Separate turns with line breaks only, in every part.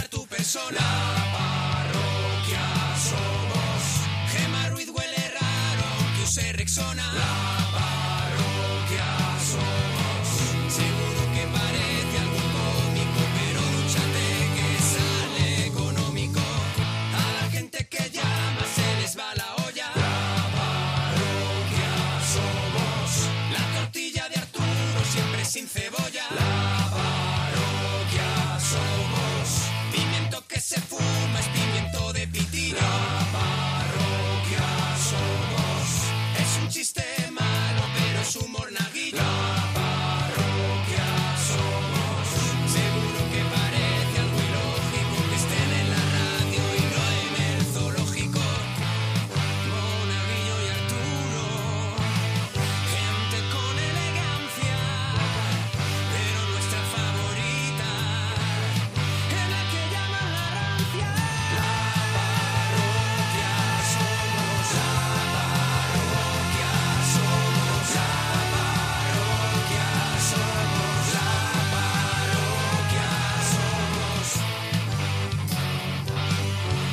somos la parroquia, somos Gema Ruiz huele raro, que use Rexona. La parroquia somos, seguro que parece algo cómico, pero dúchate que sale económico. A la gente que llama se les va la olla. La parroquia somos, la tortilla de Arturo siempre sin cebolla. La parroquia somos, pimiento que se fuma es pimiento de pitina. La parroquia somos, es un chiste malo pero es humor naguillo. La parroquia somos, seguro que parece algo ilógico que estén en la radio y no en el zoológico. Monaguillo y Arturo, gente con elegancia, pero nuestra favorita es la que llaman la rancia. La parroquia somos, la parroquia somos, la parroquia somos, la parroquia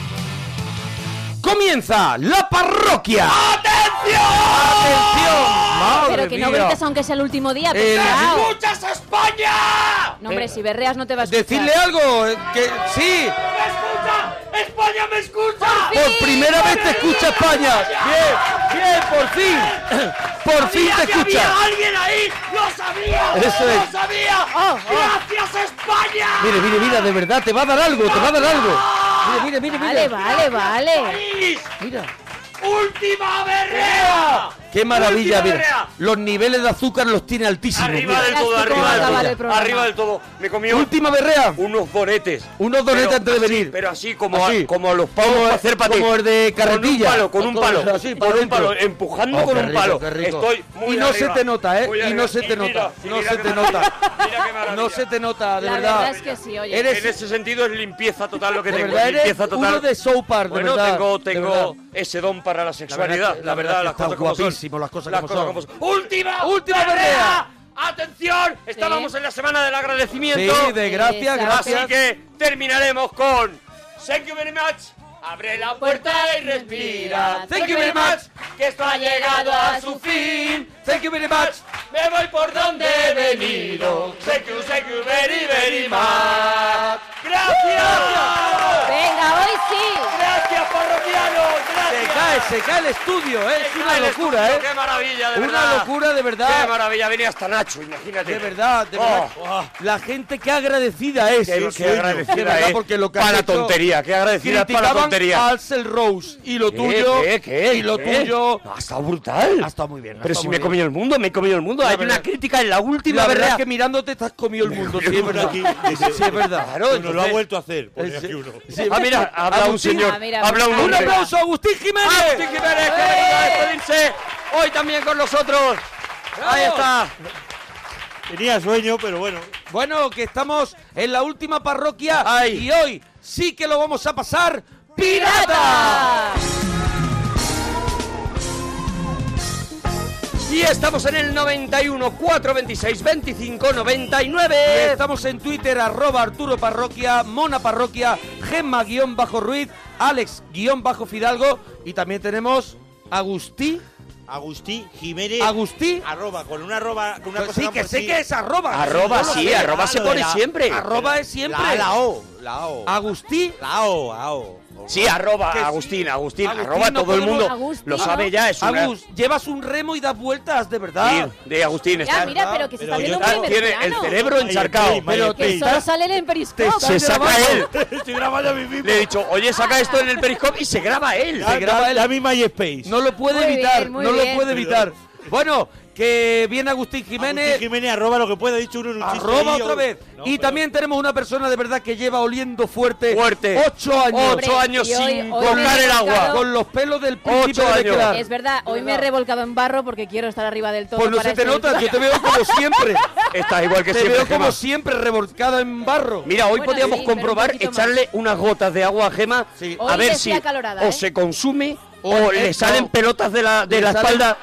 somos.
Comienza la parroquia. ¡Atención! ¡Atención! ¡Madre
Pero que no
mía!
grites aunque sea el último día,
Eh,
pesado.
¡Escuchas España!
No, hombre,
Eh,
si berreas no te vas a escuchar.
Decidle algo, eh, que sí.
¡España me escucha!
Por primera vez te escucha España. Bien, bien, por fin. Por fin te
¡Sabía que
escucha.
había alguien ahí! ¡Lo sabía!
Eso
¡Lo
es.
sabía!
Ah,
¡Gracias, España!
Mire, mire, mira, de verdad, te va a dar algo, te va a dar algo. Mire, mire, mire, mire.
Vale, vale, vale.
Mira.
¡Última berrea!
Qué maravilla,
Última
mira. Los niveles de azúcar los tiene altísimos.
Arriba
mira.
del todo,
acabar
arriba
el
del todo.
programa.
Arriba del todo. Me comí
Última berrea.
unos donetes.
Unos donetes
Pero
antes de
así,
venir.
Pero así como,
Así.
A, como a los pavos
Como-
para hacer paté.
como el de carretilla.
Con un palo, con un
Todo
palo.
así, por
con un
dentro.
palo. Empujando
Oh,
con
qué
un
rico,
palo.
qué rico.
Estoy muy
Y no
arriba,
se te nota, ¿eh?
muy
Y no
arriba.
se te
Y mira,
nota.
y
No
mira
se
qué
te
maravilla.
nota.
Mira qué maravilla.
No se te nota, de
La
verdad.
verdad es que sí, oye.
Eres-
En ese sentido es limpieza total lo que
De
tengo.
verdad eres
limpieza total.
uno de Soapar, de
bueno,
verdad,
tengo,
de
tengo
verdad.
ese don para la
verdad
sexualidad.
que- la
La
verdad que
verdad, las
estás
cosas como son.
guapísimo, las cosas como son.
¡Última!
¡Última
berrea!
berrea!
¡Atención! Estábamos en la semana del agradecimiento.
Sí, de gracias,
Exacto.
gracias.
Así que terminaremos con Thank you very much. Abre la puerta y respira.
Thank you very much.
Que esto ha llegado a su fin.
Thank you very much.
Me voy por donde he venido. Thank you, thank you very, very much. Gracias.
Venga, hoy sí.
Gracias, parroquianos.
Se
Gracias.
cae, se cae el estudio, ¿eh? Es
Qué
una locura,
estudio,
¿eh?
Qué maravilla, de
Una
verdad.
locura, de verdad.
Qué maravilla, venía hasta Nacho, imagínate.
De verdad, de verdad.
Oh,
La gente que agradecida es.
Qué,
Dios
qué
mío,
agradecida,
de verdad,
eh.
porque lo que
para
has hecho-
tontería, qué agradecida para
Criticaban
tontería.
a Axel Rose y lo
¿Qué,
tuyo
qué, qué,
y lo
qué?
tuyo.
No, ha estado brutal.
Ha estado muy bien. ha
Pero
estado
si
muy
me he
bien.
comido el mundo, me he comido el mundo.
La
Hay
verdad-
una crítica en la última
La verdad es
berrea.
que mirándote te has comido el mundo. Sí,
Yo
es
por
verdad.
aquí,
Sí, es verdad.
Claro,
Claro, no Pues lo ha
entonces-
vuelto a hacer. Por
Sí.
aquí uno.
Sí.
Ah, mira, habla un
Agustín.
señor.
Ah, mira,
habla un
Agustín.
Un
hombre.
aplauso a Agustín Jiménez. ¡Eh!
Agustín Jiménez, que ha venido a despedirse hoy también con nosotros. Ahí está.
Tenía sueño, pero bueno.
Bueno, que estamos en la última parroquia
Ay.
y hoy sí que lo vamos a pasar pirata.
¡Pirata!
Y estamos en el 91 426 25 99.
Estamos en Twitter, arroba Arturo Parroquia, Mona Parroquia, Gemma guión bajo Ruiz, Alex guión bajo Fidalgo y también tenemos Agustí,
Agustí Jiménez.
Agustí.
Arroba, con una arroba. Con una
Pues
cosa
sí,
que
que
han
sé
puesto
que es arroba.
Arroba,
Yo lo
sí,
sé.
arroba se pone
Ah, lo de la-
siempre.
Arroba es
así.
siempre.
La, la O. La O.
Agustí.
La O, A O.
Sí, arroba
Que sí.
Agustín, Agustín,
Agustín,
arroba
no
todo el
podemos-
mundo.
Agustín,
Lo sabe
¿no?
ya, es una.
Agus, llevas un remo y das vueltas, de verdad.
Sí, de Agustín
Ya,
está.
mira, pero que se
Pero
está viendo
yo-
muy
tiene el
meridiano.
cerebro encharcado.
Pero
Pero
Que
te
solo
estás-
sale el en Periscope.
Se saca él.
Estoy grabando a mí mismo.
Le he dicho, oye, saca esto en el periscope y se graba él.
Ya,
se graba
la,
el-
la misma MySpace.
No lo puede
Muy bien,
evitar,
muy
no
bien.
lo puede evitar. Bueno, que viene Agustín Jiménez.
Agustín Jiménez, arroba lo que pueda, ha dicho uno en un chiste
Arroba
ahí,
otra
o-
vez.
No,
y
pero-
también tenemos una persona de verdad que lleva oliendo fuerte.
Fuerte.
Ocho años.
Ocho años
y hoy-
sin
hoy
tocar
me
el
he
agua.
dedicado-
Con los pelos del príncipe
Ocho
de
años.
Becar.
Es verdad, hoy me he revolcado en barro porque quiero estar arriba del todo.
Pues no
para
se te
este
nota,
último-
yo te veo como siempre.
Estás igual que
te
siempre.
veo como
Gema.
siempre revolcada en barro.
Mira, hoy
Bueno,
podríamos
sí, pero un
comprobar
poquito más.
echarle unas gotas de agua a Gema
Sí.
a
Hoy
ver
decía
si
acalorada,
o
¿eh?
se consume o,
Hoy,
le
eh,
salen
no.
pelotas de la, de
Le
la
salen-
espalda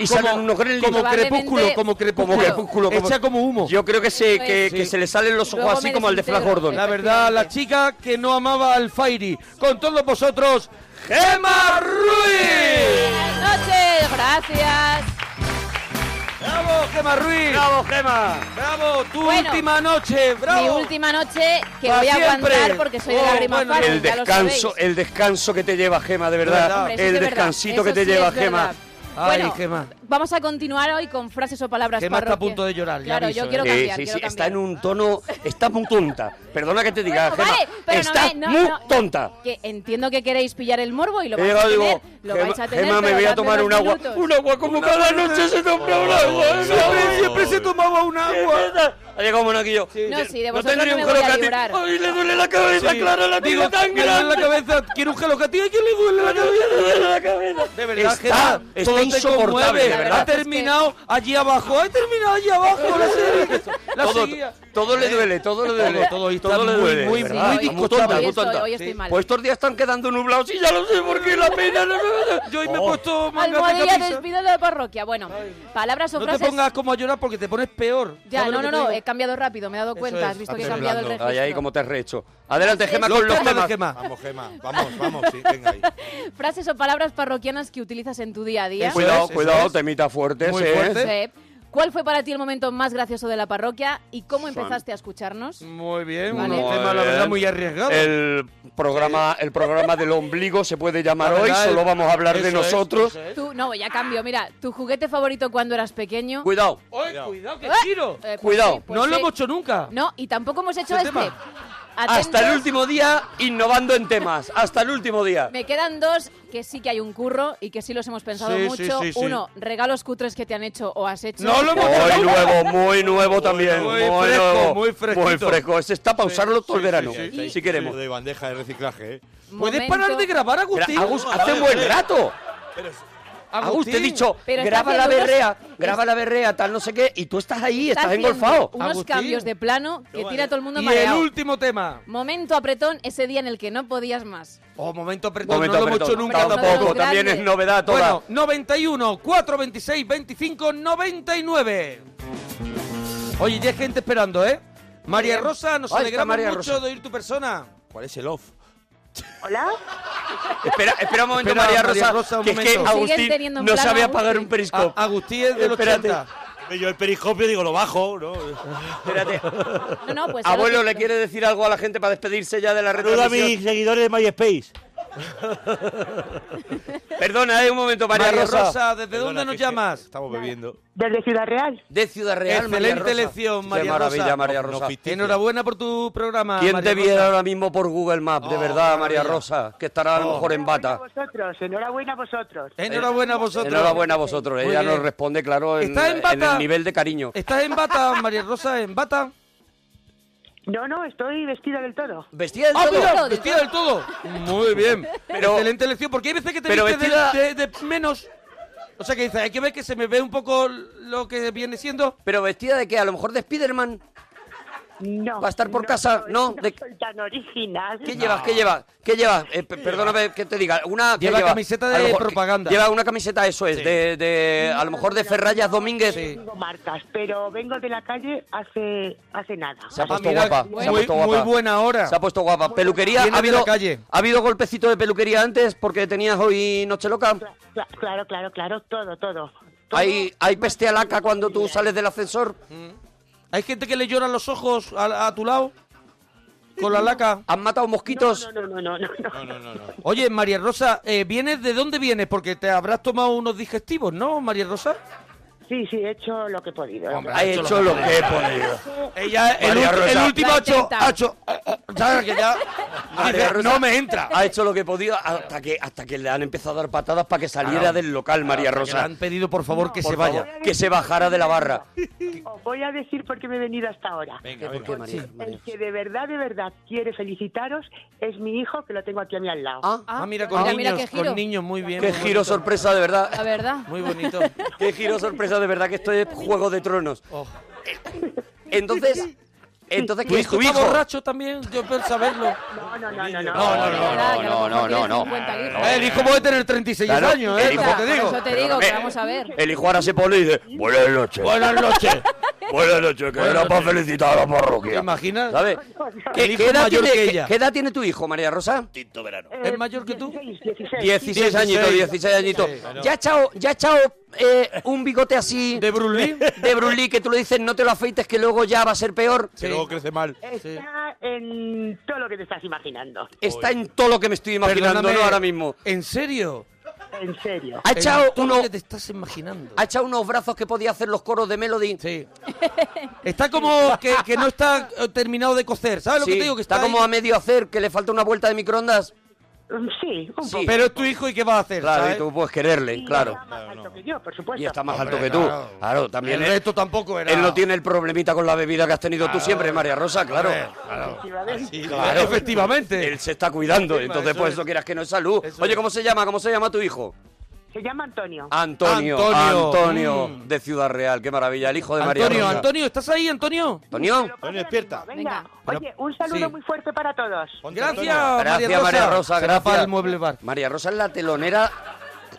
y salen unos gremlins.
como crepúsculo, como crepúsculo.
crepúsculo, como-
Echa como humo.
Yo creo que se, que,
Pues-
que
Sí.
se le salen los ojos
Luego
así
me
como al de Flash
desintegro.
Gordon.
La verdad, la chica que no amaba al Fairy. Con todos vosotros, Gemma Ruiz.
Buenas noches, gracias.
¡Bravo, Gemma Ruiz!
¡Bravo, Gema!
¡Bravo! ¡Tu
Bueno,
última noche! ¡Bravo!
Mi última noche que
Pa'
voy a
siempre.
aguantar porque soy de
Oh,
lágrimas
bueno,
fácil,
El
ya lo
descanso,
sabéis.
el descanso que te lleva, Gema, de
De
verdad.
verdad.
Hombre, eso sí
el
es verdad,
descansito que
eso
te
sí
lleva,
es
Gema.
verdad.
Ay,
bueno,
Gema.
Vamos a continuar hoy con frases o palabras
Gema está a
parroquias.
punto de llorar, ya
Claro,
aviso,
yo quiero
eh.
Sí,
cambiar,
sí,
quiero
sí, está en
cambiar.
un tono. Está muy tonta. Perdona que te diga,
Bueno,
Gema.
vale, pero no
está
me- no,
muy
no,
tonta.
Que entiendo que queréis pillar el morbo y lo
He
vais a
llegado y
tener.
digo,
lo
Gema,
vais a tener,
Gema, me
pero
voy a
dadme
tomar
dos
un agua.
minutos.
Un agua como cada noche se toma un agua.
Siempre, siempre se tomaba un agua.
Ha llegado Monaguillo.
No, sí, de
No
vosotros
tengo
no,
ni
me
un
voy a
colocati.
librar.
Ay, le duele la cabeza,
Sí.
claro, la
Digo,
tengo tan
me duele la
grande.
cabeza. Quiero un gelocatito. ¿A quién le duele la cabeza? De verdad,
está,
Gemma, todo
está
te
insoportable,
conmueve.
de
La
verdad.
Ha terminado allí abajo. Ha terminado allí abajo. La serie. La
Todo,
seguía.
todo le
Eh,
duele, todo le duele.
todo, y
Todo
está
le
muy,
duele,
muy,
de
Sí,
verdad.
muy
hoy-
discochada.
hoy
muy
estoy-
tonta.
Hoy estoy
Sí.
mal.
Pues estos días están quedando nublados y ya lo sé por qué la pena. no, no, no.
Yo hoy me he puesto mangas de
Almohadilla,
camisa.
despido la parroquia. Bueno, palabras o
No te
frases...
pongas como a llorar porque te pones peor.
Ya,
¿Sabes
no,
lo que
no,
te
no,
digo?
he cambiado rápido, me he dado cuenta,
es,
has visto
está
que he cambiado el
temblando.
registro.
Ay, ay, cómo te has rehecho. Adelante, Gema,
Los
con los
temas de
temas.
Gemma.
Vamos, Gema. Vamos, vamos. Sí, venga ahí.
Frases o palabras parroquianas que utilizas en tu día a día.
Eso es,
Cuidado,
eso
cuidado, eh.
es.
temita fuerte.
Muy fuerte. ¿eh?
Sí. ¿Cuál fue para ti el momento más gracioso de la parroquia y cómo empezaste a escucharnos?
Muy bien,
Vale.
un tema, la verdad, muy arriesgado.
El programa, el programa del ombligo se puede llamar
La
hoy,
verdad, el-
solo vamos a hablar
eso
de
es,
nosotros.
eso es.
Tú, no, ya cambio, mira, tu juguete favorito cuando eras pequeño.
Cuidado,
¡Ay, cuidado, qué
Eh,
giro!
eh, pues
Cuidado.
sí, pues
no lo
sí.
hemos hecho nunca.
No, y tampoco hemos hecho
Ese
este.
tema.
hasta el
Atentos,
último día innovando en temas, hasta el último día.
Me quedan dos que sí que hay un curro y que sí los hemos pensado
Sí, sí,
mucho.
sí, sí.
Uno, regalos cutres que te han hecho o has hecho.
No lo hemos
Muy nuevo, muy nuevo también.
muy
Muy,
fresco, muy
nuevo. Muy
fresquito.
fresco. Este está para usarlo todo el
sí,
verano,
sí,
sí, sí.
si queremos.
De bandeja de reciclaje, ¿eh?
¿Puedes parar de
Momento.
grabar,
Mira,
Agustín?
Agus, hace un buen rato.
Pero es-
Agus, te he Ah, dicho,
Pero está
graba la
haciendo unos-
berrea, graba la berrea, tal, no sé qué, y tú estás ahí,
Está
estás
haciendo
engolfado.
Unos
Agustín.
cambios de plano que tira a todo el mundo
Y el
mareado.
último tema.
Momento apretón ese día en el que no podías más.
Oh, momento apretón,
Momento,
no lo hemos
perdón,
hecho nunca
Hombre,
tampoco.
tampoco,
Grande.
también es novedad toda.
Bueno, 91, 4, 26, 25, 99. Oye, ya hay gente esperando, ¿eh? María Rosa, nos
Ahí está
alegramos
María
mucho
Rosa.
de oír tu persona.
¿Cuál es el off?
Hola,
Espera, espera un momento,
Espera,
María
María
Rosa,
Rosa, un
que es que
momento.
Siguen
Agustín
teniendo en
no
plano
sabe
a
apagar
Agustín.
un periscope.
A- Agustín es del
Espérate.
80.
Yo el periscopio digo, lo bajo, ¿no?
Espérate.
No, no, pues ya lo
Abuelo, ¿le
siento.
quiere decir algo a la gente para despedirse ya de la
Saluda a mis
retransmisión?
seguidores de MySpace.
Perdona, eh, un momento, María,
María
Rosa.
Rosa, ¿desde dónde nos llamas?
Estamos bebiendo.
desde Ciudad Real.
De Ciudad Real,
Excelente
María Rosa.
elección, María
Qué
Rosa.
maravilla, María
No, no
Rosa.
fui-
Enhorabuena por tu programa.
¿Quién
María
te viera
Rosa.
ahora mismo por Google Maps? De
Oh,
verdad, María
maravilla. Oh.
Rosa, que estará a lo mejor en bata. Eh,
Enhorabuena a vosotros, enhorabuena a vosotros.
Enhorabuena a vosotros.
Enhorabuena a vosotros.
Muy
Ella
bien.
nos responde, claro, en,
¿Está en bata?
en el nivel de cariño.
¿Estás en bata, María Rosa? ¿En bata?
No, no, estoy vestida del todo.
Vestida de
¡Ah,
todo.
mira!
todo.
Vestida del todo. Muy bien.
Pero-
Excelente elección, porque hay veces que te
pero
vistes de-
vestida-
de, de menos. O sea que dices, hay que ver que se me ve un poco lo que viene siendo.
Pero vestida de qué? A lo mejor de Spiderman.
No.
¿Va a estar por casa?
No
No, de-
soy tan original.
¿Qué llevas? ¿Qué llevas? ¿Qué llevas? Eh, pe- perdóname ah, que te diga. Una, ¿qué
Lleva camiseta
A
de
lo mejor-
propaganda.
Lleva una camiseta, eso es, de, de- a lo mejor de Ferrayas Domínguez.
No digo marcas, pero vengo de la calle hace, hace nada.
Se ha
Ah,
puesto
mira,
guapa.
muy-
se ha puesto guapa.
muy buena hora.
Se ha puesto guapa. Peluquería.
Viene
¿Ha
de
habido,
la calle.
¿Ha habido golpecito de peluquería antes porque tenías hoy noche loca?
Cla- cla- Claro, claro, claro, todo, todo. Todo.
¿Hay, ¿Hay peste a laca cuando tú sales del ascensor?
Hay gente que le lloran los ojos a, a tu lado con la laca.
¿Han matado mosquitos?
No, no, no, no, no, no.
No, no, no, no.
Oye, María Rosa, eh, ¿vienes de dónde vienes? Porque te habrás tomado unos digestivos, ¿no, María Rosa?
Sí, sí, he hecho lo que he podido.
Ha hecho lo que he podido.
Ella, el,
María
ulti-
Rosa.
el último
Lo ha
ocho,
intentado.
ocho, ¿sabes que ya?
María
Dice,
Rosa
no me entra.
Ha hecho lo que podía hasta que, hasta que le han empezado a dar patadas para que saliera del local, María
Que le
Rosa.
han pedido, por favor, que
Por
se
favor,
vaya.
que se bajara de la barra.
Os voy a decir por qué me he venido hasta ahora.
Venga,
¿Por qué,
venga.
María? María?
El que de verdad, de verdad quiere felicitaros es mi hijo, que lo tengo aquí a mi al lado.
Ah,
Ah, mira, con
mira, mira
niños,
qué giro.
con niños, muy bien.
qué
muy
giro
bonito.
sorpresa, de
La
verdad.
verdad.
Muy bonito.
Qué giro sorpresa, de verdad, que esto es Juego de Tronos.
Oh.
Entonces, Entonces,
¿Tu
¿qué es
hijo
tu
está
hijo?
borracho también? Yo puedo saberlo.
No, no, no, no.
No, no,
Es
no,
verdad, que a lo
no, no,
mejor
no,
tiene
no.
50 el hijo.
No,
Eh, el hijo puede tener 36
Claro,
años, ¿eh?
el hijo-
Tampoco te
Por
digo.
eso te digo, que
Perdóname.
vamos a ver.
El hijo ahora se pone y dice, buenas noches.
Buenas noches.
Buenas noches, que era para felicitar a la
¿Te
parroquia.
imaginas?
¿Sabes?
El
¿Qué,
hijo
qué edad
mayor
tiene,
que
qué-
ella.
qué edad tiene tu hijo, María Rosa?
Tinto verano.
¿Es mayor que tú?
16, 16.
16 añitos, 16 añitos. Ya ha echado, ya ha echado eh, un bigote así
¿De Brulín?
de Brulí que tú le dices, no te lo afeites que luego ya va a ser peor.
Que luego crece mal.
Está en todo lo que te estás imaginando.
Está en todo lo que me estoy imaginando ¿no? ahora mismo.
¿En serio?
En serio.
Ha echado
En todo
uno,
lo que te estás imaginando?
ha echado unos brazos que podía hacer los coros de Melody.
Sí. Está como que, que no está eh, terminado de cocer. ¿Sabes lo
Sí,
que te digo? Que
está,
está
como
ahí-
a medio hacer, que le falta una vuelta de microondas.
Mm, Sí, un
Sí.
poco.
Pero es tu hijo y ¿qué va a hacer?
Claro,
¿sabes?
y tú puedes quererle, claro.
Está más alto que yo, por supuesto.
Y está más
Hombre,
alto que tú.
claro.
Claro, también
El
él,
resto tampoco era...
él no tiene el problemita con la bebida que has tenido tú siempre, María Rosa, claro.
Ah,
Efectivamente.
claro.
Efectivamente.
Él se está cuidando, entonces
eso
por
es.
eso quieras que no es salud.
Eso
Oye,
es.
¿cómo se llama? ¿Cómo se llama tu hijo?
Se llama Antonio.
Antonio.
Antonio.
Antonio,
Mm.
de Ciudad Real, qué maravilla, el hijo de María
Antonio,
Rosa.
Antonio, ¿estás ahí, Antonio?
Antonio.
Antonio, despierta.
Venga.
Venga.
Oye, un saludo
Sí.
muy fuerte para todos.
Ponte,
Gracias,
Antonio.
Gracias,
María Rosa.
María Rosa,
Será para
gracias.
el mueble bar.
María Rosa es la telonera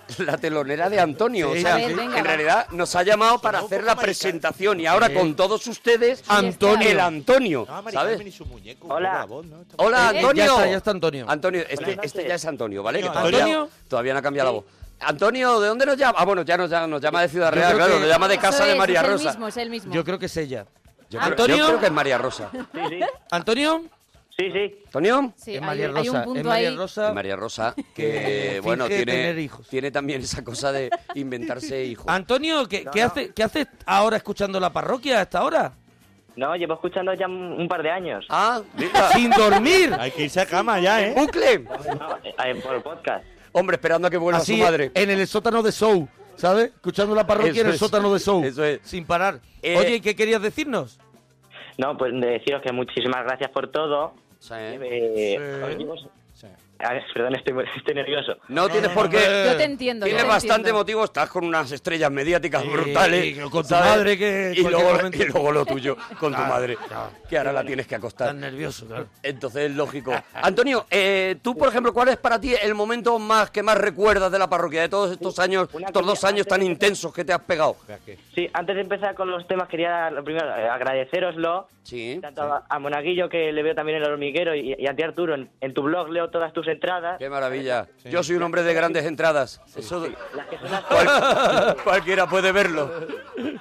la telonera de Antonio,
Sí,
o sea,
sí, sí.
Venga,
en
va.
realidad nos ha llamado para hacer la presentación y ahora con todos ustedes
Antonio.
el Antonio,
Ah,
No, Mari
¿sabes?
Carmen y su muñeco.
Hola.
la voz, ¿no? Está-
Eh,
Hola,
eh,
Antonio.
Ya está, ya está Antonio.
Antonio, este,
Buenas noches.
este ya es Antonio, ¿vale? Que
Antonio.
todavía,
Antonio.
todavía no ha cambiado la voz. Antonio, ¿de dónde nos llama? Ah, bueno, ya nos, ya nos llama de Ciudad
Yo
Real,
creo
claro,
que-
nos llama de
Eso
casa de
es,
María
es el
Rosa.
mismo, es el mismo.
Yo creo que es ella.
Yo creo,
Antonio.
yo creo que es María Rosa.
Sí, sí.
Antonio.
Sí, sí.
¿Antonio?
Sí,
es
hay,
María
hay
Rosa.
un
es
punto
María
ahí.
Rosa.
María Rosa,
Finge
que bueno,
tener
tiene,
hijos.
tiene también esa cosa de inventarse hijos.
Antonio, ¿qué, qué hace- qué haces ahora escuchando la parroquia a esta hora?
No, llevo escuchando ya un, un par de años.
Ah, mira,
Sin dormir.
Hay que irse a cama ya, ¿eh?
bucle.
No, eh, eh, por el podcast.
Hombre, esperando a que vuelva
Así,
su madre.
en el sótano de Show, ¿sabes? Escuchando la parroquia
Eso
en el
es.
sótano de Show.
Eso es.
Sin parar.
Eh,
Oye, ¿qué querías decirnos?
No, pues deciros que muchísimas gracias por todo.
Sí.
Eh, os llevo- A ver, perdón, estoy, estoy nervioso.
No tienes por qué.
Yo te entiendo. yo
Tienes
te
bastante
entiendo.
motivo, estás con unas estrellas mediáticas
Sí,
brutales.
Eh, con tu madre que en
Y
cualquier
luego,
momento-
y luego lo tuyo, con tu madre. Que ahora la tienes que acostar.
Estás nervioso, claro. Ah,
Entonces es lógico. Antonio, eh, tú, por ejemplo, ¿cuál es para ti el momento más que más recuerdas de la parroquia? De todos estos años,
una
estos dos
cosa
años tan
antes de-
intensos que te has pegado.
Sí, antes de empezar con los temas, quería lo primero eh, agradeceroslo.
Sí.
Tanto a, a Monaguillo, que le veo también en el hormiguero, y, y a ti, Arturo. En, en tu blog leo todas tus entradas.
Qué maravilla. Yo soy un hombre de grandes entradas. Eso
Las que, son así,
cual- cualquiera puede verlo.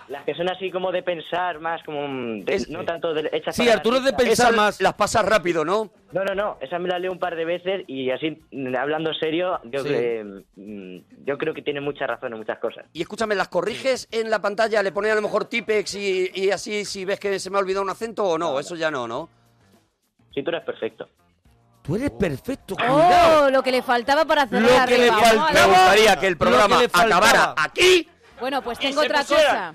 las que son así como de pensar más, como un- de-
Es-
no tanto de, hechas
Sí,
para la
Arturo es de
risa.
pensar
Esas
más.
las pasas rápido, ¿no?
No, no, no, esa me la leo un par de veces y así, mm, hablando serio, yo,
Sí.
cre- mm, yo creo que tiene mucha razón en muchas cosas.
Y escúchame, ¿las corriges en la pantalla? ¿Le pones a lo mejor tipex y, y así si ves que se me ha olvidado un acento o no? Eso ya no, ¿no?
Sí, tú eres perfecto.
Tú eres perfecto, cuidado.
Oh, lo que le faltaba para hacer
Lo que le faltaba.
Me gustaría que el
Lo que
programa
le faltaba.
acabara aquí.
Bueno, pues
y
tengo
se
otra
pusieran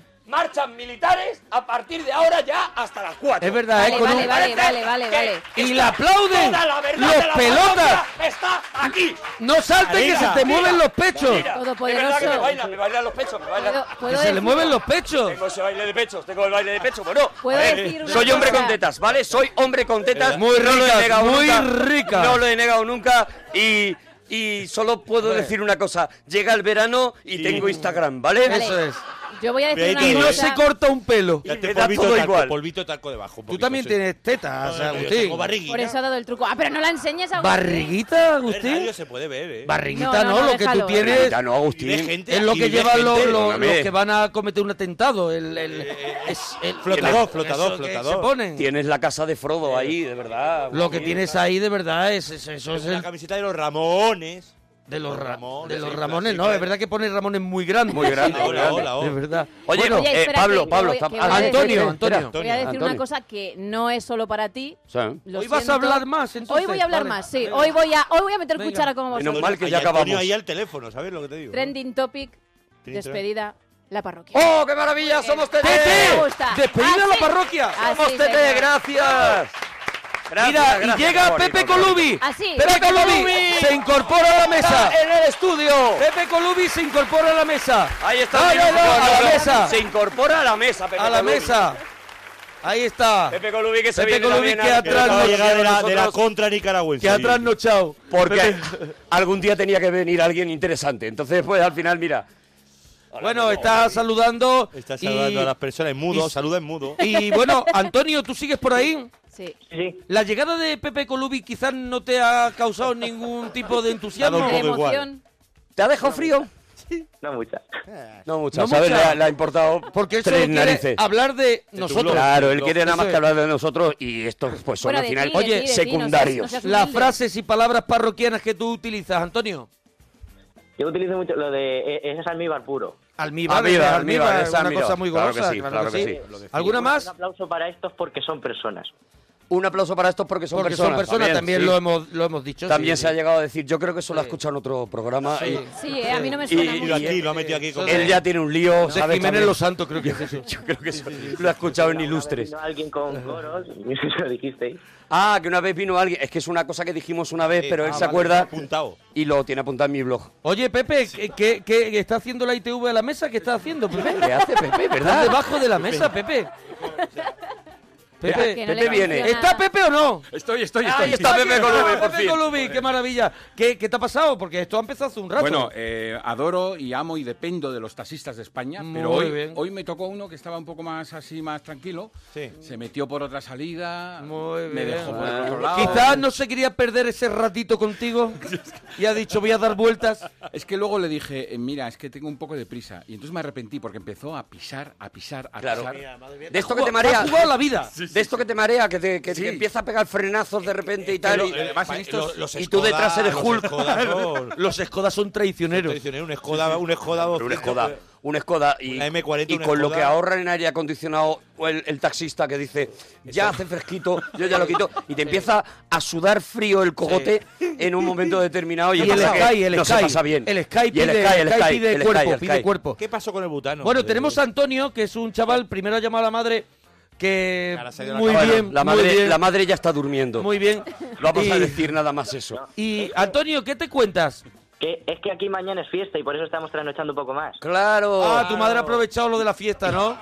cosa.
Marchas militares a partir de ahora ya hasta las 4.
Es verdad, ¿eh?
Vale,
Con
vale,
un-
vale, vale, vale, vale.
Y le aplauden los pelotas.
Está aquí.
No salte que se
Mira,
te
mira,
mueven los pechos.
Mira,
Todopoderoso.
Es verdad que me baila, me bailan los pechos, me bailan.
¿Puedo,
Que
puedo
se le
decir-
mueven los pechos.
Tengo ese baile de pechos, tengo el baile de pecho. Bueno,
¿Puedo
a ver,
decir una
soy hombre
cosa?
con tetas, ¿vale? Soy hombre con tetas.
Eh, Muy
no lo
ricas,
he negado
muy
nunca,
ricas.
No lo he negado nunca y, y solo puedo decir una cosa. Llega el verano y tengo Instagram, ¿vale?
Vale.
Eso es.
Yo voy a decir
Veinte
una
Y no
cosa.
se corta un pelo.
Ya
Me
te
da
polvito
todo
taco,
igual.
polvito taco debajo.
Tú
un poquito,
también
sí.
tienes
No,
tetas,
no, no, yo
Agustín.
tengo barriguita.
Por eso ha dado el truco. Ah, pero no la enseñes a
¿Barriguita,
En radio
Agustín?
se puede ver, ¿eh?
No,
Barriguita no,
no, no,
lo que tú
déjalo.
tienes
Ya no,
Y ve
Agustín.
gente,
es lo
y
que
ve
llevan
gente,
los, los-
perdóname.
los que van a cometer un atentado. El, el- es el-
Flotador,
eso
flotador,
que
flotador.
Se ponen.
Tienes la casa de Frodo ahí, de verdad.
Lo que tienes ahí de verdad es, es- eso es
La
el-
camiseta de los Ramones.
de los, Ra-
Ramones,
de los
sí,
Ramones,
sí,
¿no?
claro.
Es verdad que pones Ramones muy grandes.
Muy grande,
Hola,
muy grande.
hola, hola.
De verdad.
Oye,
Bueno,
Oye,
eh,
espérate,
Pablo,
que
Pablo,
voy-
está-
que voy a
Antonio,
decir-
espera.
Antonio.
Voy a decir una
Antonio.
cosa que no es solo para ti.
Sí.
Lo
Hoy vas a
siento.
hablar más, entonces,
Hoy voy a hablar
vale.
más, sí. Hoy voy a, hoy voy a meter
Venga.
cuchara como
Menos
vosotros.
mal que
Ahí
ya
Antonio
acabamos.
ahí al teléfono, ¿sabes lo que te digo?
Trending topic,
Trending.
despedida, la parroquia.
¡Oh, qué maravilla! ¡Somos TT!
Me gusta. Ah,
¡Despedida a la
Ah,
Así-
parroquia!
así,
¡Somos TT!
señor.
¡Gracias!
Mira,
Gracias, gracias,
y llega
qué
Pepe
bonito, qué
Colubi.
bonito.
Así.
Pepe
Pepe
Colubi
Colubi.
se incorpora a la mesa.
¡Está en el estudio!
Pepe Colubi se incorpora a la mesa.
Ahí está.
No,
se
no, no,
incorpora
a la mesa.
Se incorpora a la mesa, Pepe
A la
Colubi.
mesa.
Ahí está.
Pepe Colubi que se
Pepe
viene
Colubi
también
que
a-
atrás
Acaba
no
de llegar de la, de la
nosotros,
contra nicaragüense.
Que atrás no chao.
Porque
Pepe-
algún día tenía que venir alguien interesante. Entonces, pues al final, mira.
Bueno, está saludando.
Está
y-
saludando a las personas en mudo,
y-
saluda en mudo.
Y bueno, Antonio, ¿tú sigues por ahí?
Sí.
Sí,
La llegada de Pepe Colubi quizás no te ha causado ningún tipo de entusiasmo.
Dado un
De
poco igual.
emoción.
¿Te ha dejado frío?
no mucha.
No mucho,
No
¿sabes?
mucha.
Le ha, le ha importado
Porque él
tres
solo quiere
narices. Este
hablar de nosotros.
Claro, él quiere nada
Eso
más
es.
que hablar de nosotros y estos pues son
Bueno,
al
de
final
ti, de ti, de ti, no seas-
secundarios.
no seas-
Las
humilde.
frases y palabras parroquianas que tú utilizas, Antonio.
Yo utilizo mucho lo de... eh, eh, Es almíbar puro.
Almíbar,
Almíbar,
almíbar,
almíbar,
es
es
una
almíbar.
cosa muy
Claro
golosa.
que sí, claro que sí. Lo que sí.
¿Alguna
Un
más?
aplauso para estos porque son personas.
Un aplauso para estos porque son
Porque
personas.
son personas, también,
sí.
lo, hemos, lo hemos dicho.
También
sí,
se ha
sí.
llegado a decir, yo creo que eso lo ha
Sí.
escuchado en otro programa.
Sí.
y
Sí, eh, a mí no me
Y-
suena
y-
Lo
mucho.
ha metido aquí, lo ha metido aquí. Con...
Él ya tiene un lío,
De
¿sabes?
Jiménez
también?
Los Santos creo que es eso.
Yo creo que eso lo ha escuchado en
Una vez
Ilustres.
vino alguien con coros, lo dijisteis.
Ah, que una vez vino alguien. Es que es una cosa que dijimos una vez, pero él
Ah,
se
vale,
acuerda
Apuntado.
y lo tiene apuntado en mi blog.
Oye, Pepe, ¿qué- ¿qué, qué está haciendo la ITV a la mesa? ¿Qué está haciendo, Pepe?
¿Qué hace Pepe,
Está
verdad?
debajo de la mesa, Pepe.
Que
Pepe.
no le
Pepe viene.
funciona.
¿Está Pepe o no?
Estoy, estoy, estoy.
Ahí está Pepe Colubi, por
Pepe
fin.
Colubi, qué maravilla. ¿Qué, qué te ha pasado? Porque esto ha empezado hace un rato.
Bueno, eh, adoro y amo y dependo de los taxistas de España, pero
Muy
hoy,
bien.
hoy me tocó uno que estaba un poco más así, más tranquilo.
Sí.
Se metió por otra salida,
Muy
me
bien.
dejó por el otro lado.
Quizás no se quería perder ese ratito contigo y ha dicho voy a dar vueltas.
Es que luego le dije, eh, mira, es que tengo un poco de prisa. Y entonces me arrepentí porque empezó a pisar, a pisar, a
Claro.
pisar.
De esto que te
Te
marea.
ha jugado la vida.
De esto que te marea, que, te, que
Sí.
te empieza a pegar frenazos de repente y tal.
lo-
y-
eh, además en estos-
y tú detrás eres Hulk.
Los escodas son traicioneros.
un Skoda, un Skoda,
Pero un Skoda, un Skoda y,
Una M40,
y
una
con lo
Skoda.
que ahorran en aire acondicionado o el, el taxista que dice ya hace fresquito, yo ya lo quito y te empieza a sudar frío el cogote en un momento determinado y,
Y
es
el
verdad que
Sky, el
no
Sky.
se pasa bien.
El Sky
Y
pide, el Sky pide
el Sky,
cuerpo,
el
pide
Sky.
cuerpo.
¿Qué pasó con el butano?
Bueno, tenemos a Antonio, que es un chaval, primero ha llamado a la madre, que
Ahora se ha ido la
muy
Bueno,
bien,
la
muy
madre,
bien,
la madre ya está durmiendo.
muy bien.
Vamos a
Y-
decir nada más eso.
Y Antonio, ¿qué te cuentas?
Que es que aquí mañana es fiesta y por eso estamos trasnochando un poco más.
Claro.
Ah, tu madre ha aprovechado lo de la fiesta, ¿no?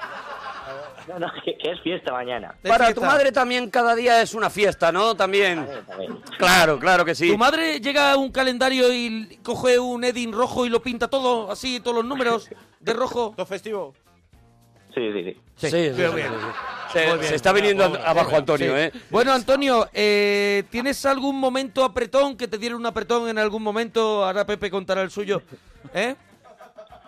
No, no, que, que es fiesta mañana.
De
Para
fiesta.
tu madre también cada día es una fiesta, ¿no? También.
A ver,
Claro, clal que sí.
¿Tu madre llega a un calendario y l- coge un Edin rojo y lo pinta todo, así, todos los números de rojo?
¿Todo festivo?
Sí, sí, sí.
Sí, sí,
muy
sí,
bien.
sí, sí. Se, se está viniendo a- abajo Antonio, ¿eh?
Bueno, Antonio, eh, ¿tienes algún momento apretón que te dieron un apretón en algún momento? Ahora Pepe contará el suyo. ¿Eh?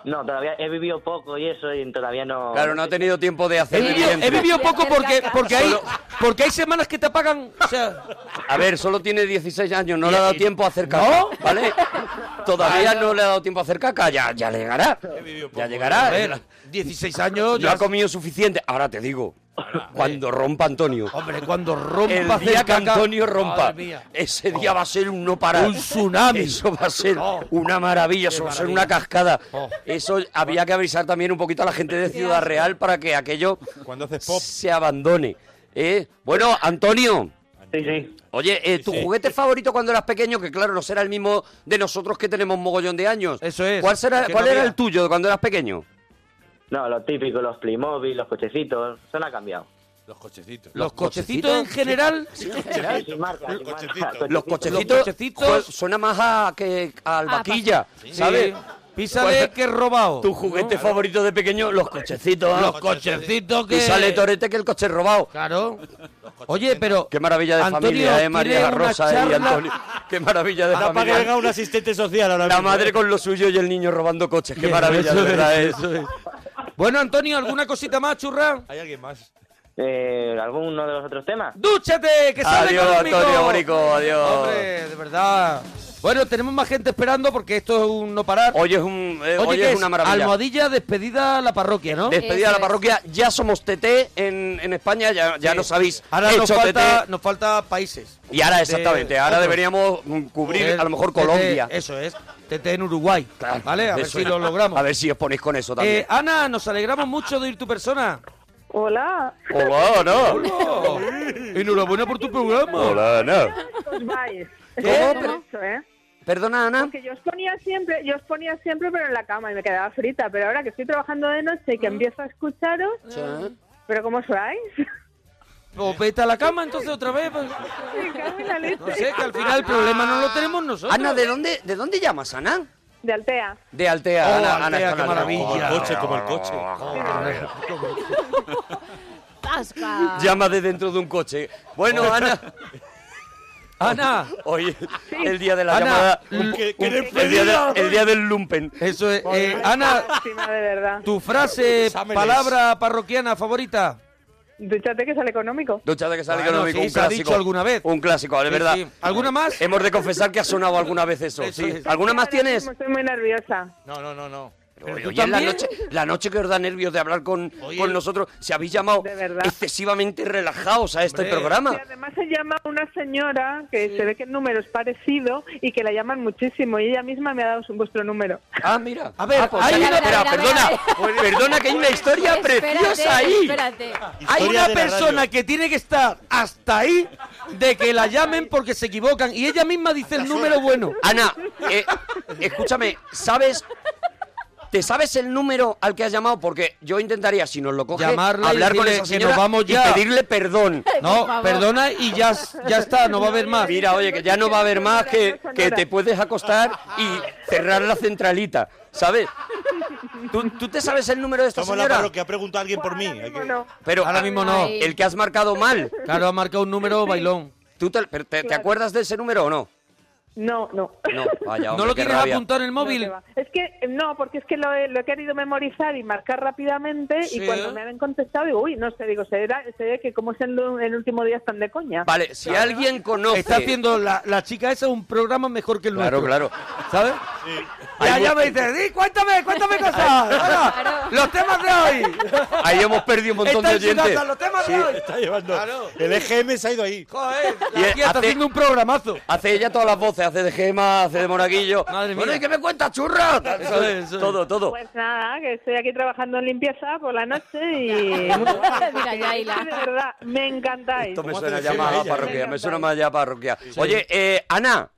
No, todavía he vivido poco y eso y todavía no...
Claro, no ha tenido tiempo de
He
hacer
vivido,
evidente.
he vivido poco porque,
Caca.
porque, hay,
Solo-
porque hay semanas que te apagan. O sea,
A ver, solo tiene 16 años, no le ha dado tiempo a hacer caca, ¿vale?
Ah,
Todavía no le ha dado tiempo a hacer caca, ya, ya llegará. Ya
a
llegará.
ver, 16 años.
Ya
Ya,
ha comido suficiente. Ahora te digo, cuando rompa Antonio.
hombre, cuando rompa
El
hacer
día que
caca-
Antonio rompa,
Madre mía.
ese día va a ser un no parar.
Un tsunami.
Eso va a ser
Oh.
una maravilla, eso va a ser una cascada.
Oh.
Eso había que avisar también un poquito a la gente de Ciudad Real para que aquello
Cuando haces pop.
se abandone. ¿eh? Bueno, Antonio.
Sí, sí.
Oye, eh, tu juguete favorito cuando eras pequeño, que claro, no será el mismo de nosotros que tenemos mogollón de años.
Eso es.
¿Cuál, será,
Que
cuál
no
era
diga.
el tuyo cuando eras pequeño?
No, lo típico, los Playmobil, los cochecitos, eso no ha cambiado.
Los cochecitos.
Los cochecitos en general.
Sí, sin marca, sin marca,
cochecitos.
Los
cochecitos.
cochecitos.
Los cochecitos. Ah,
jo, Suena más a, que, a albaquilla, ¿sabes?
¿Sabes? Písale
¿Cuál-
que he robado.
Tu juguete favorito de pequeño, los cochecitos. ¿eh?
Los cochecitos que.
Y sale Torete que el coche es robado.
Claro. Oye, pero.
Qué maravilla de
Antonio
familia, ¿eh?
tiene
María
una
Rosa eh, y
charla-
Antonio. Qué maravilla de
Da para que venga
familia.
un asistente social ahora
La
mismo.
madre
¿eh?
con lo suyo y el niño robando coches. Qué
Bien,
maravilla,
eso
de
es,
verdad. ¿eh?
Bueno, Antonio, ¿alguna cosita más, churra?
Hay alguien más.
Eh, ¿Alguno de los otros temas?
¡Dúchate! ¡Que sale
Adiós,
económico!
Antonio Borico, adiós.
Hombre, de verdad. Bueno, tenemos más gente esperando porque esto es un no parar.
Hoy es, un, eh, hoy
¿qué
es una maravilla.
Almohadilla despedida a la parroquia, ¿no?
Despedida
Eso
a la
es.
parroquia, ya somos TT en, en España, ya, ya nos habéis
Ahora nos
hecho
falta,
TT.
nos falta países.
Y ahora, exactamente, ahora
otros.
deberíamos mm, cubrir
Joder,
a lo mejor
TT,
Colombia.
eso es. TT en Uruguay.
Claro,
¿Vale? A ver
eso
si
es.
lo logramos.
A ver si os ponéis con eso también.
Eh, Ana, nos alegramos mucho de ir tu persona.
Hola,
Hola, no.
Enhorabuena por tu programa.
Hola, no.
os vais.
¿Cómo?
Pero mucho, ¿eh?
Perdona, Ana.
Porque yo os ponía siempre, yo os ponía siempre, pero en la cama y me quedaba
Mm.
frita. Pero ahora que estoy trabajando de noche y que empiezo a escucharos, pero ¿cómo sois?
O vete a la cama entonces otra vez. pues. No sé, que al final el problema no lo tenemos nosotros.
Ana, ¿de dónde, ¿de dónde llamas, Ana?
De Altea.
De Altea.
Oh,
Ana, Ana, está
Altea,
en
qué maravilla. Oh,
Como el coche, como el coche.
¡Tasca!
Llama de dentro de un coche. Bueno, Ana.
Oh, Ana,
Hoy el día de la
Ana,
llamada.
un-
¿Qué- qué
un-
El día, de- el día del lumpen.
eso es. eh,
Una
Ana,
Lástima, de verdad.
tu frase,
Exámenes.
palabra parroquiana favorita.
Duchate que sale económico.
Duchada que sale
Bueno,
económico,
sí,
un
se ha
clásico.
dicho alguna vez.
Un clásico, es
Sí,
verdad.
sí. ¿Alguna más?
Hemos de confesar que ha sonado alguna vez eso.
Eso
sí.
es.
¿Alguna más
Ahora
tienes?
mismo Estoy muy nerviosa.
No, no, no, no.
Pero,
tú
oye, es la
también.
noche, la noche que os da nervios de hablar con,
Oye.
con nosotros, se habéis llamado
De verdad.
excesivamente relajados a este
Hombre.
Y
programa.
además se llama una señora que se ve que el número es parecido y que la llaman muchísimo y ella misma me ha dado su- vuestro número.
Ah, mira.
A ver,
Ah, pues
hay
ya-
una-
espera,
a ver, a ver,
perdona,
a ver.
perdona que hay una historia preciosa ahí.
Espérate.
Hay
Historia de
una
la
persona
radio.
que tiene que estar hasta ahí de que la llamen porque se equivocan y ella misma dice el número bueno.
Ana, eh, escúchame, ¿sabes? ¿Te sabes el número al que has llamado? Porque yo intentaría, si nos lo coge,
Llamarla y
hablar con
decirle
esa
que nos
señora
vamos
y
ya.
pedirle perdón.
Por
No,
favor.
perdona y ya, ya está, no va a haber más.
Mira, oye, que ya no va a haber más que, que te puedes acostar y cerrar la centralita, ¿sabes? ¿Tú, tú te sabes el número de esta
Somos la
señora?
parroquia, ha preguntado alguien por mí. Hay que-
Bueno,
Pero
Ahora mismo no.
Ay.
el que has marcado mal,
ah, Claro, ha marcado un número bailón.
¿tú te, pero te- te acuerdas de ese número o no?
no, no.
No, vaya,
¿No
hombre, qué
lo quieres
rabia.
apuntar en el móvil?
No, que va. es que eh, no, porque es que lo he, lo he querido memorizar y marcar rápidamente
Sí,
y cuando
¿eh?
me han contestado digo, uy, no sé, digo, será, se ve que como es el, el último día están de coña.
Vale, si alguien conoce...
Está haciendo la, la chica esa un programa mejor que el
Claro,
nuestro.
claro.
¿Sabes? Ya,
Hay
ya
mu-
me dice, "Di, cuéntame, cuéntame cosas. Hola,
Claro.
Los temas de hoy.
Ahí hemos perdido un montón
Está
de
en su
oyentes.
casa, los temas de
Sí,
hoy.
está llevando.
Claro.
El EGM se ha ido ahí.
Joder,
Y
la
él
tía está
hace-
haciendo un programazo.
Hace ella todas las voces, hace de Gema, hace de Monaguillo.
Madre
Bueno,
mía.
¿y qué me cuentas, churra?
Eso es, eso es.
Todo, todo.
Pues nada, que estoy aquí trabajando en limpieza por la noche y...
Mira, Yaila.
De verdad, me encantáis.
Esto me
¿Cómo
suena
hace
ya
Gema
más a
ella, eh?
parroquia, me
Venga,
suena
tal.
más ya a parroquia. Oye, eh, Ana,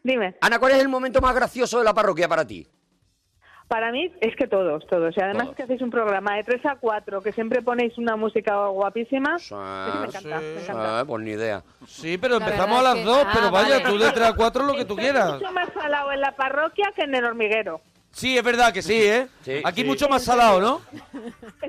Dime,
Ana, ¿cuál es el momento más gracioso de la parroquia para ti?
para mí es que todos, todos. Y además
Todos.
que hacéis un programa de 3 a 4, que siempre ponéis una música guapísima.
Sí,
es que me encanta, me encanta.
Ah, pues ni idea.
Sí, pero
La
empezamos a
verdad
las
es que-
dos,
Ah,
pero vaya,
vale.
tú de 3 a 4 lo que tú quieras.
Estoy mucho más salado en la parroquia que en el hormiguero.
Sí, es verdad que sí, ¿eh?
Sí,
Aquí
sí.
mucho más salado, ¿no?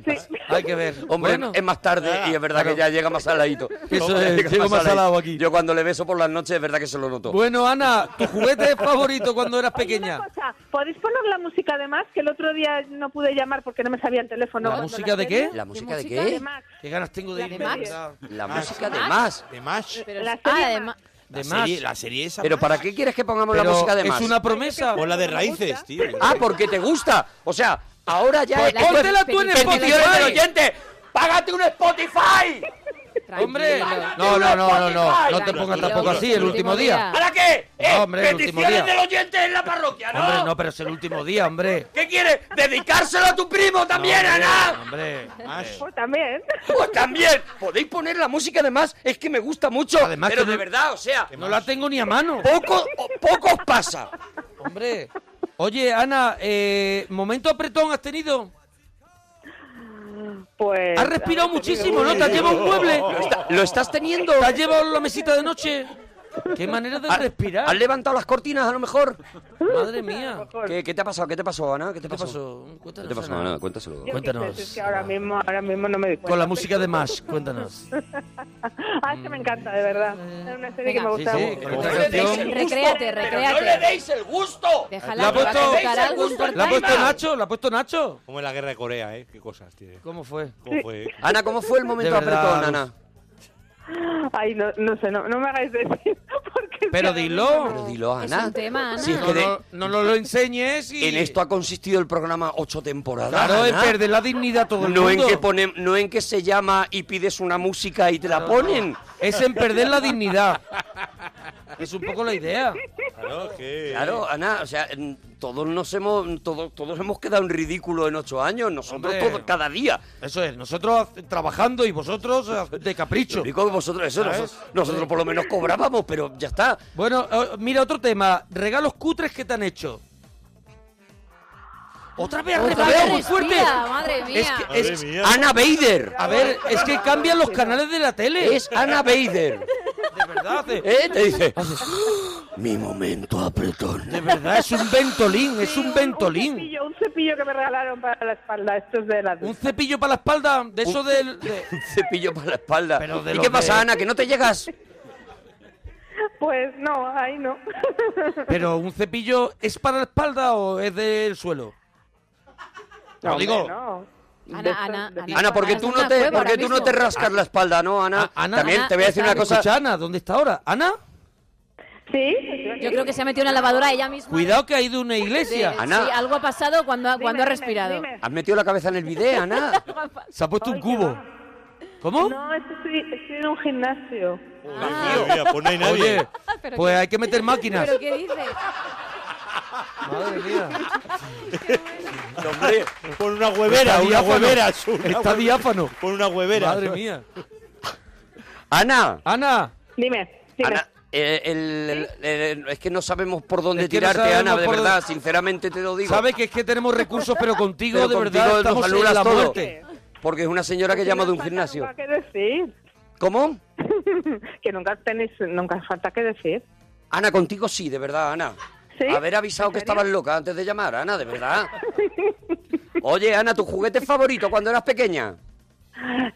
Sí.
Hay que ver.
Hombre,
Bueno.
es más tarde y es verdad que ya llega más saladito.
Eso
Hombre,
es,
llega
llego más salado aquí.
Yo cuando le beso por las noches es verdad que se lo noto.
Bueno, Ana, ¿tu juguete favorito cuando eras
Oye,
pequeña?
una cosa, ¿podéis poner la música de Max? Que el otro día no pude llamar porque no me sabía el teléfono.
¿La
cuando
música de qué?
¿La música de
música
qué?
De Max.
¿Qué ganas tengo de
¿La de
irme?
Max?
¿verdad?
La música de más.
De Mash.
Pero,
La
ah,
serie
de
más.
ma-
La
De
serie,
más.
la serie esa.
¿Pero
Mash.
para qué quieres que pongamos
Pero
la música de
es
más?
una promesa.
Pon la de raíces, tío.
Ah, porque te gusta. O sea, ahora ya...
Pues
esto es
póntela tú en
peticiones
Spotify.
del oyente. ¡Págate un Spotify!
Tranquilo.
Hombre, no, no, no, no, no, no te pongas
Tranquilo,
tampoco así el
tranquilo.
último día.
¿Ahora qué? Eh,
No, hombre, el último
peticiones
día.
del oyente en la parroquia, ¿no?
Hombre, no, pero es el último día, hombre.
¿Qué quieres? ¿Dedicárselo a tu primo también, Ana?
Hombre,
Mash.
Pues también.
Pues también. Podéis poner la música además, es que me gusta mucho.
Además
pero
que
de
no-
verdad, o sea,
no la tengo ni a mano.
poco, o- poco os pasa.
Hombre. Oye, Ana, eh, ¿momento apretón has tenido?
Pues.
Has respirado muchísimo, ¿no? Te has llevado un mueble.
Lo, está- lo estás teniendo.
¿Te has llevado la mesita de noche? Qué manera de
¿Has- ¿Has
respirar.
levantado las cortinas a lo mejor?
Madre mía.
¿Qué, qué te ha pasado? ¿Qué te pasó, Ana? ¿Qué te
¿Qué
pasó?
pasó? Cuéntanos,
¿Qué te pasó,
Ana.
Ana? Cuéntaselo.
Yo qué sé,
Cuéntanos.
Es que ahora mismo, ahora mismo no me di
Con
cuenta.
la música de Mash, cuéntanos.
Ah, es que me encanta, de verdad. Es una serie que
Venga.
me gusta
Sí, sí,
mucho.
con esta
No le deis
canción.
el gusto,
Recréate,
pero
recréate.
No le deis el gusto.
Déjala,
¿La ha
que va a
puesto-
tocar algo
¿La ha puesto
importante.
Nacho? ¿La ha puesto Nacho?
Como en la guerra de Corea, ¿eh? Qué cosas, tío.
¿Cómo fue?
¿Cómo fue?
Ana, ¿cómo fue el momento
De verdad,
apretón,
Luz.
Ana?
Ay, no, no sé, no, no me hagáis decir. Porque es
Pero
que-
dilo.
Pero dilo,
Es
Ana.
un tema, Ana.
Si es
No,
que de-
no, no nos lo enseñes y...
en esto ha consistido el programa ocho temporadas.
Claro, es
Ana.
perder la dignidad a todo el
No en,
mundo.
que ponen, no en que se llama y pides una música y te la ponen.
Es en perder la dignidad. Es un poco la idea.
Claro, que...
Claro,
Eh,
Ana, o sea, en- todos nos hemos, todos, todos hemos quedado en ridículo en ocho años, nosotros
Hombre.
todos, cada día.
Eso es, nosotros haz- trabajando y vosotros ah, de
Lo
capricho.
único que vosotros, eso, nosotros, nosotros por lo menos cobrábamos, pero ya está.
Bueno, eh, mira otro tema. Regalos cutres que te han hecho. Otra vez
Otra
retabea
vez
muy fuerte.
respira, madre mía.
Es que es
Madre mía. Ana Bader.
A ver, es que cambian los canales de la tele.
Es Ana Bader.
De verdad. hace-
¿Eh? Te dice. Mi momento apretón.
De verdad, es un ventolín, es un
Un
ventolín.
cepillo, un cepillo que me regalaron para la espalda, estos de la
Un cepillo para la espalda, de eso del... de-
Un cepillo para la espalda.
Pero de
¿Y
los
qué pasa,
de-
Ana? ¿Que no te llegas?
Pues no, ahí no.
Pero un cepillo es para la espalda o es del suelo? Lo digo.
No.
Ana,
De estos-
Ana,
de-
Ana.
Ana, porque
es
tú
una
no te,
cueva
porque
ahora
tú no te
mismo.
rascas la espalda, ¿no, Ana?
A- Ana-
También te voy a decir
Ana,
una cosa.
Escucha, Ana, ¿dónde está ahora? Ana,
Sí.
Yo creo que se ha metido en la lavadora ella misma.
cuidado que ha ido a una iglesia.
Sí,
Ana.
sí, algo ha pasado cuando ha, cuando ha respirado.
¿Has metido la cabeza en el video, Ana?
Se ha puesto un cubo. ¿Cómo?
No, es que estoy, estoy en un gimnasio.
Madre mía, pues no hay nadie.
Oye,
¿Pero
pues hay que meter máquinas.
Ah. ¿Pero qué dices?
Madre mía.
Hombre,
Pon una huevera,
Está
una
diáfano.
huevera. su- una
Está
huevera.
diáfano.
Pon una huevera.
Madre mía.
Ana.
Ana,
Dime, dime.
Ana, eh, el- el- el- es que no sabemos por dónde
Es que no
tirarte,
sabemos
Ana, de
por
verdad,
dónde-
sinceramente te lo digo.
sabes que es que tenemos recursos, pero contigo
Pero
de
contigo
verdad
nos
estamos en
anulas
la
todo.
muerte.
Porque es una señora que
Si
llama
no
de un
falta
gimnasio.
nunca que decir.
¿Cómo?
que nunca tenéis, nunca falta que decir.
Ana, contigo sí, de verdad, Ana.
¿Sí?
Haber avisado
¿En
que
serio?
estabas loca antes de llamar, Ana, de verdad. Oye, Ana, ¿tu juguete favorito cuando eras pequeña?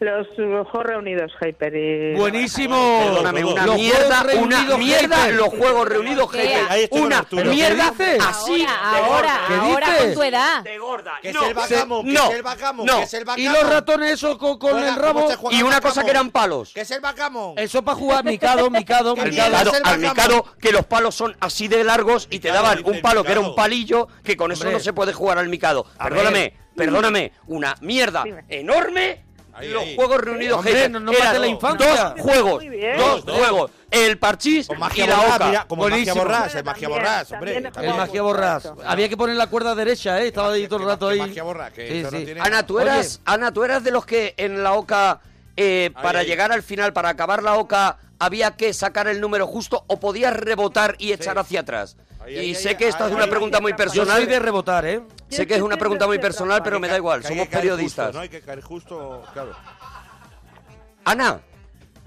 Los ojos reunidos, Hyper y...
Buenísimo.
Perdóname, una
Los
mierda,
juegos
una
reunidos,
mierda,
hater.
los juegos reunidos,
¿Qué?
jefe.
Ahí estoy con
Una
Arturo. ¿Pero qué
mierda
dices?
así. de
ahora,
¿Qué
ahora, ahora con
dices?
tu edad.
gorda.
Que
No,
es el bacamo,
se-
que
no,
es el bacamo,
no.
que es el bacamo.
Y los ratones esos con, con
Juega,
el
¿cómo
rabo.
se juega
Y
al
una cosa
bacamo?
que eran palos.
Que es el bacamo.
Eso para jugar micado, micado,
Que
Al
mierda
micado.
micado,
es el
al
bacamo?
micado, que los palos son así de largos y te
Micado,
daban
dice
un palo que era un
micado.
palillo, que con eso
Hombre.
no se puede jugar al micado.
A ver. Mm.
Perdóname, perdóname, una mierda
Dime.
enorme.
Ahí,
los
ahí.
Juegos Reunidos
Hombre,
Haters,
no- no
eran
mate la infancia.
dos juegos,
Muy bien.
dos,
Dos,
juegos, el parchís
Con
y
magia
la
borrás,
oca.
mira, como magia
Buenísimo.
borrás, el
Bueno,
magia
también,
borrás, hombre.
también es
también.
El magia borrás. Había que poner la cuerda derecha, ¿eh? Estaba ahí todo el rato ahí.
Magia borrás, que
Sí,
eso no
sí.
tiene-
Ana, tú
Oye.
eras, Ana, tú eras de los que en la oca, eh,
Ahí,
para
ahí.
llegar al final, para acabar la oca, había que sacar el número justo o podías rebotar y echar hacia atrás.
Ahí,
y
ahí,
sé
ahí,
que esta
ahí,
es una
ahí.
pregunta muy
Yo
personal.
soy de rebotar, ¿eh?
Sé que es una pregunta muy personal, pero me da igual,
Que hay
somos
que caer justo,
periodistas.
no hay que caer justo, claro.
Ana,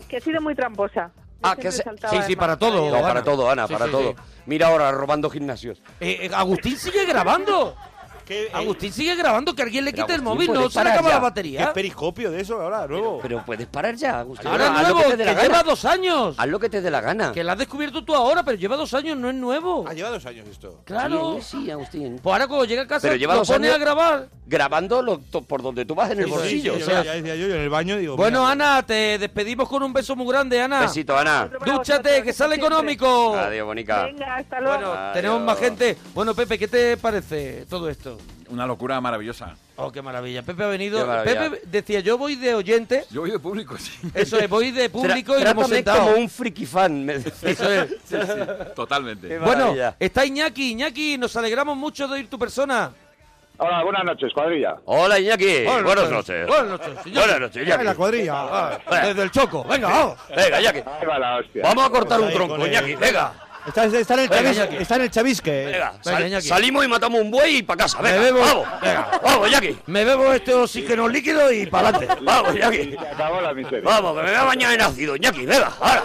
Que he sido muy tramposa. Yo
Ah,
siempre
que se-
saltaba
Sí,
de
sí, para
más.
todo.
no, para
Ana.
todo, Ana,
Sí,
para
sí,
todo.
sí.
Mira ahora, robando gimnasios.
Eh, eh, Agustín sigue grabando.
¿Qué, eh,
Agustín sigue grabando, que alguien le
Pero
quite el
Agustín,
móvil,
¿puedes
no se le
parar
acaba
ya?
la
¿Qué
batería.
periscopio de eso ahora, nuevo?
Pero puedes parar ya, Agustín.
Ahora
haz lo
nuevo,
que te
que
dé la
lleva
gana.
dos años.
Haz lo que te dé la gana.
Que la has descubierto tú ahora, pero lleva dos años, no es nuevo.
Ah,
Ha llevado dos años esto.
Claro.
Sí, sí, Agustín.
Pues ahora cuando llega a casa
Pero lleva
lo
dos
pone
años-
a grabar.
Grabando lo- to- por donde tú vas en el
Sí, sí,
bolsillo.
sí,
o
yo,
sea,
ya decía yo, yo en el baño digo.
Bueno,
mira,
Ana, te despedimos con un beso muy grande, Ana.
Besito, Ana.
Otro para
Dúchate,
vosotros,
que sale
siempre.
económico.
Adiós, bonica.
Venga, hasta luego.
Bueno,
Adiós.
tenemos más gente. Bueno, Pepe, ¿qué te parece todo esto?
Una locura maravillosa.
Oh, qué maravilla. Pepe ha venido.
Qué maravilla.
Pepe decía, yo voy de oyente.
Yo voy de público, sí.
Eso es, voy de público
Tra-
y lo hemos
trátame
sentado.
como un friki fan. me decía.
Eso es.
Sí, sí, totalmente.
Bueno,
maravilla.
está Iñaki. Iñaki, nos alegramos mucho de oír tu persona.
Hola, buenas noches, cuadrilla.
Hola, Iñaki. Buenas, noches.
Buenas noches. Iñaki.
Buenas noches,
mira, la
Iñaki.
cuadrilla.
Ah, Desde el Choco. Venga, vamos.
Venga, Iñaki.
Ahí va la hostia.
Vamos a cortar un
Ahí,
tronco,
con el-
Iñaki. Venga.
Está, está en el
Venga,
chavis-
Iñaki.
está en el chavisque.
Venga,
Venga,
sal-
Iñaki.
salimos y matamos un buey y para casa.
Me
Venga,
bebo-
vamos.
Venga.
Vamos, Iñaki.
Me bebo este oxígeno líquido y para adelante.
Vamos, Iñaki.
Y se acabó la miseria.
Vamos, que me voy a bañar en ácido, Iñaki. Venga, ahora.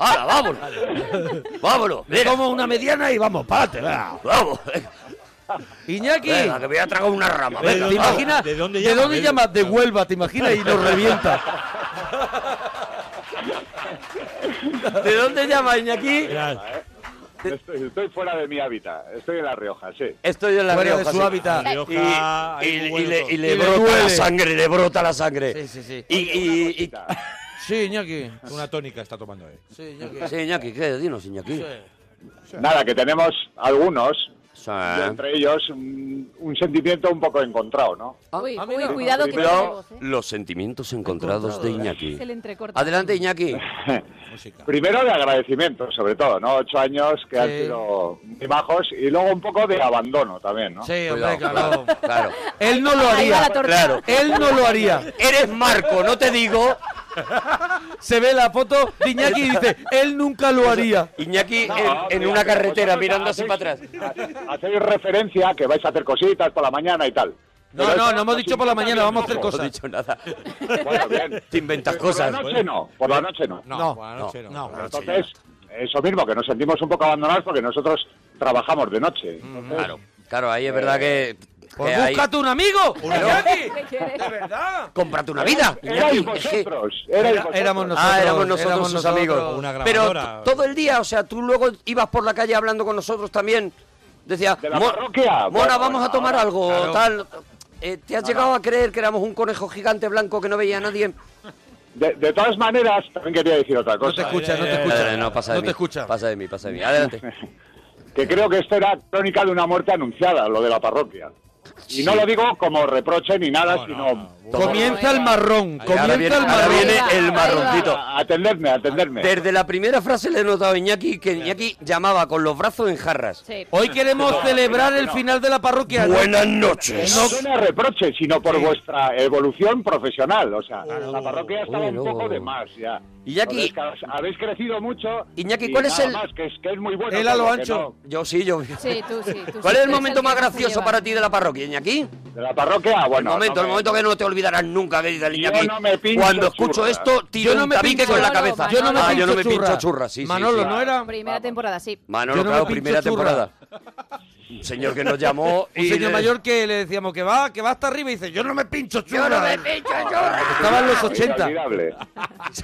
Ahora, vámonos. Vámonos. Venga,
Como una mediana y vamos, para adelante. venga.
vamos. Venga,
Iñaki.
venga, que me voy a tragar una rama.
¿Te
Venga,
¿Te
vamos.
imaginas?
¿De dónde
¿De
llama?
dónde
Él-
llamas? De Huelva, ¿te imaginas? Y nos revienta.
¿De dónde llama Iñaki?
Estoy, estoy fuera de mi hábitat. Estoy en La Rioja, sí.
Estoy en la
Fuera de
Rioja,
su
sí.
hábitat.
Y- Y,
Rioja,
y-
ahí muy
y
bueno
le,
todo.
y le
Y le
brota la
duele.
sangre, le brota la sangre.
Sí, sí, sí.
Y, y- y-
Sí, Iñaki.
Una tónica está tomando él.
Sí, Iñaki.
Sí, Iñaki, ¿qué? Dinos, Iñaki.
Sí.
Nada, que tenemos algunos,
Sí.
y entre ellos un, un sentimiento un poco encontrado, ¿no?
Uy,
Ah,
uy,
mira.
cuidado que tiene
Primero,
voz, ¿eh?
los sentimientos encontrados de Iñaki.
Se le entrecorta.
Adelante, Iñaki.
Música.
Primero de agradecimiento, sobre todo, ¿no? Ocho años que han
Sí.
sido muy bajos y luego un poco de abandono también, ¿no?
Sí, hombre,
Cuidado,
claro.
Claro.
Él no lo
Ahí va
haría.
la torta.
Claro.
Él no lo haría.
Eres Marco, no te digo, Se ve la foto de Iñaki y dice, él nunca lo haría.
Iñaki
No,
en, en
mira,
una
pero
carretera
vosotros
mirando así
hacéis-
para atrás.
Hacéis referencia a que vais a hacer cositas por la mañana y tal.
No,
Pero
no,
eso-
no hemos dicho por la mañana, vamos a hacer
No,
cosas.
No he dicho nada.
Bueno, bien.
Te inventas
Por la
cosas.
noche no, por la noche no.
No, por la noche no.
Pero Entonces, eso mismo, que nos sentimos un poco abandonados porque nosotros trabajamos de noche.
Mm,
Entonces,
Claro, claro, ahí es verdad que. que
Pues
ahí-
búscate un amigo, Iñaki.
¿Qué quieres?
¡Cómprate una vida!
Erais
Iñaki, es que-
vosotros,
Era-
erais vosotros.
éramos nosotros.
Ah, éramos nosotros
éramos
sus
nosotros.
amigos.
Una
Pero
grabadora.
t- todo el día, o sea, tú luego ibas por la calle hablando con nosotros también. Decías,
De la
"Mo-
parroquia.
Mona,
Bueno,
vamos a
bueno,
tomar
ahora-
algo,
Claro.
tal. Eh, ¿Te has llegado a creer que éramos un conejo gigante blanco que no veía a nadie?
De, de todas maneras, también quería decir otra
No te
cosa.
escuchas, no te
Eh,
escuchas.
no, pasa de
No
mí.
te escucha.
Pasa de mí, pasa de mí. Adelante.
que creo que esto era crónica de una muerte anunciada, lo de la parroquia. Y no lo digo como reproche ni nada, sino...
Comienza el marrón,
ahora
comienza
viene,
el
ahora
marrón.
viene
Ahí va, ahí
el
va.
marroncito.
Atendedme, atendedme.
Desde la primera frase le he notado a Iñaki que Iñaki llamaba con los brazos en jarras.
Sí.
Hoy queremos celebrar el final de la parroquia. ¿no?
Buenas
No
noches.
suena a reproche, sino por vuestra evolución profesional. O sea, la parroquia estaba
Uy, no.
un poco de más ya.
Iñaki.
Entonces, habéis crecido mucho.
Iñaki,
y
¿cuál es
nada
el-
más, que es, que es muy bueno.
El a lo
pero que
ancho.
Yo sí, yo.
Sí, tú sí. tú
¿Cuál
sí,
es
tú eres
el momento
que
más
se
gracioso
lleva.
para ti de la parroquia, Iñaki?
no. De la parroquia, Ah,
el
bueno.
momento,
no
el
me-
momento que no te olvidarás nunca, querida Iñaki.
no me pincho
Cuando escucho
churras.
esto, tiro
Yo no
un
me
tabique
pincho-
con la
Manolo,
cabeza.
Yo no me
ah,
pincho
yo no me
churras.
pincho churras, sí, sí,
Manolo,
sí.
¿no era?
Primera temporada, sí.
Manolo,
Yo no me
claro,
pincho
primera
churras.
temporada. Un señor que nos llamó y...
Un señor
le-
mayor que le decíamos que va, que va hasta arriba y dice, yo no me pincho churra.
¡Yo no me pincho churras!
Estaba en los 80.
Inolvidable.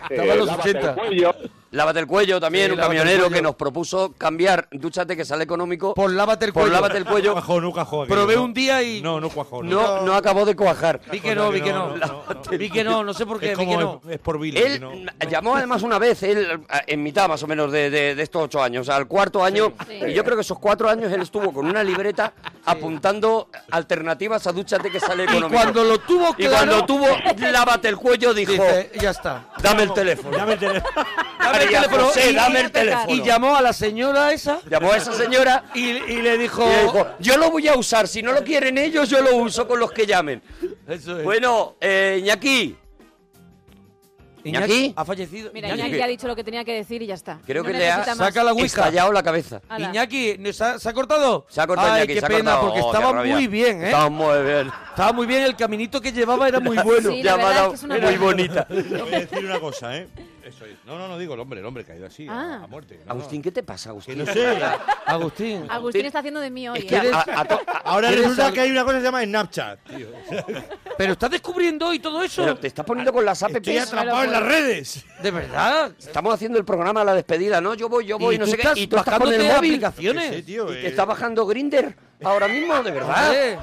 Estaba en los
Eh, lávate el
80.
cuello.
Lávate el cuello también,
Sí,
un
lávate el
camionero
cuello.
que nos propuso cambiar Dúchate que sale económico
Por lávate el
por
cuello.
Lávate el cuello.
Cuajó, no cuajó. aquello,
Probé
¿no?
un día y-
No, no cuajó.
No, no acabó de cuajar.
Vi que no, vi que no.
No, no, no.
Vi que no, no sé por qué,
Es,
vi que
como-
no.
es por Billy. que
Él
no-
llamó además una vez, él a- en mitad más o menos de, de- de estos ocho años, al cuarto año,
Sí.
y yo creo que esos cuatro años él estuvo con una libreta apuntando alternativas a dúchate que sale
Y
económico.
cuando lo tuvo
Y
claro,
cuando tuvo, lávate el cuello, dijo,
dice, ya está.
dame el teléfono.
Dame el teléfono.
Dame el
María
teléfono.
José,
Y-
dame el
y-
teléfono.
Y llamó a la señora esa
Llamó a esa señora
y, y le dijo...
y le dijo, yo lo voy a usar, si no lo quieren ellos, yo lo uso con los que llamen.
Eso es.
Bueno, eh, Iñaki, Iñaki.
ha fallecido.
Mira,
Iñaki.
Iñaki ha dicho lo que tenía que decir y ya está.
creo
No
que le ha
necesita más.
Saca la ouija.
estallado la cabeza.
Ala.
Iñaki, ¿no ¿se ha, se ha cortado?
Se ha cortado
Ay,
Iñaki,
qué
se ha
pena,
cortado.
porque
Oh, qué
estaba
rabia.
muy bien, ¿eh?
Estaba muy bien.
Estaba muy bien, el caminito que llevaba era muy bueno.
Sí, la verdad
Llamada
es que es una
muy
buena.
bonita.
Te voy a decir una cosa, ¿eh? Eso es. No, no, no digo el hombre, el hombre caído así,
Ah.
a, a muerte. No,
Agustín, ¿qué te pasa,
no. Que
Agustín?
no sé.
Agustín.
Agustín está haciendo de mí hoy.
Es que
¿eh?
a- a- a to- a-
Ahora
¿Quieres
resulta
algo?
que hay una cosa que se llama Snapchat, tío.
Pero estás descubriendo hoy todo eso.
pero te estás poniendo con las apps.
Estoy atrapado en las redes.
De verdad.
Estamos haciendo el programa a la despedida, ¿no? Yo voy, yo voy, no
tú
sé qué.
estás
Y tú estás con el
bajándote
móvil.
aplicaciones.
Sí, tío.
Y
eh,
que está bajando Grinder ahora mismo, de verdad.
Hombre.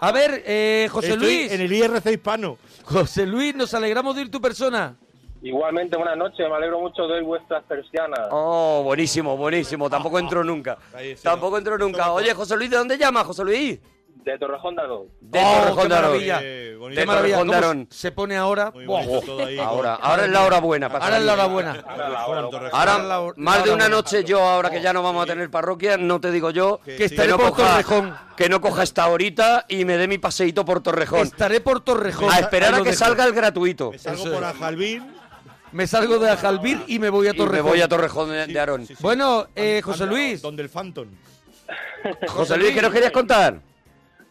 A ver, eh, José
estoy
Luis.
en el IRC hispano.
José Luis, nos alegramos de ir tu persona.
Igualmente, buenas noches. Me alegro mucho de oír vuestras persianas.
Oh, buenísimo, buenísimo. Tampoco entro nunca.
Ahí, sí,
Tampoco
no.
entro nunca. Oye, José Luis, ¿de dónde llamas, José Luis?
De Torrejón de Ardoz.
De
Oh,
Torrejón
qué
de Ardoz.
maravilla.
Eh, bonito.
Qué
Te
maravilla. ¿Cómo
recordaron.
se pone ahora?
Muy
Buah.
bonito todo ahí.
Ahora, ahora es la hora buena. para
Ahora es
salir.
la hora buena.
Ahora la
Fuera
hora.
en Torrejón.
Ahora,
Ahora la hor-
más
la
de
hora
una
buena. Oh,
noche yo, ahora que ya no vamos a tener parroquia, no te digo yo
Que
estaré por Torrejón.
que no coja esta horita y me dé mi paseíto por Torrejón.
Estaré por Torrejón.
A esperar
Ahí
a
lo
que
dejo.
salga el gratuito.
Me salgo
Eso
por
es.
Ajalbín.
Me salgo de Ajalbir y me voy a
Y me
Torrejón.
voy a Torrejón de, de Arón.
Bueno, eh, José Luis.
Donde el Phantom.
José Luis, ¿qué nos querías contar?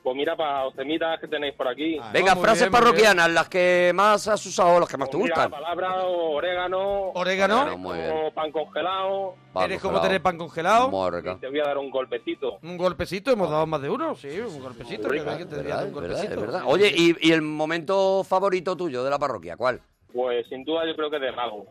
Pues mira, para los temitas que tenéis por aquí.
Ah,
Venga,
muy
frases
bien, muy
parroquianas, las que más has usado, las que más te
Pues mira,
gustan.
palabra, orégano.
Orégano.
orégano,
Muy bien.
pan congelado.
Eres como tener pan congelado.
Morga.
Te voy a dar un golpecito.
Un golpecito, hemos dado más de uno, sí, un golpecito. que alguien te diría
¿Verdad?
un
¿Verdad?
golpecito.
¿Es verdad? Oye, ¿y, y el momento favorito tuyo de la parroquia? ¿Cuál?
Pues sin duda yo creo que de mago.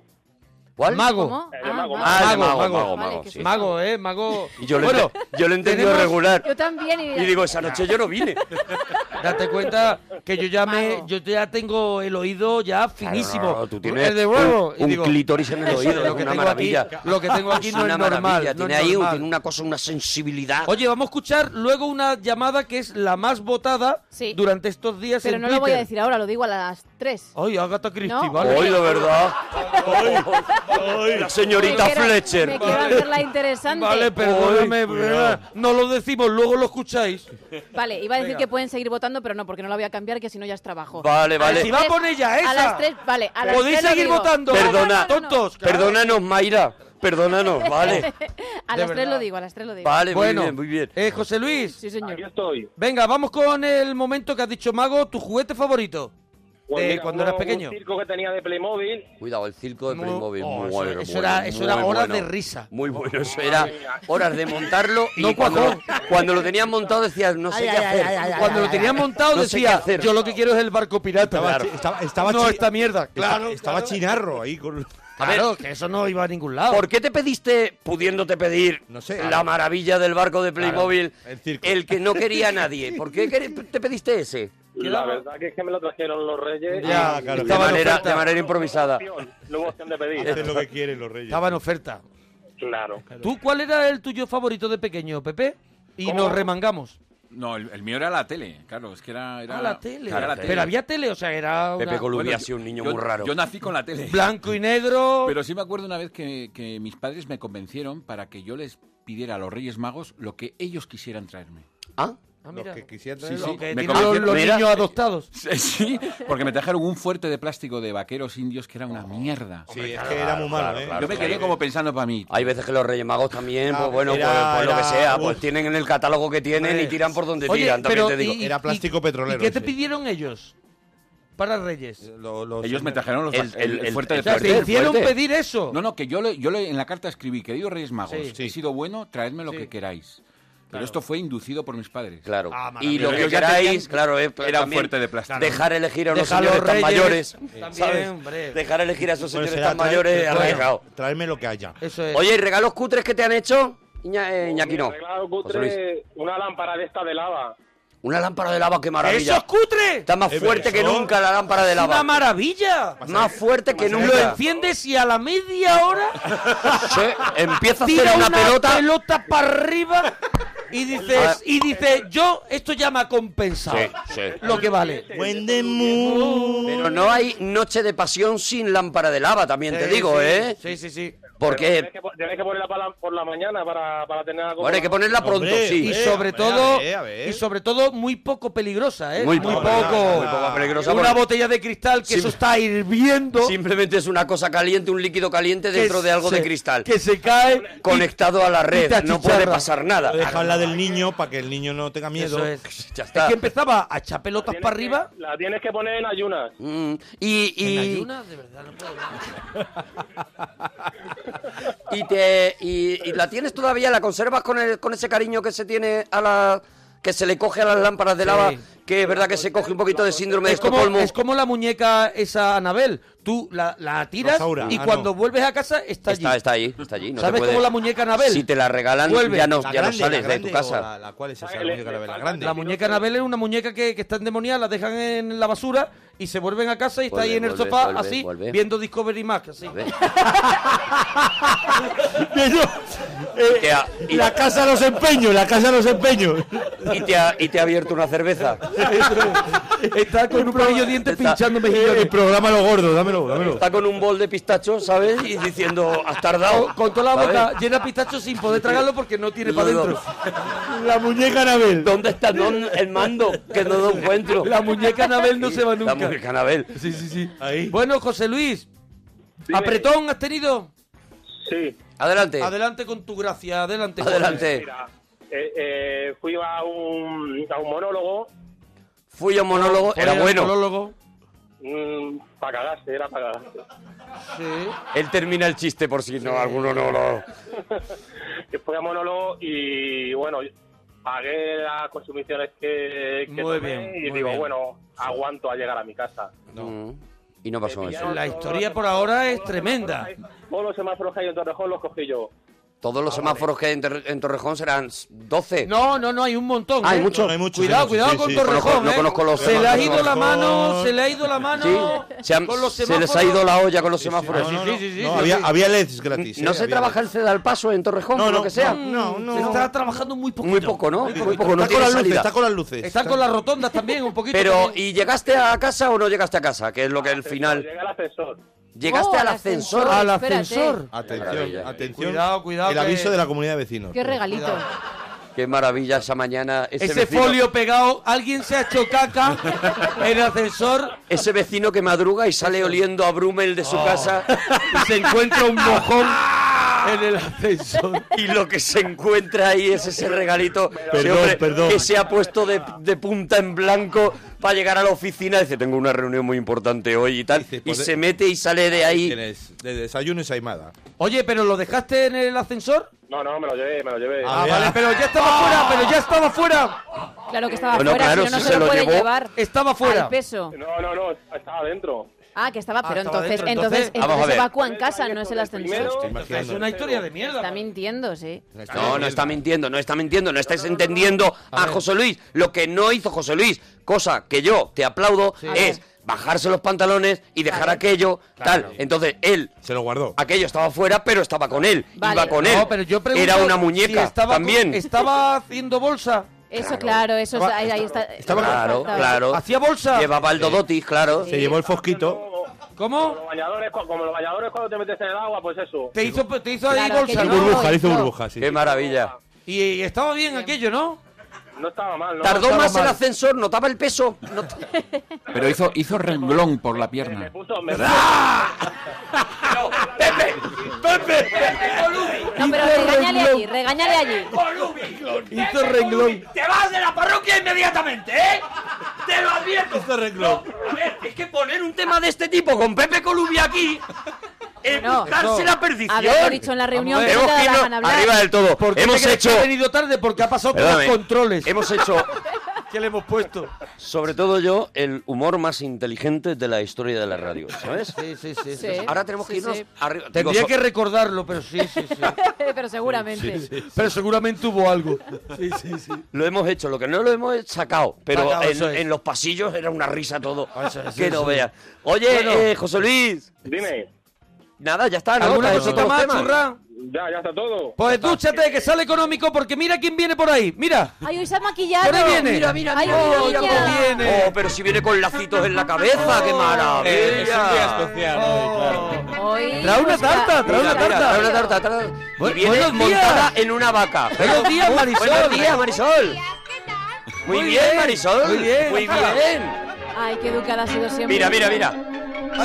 ¿cuál?
Mago.
¿Cómo?
Eh, de mago,
Ah, el de
Mago,
mago,
mago.
mago, mago.
Vale, que
sí.
sí.
Mago, eh, mago.
Y yo lo,
bueno,
ente- yo lo he entendido
tenemos-
regular.
Yo también. Y,
Y digo, esa noche yo no vine.
Date cuenta que yo ya me,
Mago.
yo ya tengo el oído ya finísimo.
Claro, no, no, tú tienes
el de huevo.
un,
Y
un
digo,
clítoris en el
eso es
oído,
lo
es
que
una
tengo aquí-
maravilla.
lo que tengo aquí no es normal,
maravilla,
no es
tiene ahí un-
normal.
tiene una cosa, una sensibilidad.
Oye, vamos a escuchar luego una llamada que es la más votada
Sí.
durante estos días
Pero
en
no lo voy a
Twitter.
decir ahora, lo digo a las 3.
Ay, Agatha Christie,
No.
vale.
Hoy, de verdad.
La señorita
Me quiero-
Fletcher.
Me quiero hacerla interesante.
Vale, perdóname,
Ay, cuidado.
no lo decimos, luego lo escucháis.
Vale, iba a decir
Venga.
que pueden seguir votando, pero no, porque no la voy a cambiar, que si no ya es trabajo.
Vale,
A
vale.
las
Si va
tres-
con ella, esa.
A las tres, vale. A las
Podéis
tres lo
seguir
digo.
votando.
No, no,
Perdona.
no, no, no.
Perdónanos, Mayra. Perdónanos, vale.
a
De
las tres
verdad.
lo digo, a las tres lo digo.
Vale,
Bueno,
muy bien, muy bien.
Eh, José Luis.
Sí, señor.
estoy.
Venga, vamos con el momento que has dicho, Mago, tu juguete favorito.
Pues
de
mira,
cuando
uno-
eras pequeño.
Un circo que tenía de Playmobil.
Cuidado, el circo de
Muy-
Playmobil.
oh,
muy
eso-
bueno,
eso
muy
era- eso era
muy
horas de risa.
Muy bueno, eso era
mía.
horas de montarlo y
No
cuando,
cuajó.
lo- cuando lo tenías montado decías, no sé
Ay,
qué
ay,
hacer.
ay, ay, ay, Cuando lo ay, tenías ay, ay. montado
No sé qué
decía,
hacer.
yo lo que quiero es el barco pirata.
Estaba
Claro.
chi- estaba- estaba
no,
chi-
esta mierda. Claro,
estaba
claro.
chinarro ahí con...
Claro, que eso no iba a ningún lado.
¿Por qué te pediste, pudiéndote pedir la
Claro.
maravilla del barco de
Claro,
Playmobil,
el,
que no quería nadie? ¿Por qué quer- te pediste ese?
La verdad que es que me lo trajeron los reyes.
Ya,
y-
claro,
y
de
no
manera,
hubo
de manera improvisada.
opción, No hubo opción de pedir.
Hacen lo que quieren los reyes.
Estaba en oferta.
Claro.
¿Tú cuál era el tuyo favorito de pequeño, Pepe? Y nos remangamos.
No, el, el mío era la tele, claro, es que era... era
Ah, la tele.
Era la
Pero
tele.
había tele, o sea, era una-
Bueno, yo- yo- Yo nací con la tele.
Blanco y negro.
Pero sí me acuerdo una vez que, que mis padres me convencieron para que yo les pidiera a los Reyes Magos lo que ellos quisieran traerme.
¿Ah?
Ah, mira.
Los que quisieran
Sí,
traer
sí,
lo que
me
tienen
convencieron.
los- los Mira. niños adoptados.
Sí, sí, porque me trajeron un fuerte de plástico de vaqueros indios que era una mierda.
Sí, es que era muy malo, ¿eh?
Yo me quedé como pensando para mí.
Hay veces que los Reyes Magos también, pues bueno,
era-
pues, pues lo que
era-
sea, pues
Uf.
tienen en el catálogo que tienen y tiran por donde
Oye,
tiran, también
pero
te digo.
y- Era plástico
petrolero.
¿Y qué te pidieron ellos? Para Reyes.
Eh, Ellos me trajeron los
El- el-
el fuerte
el-
de
o sea,
plástico.
te hicieron
pedir eso.
No, no, que yo, le- yo le- en la carta escribí, queridos Reyes Magos,
Sí.
he sido bueno, traedme lo que queráis. Pero esto fue inducido por mis padres.
Claro.
Ah,
y lo
maravilloso.
que
Ellos ya
queráis,
tenían-
claro, eh, es
era un
también
fuerte de plástico.
Dejar elegir a los
Deja a los
señores tan
reyes.
mayores.
También,
¿sabes?
hombre.
Dejar elegir
Pues
a esos
Bueno,
señores
Pues
será
tan
traer-
mayores eh,
bueno,
arriesgado.
Traerme lo que haya.
Eso
Oye, ¿y regalos cutres que te han hecho? Iña- eh, Iñaki no.
Claro,
José Luis.
cutre, una lámpara de esta de lava.
Una lámpara de lava, qué maravilla.
¡Eso es
cutre!
Está más
Es
fuerte que
verdad.
nunca la lámpara de
Es
lava.
una maravilla.
Más fuerte que
Lo
nunca.
enciendes y a la media hora
Empieza a hacer
tira
una pelota.
pelota para arriba y
A ver.
dices, y dice, yo esto ya me ha compensado
Sí, sí.
lo que vale.
Pero no hay noche de pasión sin lámpara de lava, también te
Sí,
digo,
sí,
¿eh?
Sí, sí, sí.
Porque
Tienes que, po- tenés que ponerla para la- por la mañana para, para tener algo.
Bueno, hay que ponerla pronto, Hombre, sí.
Y
hombre,
sobre
hombre,
todo,
a ver, a ver.
y sobre todo muy poco peligrosa, ¿eh?
Muy
poco.
poco, muy poco peligrosa,
Una
porque-
botella de cristal que eso está hirviendo.
Simplemente es una cosa caliente, un líquido caliente dentro
Que
de algo de
se-
cristal.
Que se cae.
Conectado a la
y te
red, no puede
achicharra.
pasar nada. Ah,
Dejar la del niño para que el niño no tenga miedo.
Eso es.
Ya
Es
está.
que empezaba a echar pelotas para arriba.
La tienes que poner en ayunas.
Mm, y, y-
En ayunas, de verdad, no puedo.
y te- y- y la tienes todavía, la conservas con, el- con ese cariño que se tiene a la que se le coge a las lámparas de lava, que es verdad que se coge un poquito de síndrome de
Es como,
Estocolmo.
es como la muñeca esa Anabel. Tú la, la tiras
Rosaura,
y
ah,
cuando
no.
vuelves a casa está allí.
Está, está ahí, está allí. No
¿Sabes
te puede-
cómo la muñeca Anabel?
Si te la regalan,
Vuelve.
ya no,
La
ya no
grande,
sales
la
de tu
grande
casa.
o
La, la- ¿Cuál es esa? La muñeca de la grande.
La muñeca Anabel es una muñeca que, que está endemoniada, la dejan en la basura y se vuelven a casa y está
Vuelve,
ahí en el
vuelve,
sofá,
vuelve,
así,
vuelve.
viendo Discovery Max. Así.
Y te ha- y-
La casa de los empeños, la casa de los empeños.
y te ha, y te ha abierto una cerveza.
Está con un palillo de dientes pinchando mejillones.
El programa lo gordo, dámelo, dámelo.
Eh, Está con un bol de pistacho, ¿sabes? Y diciendo, has tardado.
Con toda la
¿sabes?
boca llena de pistachos sin poder tragarlo porque no tiene para
No, no.
adentro.
La muñeca Anabel.
¿Dónde está don- el mando? Que no lo encuentro.
La muñeca Anabel no se va
La
nunca.
muñeca Anabel.
Sí, sí, sí. Bueno, José Luis,
Dime.
¿apretón has tenido?
Sí.
Adelante.
Adelante con tu gracia, adelante.
Mira, eh, eh, fui a un, a un monólogo
Fui a un monólogo, era
Oye,
bueno.
monólogo.
para Mm, cagarse, era para cagarse.
Sí.
Él termina el chiste por si no, alguno no lo...
que fue a monólogo y bueno, pagué las consumiciones que, que
Muy
tomé
bien,
y
muy
digo,
bien.
bueno, aguanto a llegar a mi casa.
Mm. Y no pasó eso.
La historia por ahora es tremenda.
Todos los semáforos que hay en Torrejón los cogí yo.
Todos los semáforos que hay en, Ter- en Torrejón serán 12.
Ah, No, no, no, hay un montón.
Ah, hay
¿eh?
muchos. Hay muchos,
Cuidado,
hay muchos,
cuidado
sí,
con
sí.
Torrejón.
Conozco- no
¿eh?
conozco los
Se le ha ido
semáforos.
la mano, se le ha ido la mano.
Sí, se, han-
con los
se les ha
semáforos.
ido la olla con los semáforos.
Sí, sí, sí, sí,
No,
sí,
había,
sí.
había LEDs gratis.
No
eh,
se
había
trabaja el ceda al paso en Torrejón,
No,
por lo
no,
que sea.
no, no.
Se está trabajando muy poco.
Muy poco, ¿no? Muy poco,
LEDs.
no
Está con
tiene
las luces,
salida.
está con las luces.
Está con las rotondas también, un poquito.
Pero,
también.
¿y llegaste a casa o no llegaste a casa? Que es lo que al final...
Llega el ascensor.
Llegaste
Oh,
al
al ascensor,
ascensor.
Al espérate. ascensor.
Atención,
Maravilla.
atención.
Cuidado, cuidado,
El
que-
aviso de la comunidad de vecinos.
Qué regalito.
Qué maravilla esa mañana. Ese,
Ese
vecino-
folio pegado, alguien se ha hecho caca en el ascensor.
Ese vecino que madruga y sale oliendo a Brumel de su
Oh.
casa.
Y se encuentra un mojón en el ascensor.
Y lo que se encuentra ahí es ese regalito ese
Perdón,
hombre
perdón.
que se ha puesto de, de punta en blanco para llegar a la oficina. Dice, tengo una reunión muy importante hoy y tal. y
"Joder".
se mete y sale de ahí.
De desayuno y saimada.
Oye, pero lo dejaste en el ascensor.
No, no, me lo llevé, me lo llevé.
Ah, vale, pero ya estaba fuera, pero ya estaba fuera.
Claro que estaba
Bueno,
fuera,
claro,
si no, no
si
se,
se
lo,
lo
pueden
llevó,
llevar.
estaba fuera.
Al peso.
No, no, no, estaba adentro.
Ah, que estaba, pero
estaba
entonces,
dentro,
entonces,
entonces-
entonces,
Vamos a ver.
evacúa en casa, no es el ascensor.
Es una historia de mierda.
Está mintiendo, sí.
No, no está mintiendo, no está mintiendo, no estáis entendiendo a José Luis. Lo que no hizo José Luis, cosa que yo te aplaudo,
A
es
ver.
bajarse los pantalones y dejar aquello, tal. Entonces él.
Se lo guardó.
Aquello estaba fuera, pero estaba con él.
Vale.
Iba con él.
No, pero yo pregunto
Era una
si
muñeca
estaba con-
también.
Estaba haciendo bolsa.
Eso, claro, eso
Estaba-
está- ahí, ahí está.
claro, claro.
Hacía bolsa.
Llevaba el Dodoti, claro.
Se llevó el fosquito.
¿Cómo?
Los bañadores, cu- como los bañadores cuando te metes en el agua, pues eso.
Te hizo, te hizo ahí
Claro,
bolsa,
que
¿no?
yo- Burbuja,
hizo burbuja, sí.
Qué maravilla.
Y, y estaba bien aquello, ¿no?
No estaba mal, ¿no?
Tardó
Estaba
más el
mal.
ascensor, notaba el peso. not-
Pero hizo, hizo renglón por la pierna.
¡Pepe! ¡Pepe!
No, pero
Hizo
regáñale
renglón.
allí, regáñale allí.
Hizo renglón.
Te vas de la parroquia inmediatamente, ¿eh? Te lo advierto. Hizo renglón.
A ver, es que poner un tema de este tipo con Pepe Colubi aquí es
No.
buscarse la perdición.
Haberlo dicho en la reunión,
Vamos a
que no te da la
ver. Hemos ido
gana hablar.
arriba del todo.
¿Por qué
Hemos
te crees
hecho-
que he venido tarde? Porque ha pasado por los
Perdóname.
controles.
Hemos hecho,
que le hemos puesto.
sobre todo yo, el humor más inteligente de la historia de la radio, ¿sabes?
Sí, sí, sí.
Sí,
Ahora tenemos que
sí,
irnos
sí.
arriba.
Tendría
Digo,
que recordarlo, pero sí, sí, sí.
pero seguramente.
Pero seguramente hubo algo. Sí, sí, sí.
Lo hemos hecho, lo que no lo hemos es sacado, pero
Sacado, eso
en,
es.
en los pasillos era una risa todo.
es,
que
eso
no
es.
veas. Oye,
Bueno.
eh, José Luis,
Dime.
nada, ya
Ah,
está, ¿no?
¿Alguna
Estamos
cosita
con los
más,
temas.
churra?
Ya, ya está todo.
Pues dúchate, que sale económico, porque mira quién viene por ahí. Mira.
Ay, hoy se ha maquillado.
Por ahí viene. Mira,
mira,
Ay,
mira,
una
mira
niña.
cómo Oh, pero si viene con lacitos en la cabeza,
Oh,
qué maravilla. Oh.
Eh, es un día especial hoy, claro.
Hoy
Trae una
busca-
tarta, trae una
Mira, mira,
tarta.
trae una tarta, trae-
Bu-
Y viene
buenos
montada
días.
en una vaca.
Buenos días,
Bu-
Marisol.
Buenos días, Marisol. Muy
Muy
bien,
bien,
Marisol.
muy bien.
Muy bien.
Ay, qué educada ha sido siempre.
Mira, mira, mira.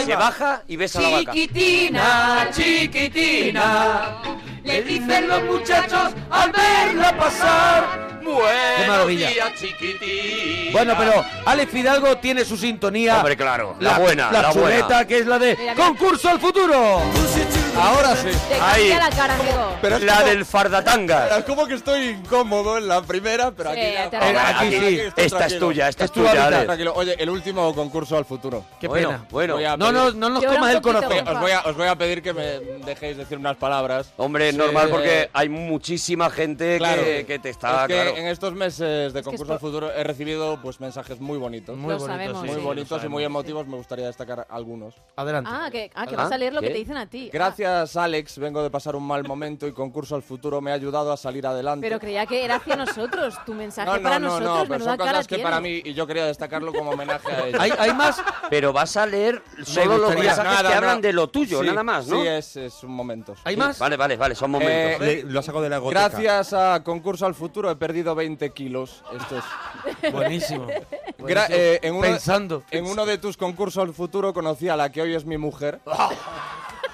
Se baja y besa a la vaca.
Chiquitina, chiquitina, le dicen los muchachos al verla pasar.
Qué maravilla. Bueno, pero Alex Fidalgo tiene su sintonía.
Hombre, claro, la buena,
La,
la buena.
chuleta, que es la de
Mira, mira.
Concurso al futuro.
Ahora sí.
Te cambia
Ahí.
la cara, amigo.
Pero es
La
como-
del fardatanga.
Es como que estoy incómodo en la primera, pero
Sí,
aquí ya-
te
Ahora,
relajas.
Aquí sí.
estoy
Esta es
tranquilo.
tuya, esta es
tu
tuya,
hábitat,
Alex.
tranquilo. Oye, el último concurso al futuro.
Qué
Bueno,
pena.
bueno.
Voy a
No, no, no nos
Llora un
comas el
poquito,
corazón.
porfa.
Os voy, a, os voy a pedir que me
Eh,
dejéis decir unas palabras.
Hombre, es
Sí,
normal
eh,
porque hay muchísima gente
claro.
que, que te está,
es que
claro.
en estos meses de concurso
por-
al futuro he recibido pues mensajes muy bonitos.
Muy
Lo
bonito,
sabemos,
sí,
sí.
muy
lo
bonitos y
sabemos.
muy emotivos, me gustaría destacar algunos.
Adelante.
Ah, que, ah, que
Ah,
vas a leer lo que
¿qué?
te dicen a ti. Ah,
Gracias, Alex. Vengo de pasar un mal momento y concurso al futuro me ha ayudado a salir adelante.
pero creía que era hacia nosotros, tu mensaje
no, no,
para
no,
nosotros.
no, pero
menuda
son
cara
cosas que
tienes.
para mí, y yo quería destacarlo como homenaje a ellos.
¿Hay, hay más?
Pero vas a leer solo los
gustaría-
mensajes
Nada,
que
no.
hablan de lo tuyo,
Sí,
nada más, ¿no?
Sí, es, es un momento.
¿Hay más?
Vale, vale, vale, son momentos.
Eh, Le-
lo saco de la
Gracias a Concurso al Futuro he perdido 20 kilos. Esto es.
Buenísimo. Buenísimo.
Gra- eh, en uno de-
Pensando.
en uno de tus concursos al futuro conocí a la que hoy es mi mujer.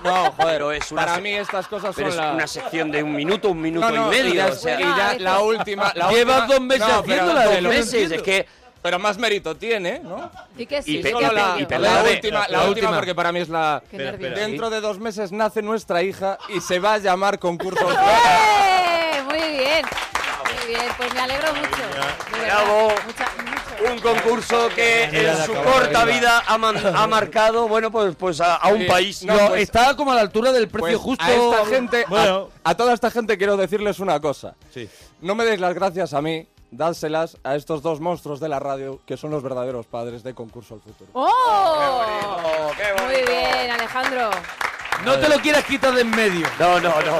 No, joder.
Pero es una
para
se-
mí estas cosas
Pero es
son la...
una sección de un minuto, un minuto
No, no,
y medio.
ya,
o sea,
y ya
Ah,
la última... la
Llevas
última-
dos meses
No, pero
haciéndola,
dos
de lo que
meses,
es que
Pero más mérito tiene, ¿no?
Di que sí,
Y pe-
que
Solo
ha
pe-
la,
y
perdido.
pe-
la
perdóname,
última, la,
la
última,
última.
porque para mí es la...
Qué nervios.
Dentro de dos meses nace nuestra hija y se va a llamar concurso.
¡Eh! Muy bien. Muy bien, pues me alegro mucho. de verdad.
Bravo.
Mucha- mucho.
Un concurso que en
la
su
acabó la
corta vida ha, man- ha marcado, bueno, pues, pues a, a un
Sí.
país.
No,
Lo-
pues-
estaba como a la altura del precio
Pues
justo.
A esta gente, a-
Bueno.
a, toda esta gente quiero decirles una cosa.
Sí.
No me deis las gracias a mí, dádselas a estos dos monstruos de la radio que son los verdaderos padres de Concurso al Futuro.
¡Oh! Muy bien, Alejandro.
No te lo quieras quitar de en medio.
No, no, no.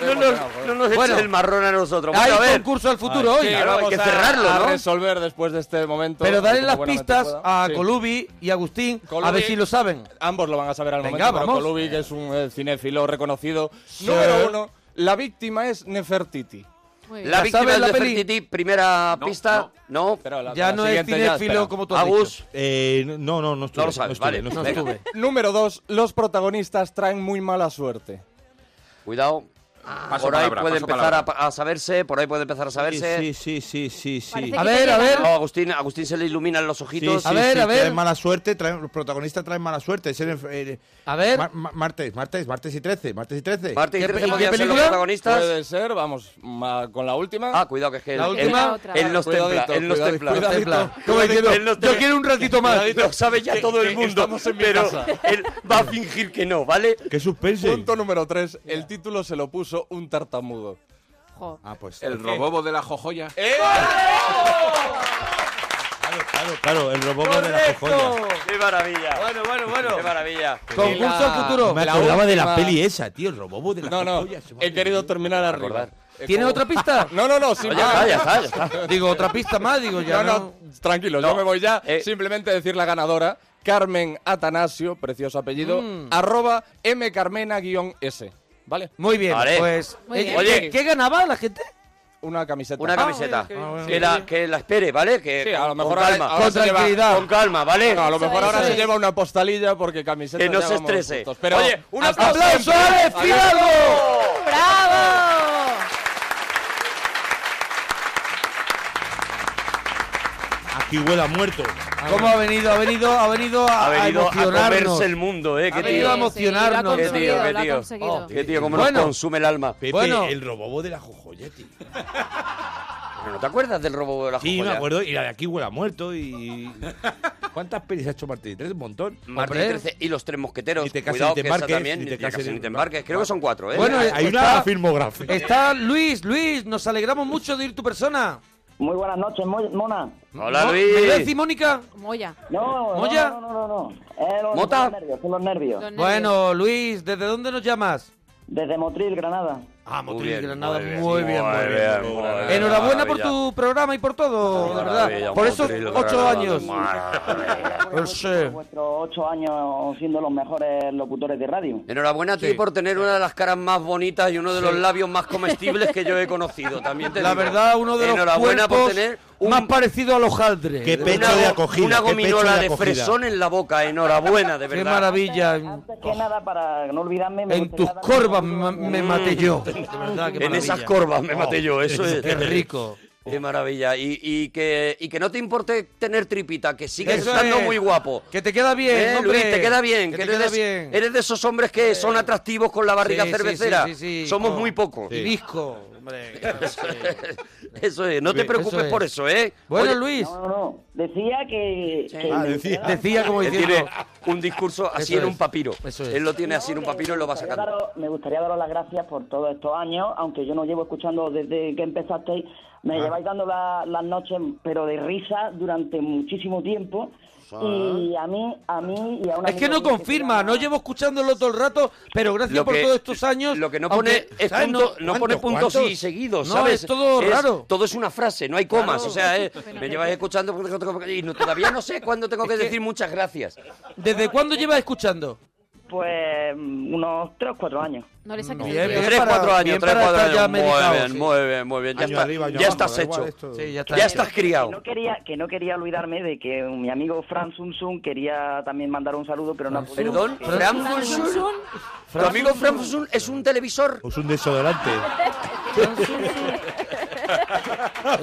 no, nos, no nos eches
Bueno,
el marrón a nosotros.
hay
Bueno, a ver.
concurso
al
futuro hoy.
claro, hay
Vamos
que
a-
cerrarlo,
a
¿no?
resolver después de este momento.
Pero daré
como
las
buenamente
pistas
pueda.
a
Sí.
Colubi y Agustín a
Colubi-
ver si lo saben.
Ambos lo van a saber al
Venga,
momento, pero
vamos.
Colubi, que es un eh, cinéfilo reconocido. Número uno, la víctima es Nefertiti.
Muy
La víctima de Nefertiti, primera
No,
pista, ¿no?
Ya la no es siguiente ya, cinéfilo espera. como tú has
Agus,
Eh, no, no, no estuve.
No lo sabes,
estuve,
vale,
no estuve.
venga.
Número dos, los protagonistas traen muy mala suerte.
cuidado.
Paso
por ahí
palabra,
puede
paso
empezar a, pa- a saberse, por ahí puede empezar a saberse.
Sí, sí, sí, sí, sí.
sí.
Parece A que ver, te a llega, ver. ¿no?
No, Agustín, Agustín se le iluminan los ojitos.
Traen mala suerte, traen- los protagonistas traen mala suerte. Es el- el- Mar- ma- martes, martes, martes y 13. Martes y 13.
Martes y
¿Qué
13
pe-
podían ser los protagonistas.
Puede ser, vamos ma- con la última.
Ah, cuidado, que es que
La
él-
última,
él-
otra.
él nos
Cuidadito,
templa, él nos
cuidadito,
templa.
cuidadito,
Como diciendo,
Él nos
yo
templa.
quiero un ratito más.
Cuidadito.
Lo sabe ya
Que-
todo el
que
mundo,
estamos en mi
pero
casa.
él va a fingir que no, ¿vale?
Qué suspense.
Punto número 3. El título se lo puso un tartamudo.
Ah, pues.
El robobo de la jojoya.
¡Eh!
Claro, el robot de la jojoya.
¡Qué maravilla! Bueno, bueno, bueno. ¡Qué maravilla!
Concurso futuro. Me
La
acordaba de la
última-
peli esa, tío, el robot de la
No, no.
jojoya.
He querido terminar arriba. Eh,
¿Tiene
como-
otra pista?
No, no, no.
Ah, ya está, ya está,
Digo, otra pista más, digo
ya,
No, no, tranquilo, yo me voy ya.
eh.
Simplemente decir la ganadora. Carmen Atanasio, precioso apellido,
Mm.
arroba mcarmena-s. ¿Vale?
Muy bien,
Vale.
pues.
Muy
eh,
bien.
¿qué-
Oye.
¿Qué ganaba la gente?
Una camiseta.
Una camiseta.
Ah,
bueno.
que, la, que la espere, ¿vale? Que
Sí, a lo
con-
mejor
con
ahora-
calma.
ahora se lleva-
Con calma, ¿vale?
No, a lo mejor ahora
Eso
se
es.
lleva una postalilla porque camiseta.
Que no se estrese.
Pero
Oye, un
hasta
aplauso,
siempre.
Alex Fidalgo.
¡Bravo!
Aquí huele a muerto.
¿Cómo ha venido? Ha venido, ha venido a,
Ha venido a
emocionarnos.
comerse el mundo, ¿eh?
Ha
Qué
venido
tío.
a emocionarnos.
Qué tío, qué tío.
conseguido.
Qué tío, cómo
Bueno.
nos consume el alma.
Pepe,
Bueno.
el robobo de la jojoya, tío.
Pero ¿No te acuerdas del robo de la
Sí,
joya?
me acuerdo. Y la de aquí huele a muerto. y... ¿Cuántas pelis ha hecho Martín y Tres? Un montón.
Martín
Hombre.
13 y los tres mosqueteros.
Ni te cases,
Cuidado
ni te
que esa
embarques,
también.
ni te
Ni te
cases,
cases,
ni
ni te embarques. Creo que son cuatro, ¿eh?
Bueno, está-
Hay una filmografía.
Está Luis, Luis, nos alegramos mucho de ir tu persona.
Muy buenas noches, Mo- Mona.
Hola,
Mo-
Luis.
¿Me iba a decir Mónica?
Moya.
No, no,
¿Moya?
no, no, no, no. Eh, los,
¿Mota?
Son los nervios, son los nervios.
Bueno, Luis, ¿desde dónde nos llamas?
Desde Motril, Granada.
Ah, Motril,
bien,
Granada,
muy bien.
muy bien,
Muy
muy
bien,
bien.
muy bien.
Enhorabuena por
Maravilla.
tu programa y por todo, de verdad. Por esos ocho años. Pues Sí.
Vuestros ocho años siendo los mejores locutores de radio.
Enhorabuena a ti por tener una de las caras más bonitas y uno de los
Sí.
labios más comestibles que yo he conocido. También te
La
digo.
verdad, uno de los
Enhorabuena por
cuerpos
tener
más parecido al hojaldre.
Qué
De
pecho
verdad.
de acogida.
una
qué pecho
gominola de,
acogida.
fresón en la boca. Enhorabuena, de
Qué
verdad.
maravilla.
Antes que nada, para no olvidarme, me
En tus
gustaría dar-
corvas me, me maté yo. De verdad, qué
en esas
maravilla.
corvas me maté yo, eso
qué
es.
rico.
Qué maravilla. Y, y que, y que no te importe tener tripita, que sigues
Eso
estando
es.
muy guapo.
Que te queda bien,
Eh,
hombre.
Luis, te queda bien.
Que
Que,
te
eres,
queda
de-
bien. Eh.
eres de esos hombres que son atractivos con la barriga
Sí, sí,
cervecera.
sí, sí, sí.
Somos
Oh.
muy pocos.
Y disco, hombre. claro, sí.
Eso es, Eh, no te
Bien,
preocupes
eso es.
por eso, ¿eh?
Bueno,
Oye,
Luis.
No, no, no. Decía que. que
Ah,
me
decía.
gustaría-
Él tiene un discurso así
Eso
en un
es.
papiro. Él lo tiene así en un
No, que
papiro y lo va
me gustaría
sacando.
daros- me gustaría daros las gracias por todos estos años, aunque yo no llevo escuchando desde que empezasteis. Me
Ah.
lleváis dando la- las noches, pero de risa, durante muchísimo tiempo.
Ah.
Y a mí, a mí y a una
Es que no confirma, no llevo escuchándolo todo el rato, pero gracias
Lo
por
que-
todos estos años. Lo que
No pone, es punto- no, pone puntos y seguidos, ¿sabes?
es todo
Es-
raro.
Todo es una frase, no hay comas.
Claro.
O sea, eh, me llevas escuchando y no- todavía no sé cuándo tengo que decir muchas gracias.
¿Desde cuándo llevas escuchando?
Pues mm, unos 3 o 4 años.
No le saques
Bien,
el
bien
tío.
Tres,
para-
cuatro años,
bien
tres,
para
cuatro
estar ya
años. Muy
medicado,
bien,
sí.
muy bien, muy bien. Ya,
Año
está-
arriba, año
ya
abajo,
estás
da igual
hecho.
esto. Sí, ya
ya,
está.
estás
Que no
criado.
quería, que no quería olvidarme de que mi amigo Fran Sun Sun quería también mandar un saludo, pero no ha podido.
Ah, Perdón, Fran Fulsun. Tu amigo Fran Fulsun es un televisor.
Pues
Es un desodorante.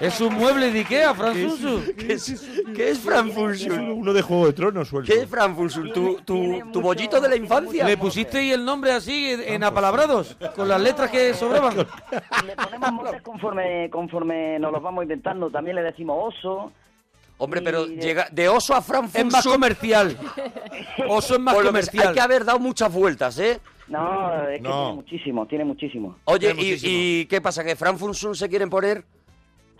Es un mueble de Ikea, Franzuzu.
¿Qué es, qué es Fran Fulsun?
Uno de Juego de Tronos suelto.
¿Qué es Fran Fulsun? ¿Tu, tu, tu bollito de la infancia?
¿Le pusisteis el nombre así en- en apalabrados? Con las letras que sobraban.
Ponemos motes conforme, conforme nos los vamos inventando. También le decimos oso.
Hombre, pero llega de oso a Fran
Es
Fulsun.
más
comercial. Oso es más
Por lo que-
comercial.
Hay que haber dado muchas vueltas, ¿eh?
No, es que
No.
tiene muchísimo, tiene muchísimo.
Oye, y, y qué pasa? ¿Que Fran Fulsun se quieren poner?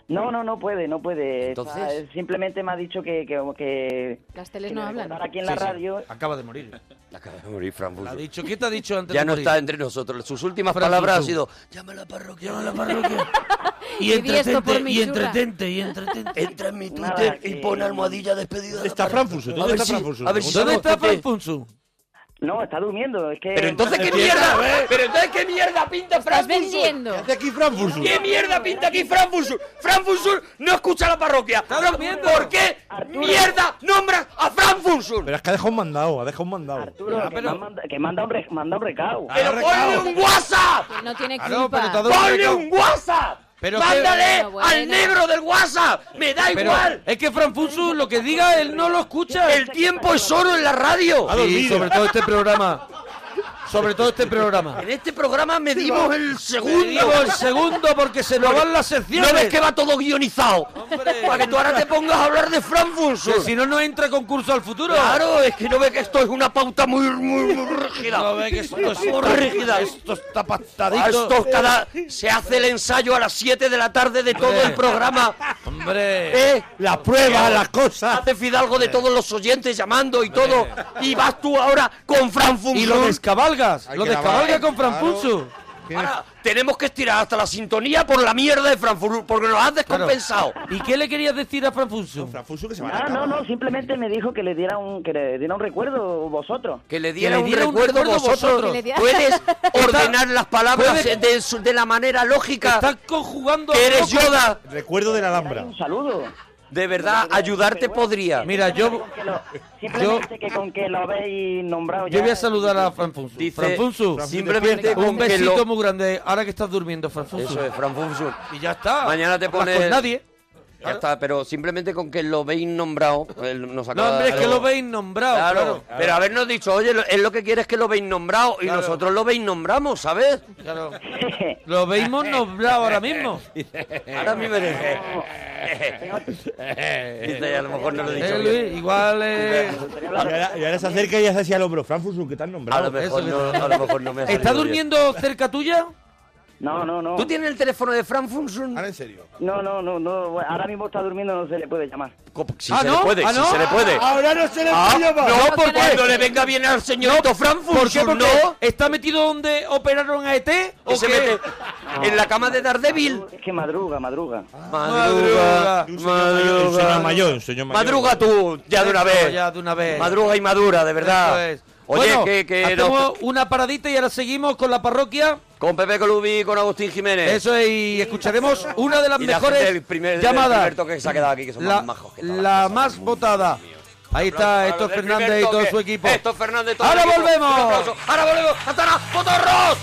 No, no, no puede, no puede. Está-
Entonces.
simplemente me ha dicho que... que, que
Las teles
que
no
me
hablan.
recordara Aquí en la
Sí, sí.
radio...
Acaba de morir.
Acaba de morir Fran Buso.
Ha dicho, ¿qué te ha dicho antes
Ya
de
no
morir?
está entre nosotros. Sus últimas
Fran
palabras han
Buso.
sido
Llama a la parroquia, llama a la parroquia.
Y
di esto por
entretente,
mi
y
churra.
entretente, y entretente. Entra en mi
Nada,
Twitter y
que-
pon almohadilla despedida.
¿Dónde está Fran Fuso? ¿Dónde
A ver
está
si-
Fran Fuso?
a ver si
¿Dónde
sabemos
está
por qué-
Fran Fuso?
No, está durmiendo, es que...
Pero entonces, ¿qué mierda? Pero entonces, ¿qué mierda pinta Fran Fuso?
vendiendo.
¿Qué hace aquí Fran Fuso? ¿Qué mierda pinta aquí Fran Fuso? Fran Fuso no escucha la parroquia. Fran- ¿Por qué mierda nombras a Fran Fuso?
Pero es que ha dejado un mandado, ha dejado un mandado.
que, manda, que manda un, re- manda un recado.
¡Pero ponle un WhatsApp!
No tiene
Claro,
culpa.
pero te ha dado
¡Ponle un WhatsApp!
Pero
¡Mándale
que-
al negro del WhatsApp! ¡Me da
Pero
igual!
Es que Fran Fuso, lo que diga, él no lo escucha.
El tiempo es oro en la radio.
Sí, sobre todo este programa. Sobre todo este programa.
En este programa medimos el segundo.
Digo el segundo porque se nos van las secciones.
¿No ves que va todo guionizado? Para que tú ahora te pongas a hablar de Fran Fulso.
Que si no, no entra concurso al futuro.
Claro, es que no ves que esto es una pauta muy, muy, muy rígida.
No ves que esto
muy
está-
rígida.
Esto está
Ah,
pastadito.
esto cada, se hace el ensayo a las 7 de la tarde de todo
Eh.
el programa.
Hombre.
¿Eh? Las pruebas, las cosas. Hace Fidalgo
Eh.
de todos los oyentes llamando y todo. Y vas tú ahora con Fran Fulso.
Y lo descabalgas. Lo descabalgas con Fran Fuso.
Ahora tenemos que estirar hasta la sintonía por la mierda de Frankfurt, porque nos has
Claro.
descompensado.
¿Y qué le querías decir a Fran Fuso? Fran
Fuso que se
No, no, no, simplemente me dijo que le diera un, que le diera un recuerdo vosotros.
Que le diera,
Que le diera
un, recuerdo vosotros.
vosotros. Que le diera-
Puedes ordenar las palabras
puede-
de, su- de la manera lógica.
Estás conjugando.
Que
a
eres
poco.
Yoda.
Recuerdo de la Alhambra. Un
saludo.
De verdad, ayudarte podría.
Mira, yo,
Que lo- simplemente que con que lo habéis nombrado ya.
yo voy a saludar a Fran Fuso.
Dice,
Fran Fuso,
simplemente
un
con que
besito
lo-
muy grande. Ahora que estás durmiendo, Fran Fuso.
Eso es, Fran Fulso.
Y ya está.
Mañana te
Hablas
pones.
con nadie.
Ya está, pero simplemente con que lo veis nombrado, él nos
No,
acaba
hombre, es
de-
que lo veis nombrado.
Claro,
Claro.
pero habernos dicho, oye, lo- él lo que quiere es que lo veis nombrado y
Claro.
nosotros lo veis nombramos, ¿sabes?
Claro. Lo veis nombrado ahora mismo.
Ahora mismo eres... Dice, a lo mejor no lo he dicho
Eh,
bien.
Luis, igual. eh,
Y ahora, y ahora se acerca y hace así al hombro. Fran Fuso, ¿qué tal nombrado?
A lo mejor no- a lo mejor no me ha
¿Está
salido
durmiendo cerca tuya?
No, no, no.
¿Tú tienes el teléfono de Fran Funsun?
Ahora en serio.
No, no, no, no. bueno, Ahora mismo está durmiendo, no se le puede llamar. Ah,
Si
¿Ah,
se le puede, si se le puede.
Ahora no se le
Ah,
puede llamar.
no, porque cuando le venga bien al señorito Fran
¿Por qué?
Funsun,
Porque
no.
está metido donde operaron a ET. ¿O
Y se
qué?
mete en la cama de Daredevil.
Ah, Es que madruga, madruga.
Madruga,
Un señor mayor, un
madruga.
señor mayor, un señor mayor.
Madruga tú, ya de una
Eso,
vez.
Ya de una vez.
Madruga y madura, de verdad.
Eso es.
Oye,
Bueno, ah,
que, que nos-
hacemos una paradita y ahora seguimos con la parroquia.
con Pepe Colubi, con Agustín Jiménez.
Eso es, y escucharemos una de las
Y la gente
mejores
del primer- del
llamadas.
primer toque que se ha quedado aquí, que son
la
más majos que
la más votada. Ahí está Héctor
Del primer
Fernández y todo
toque.
su equipo.
Héctor Fernández, todo
Ahora
el equipo.
volvemos.
Un aplauso. Ahora volvemos. ¡Hasta la fotorros!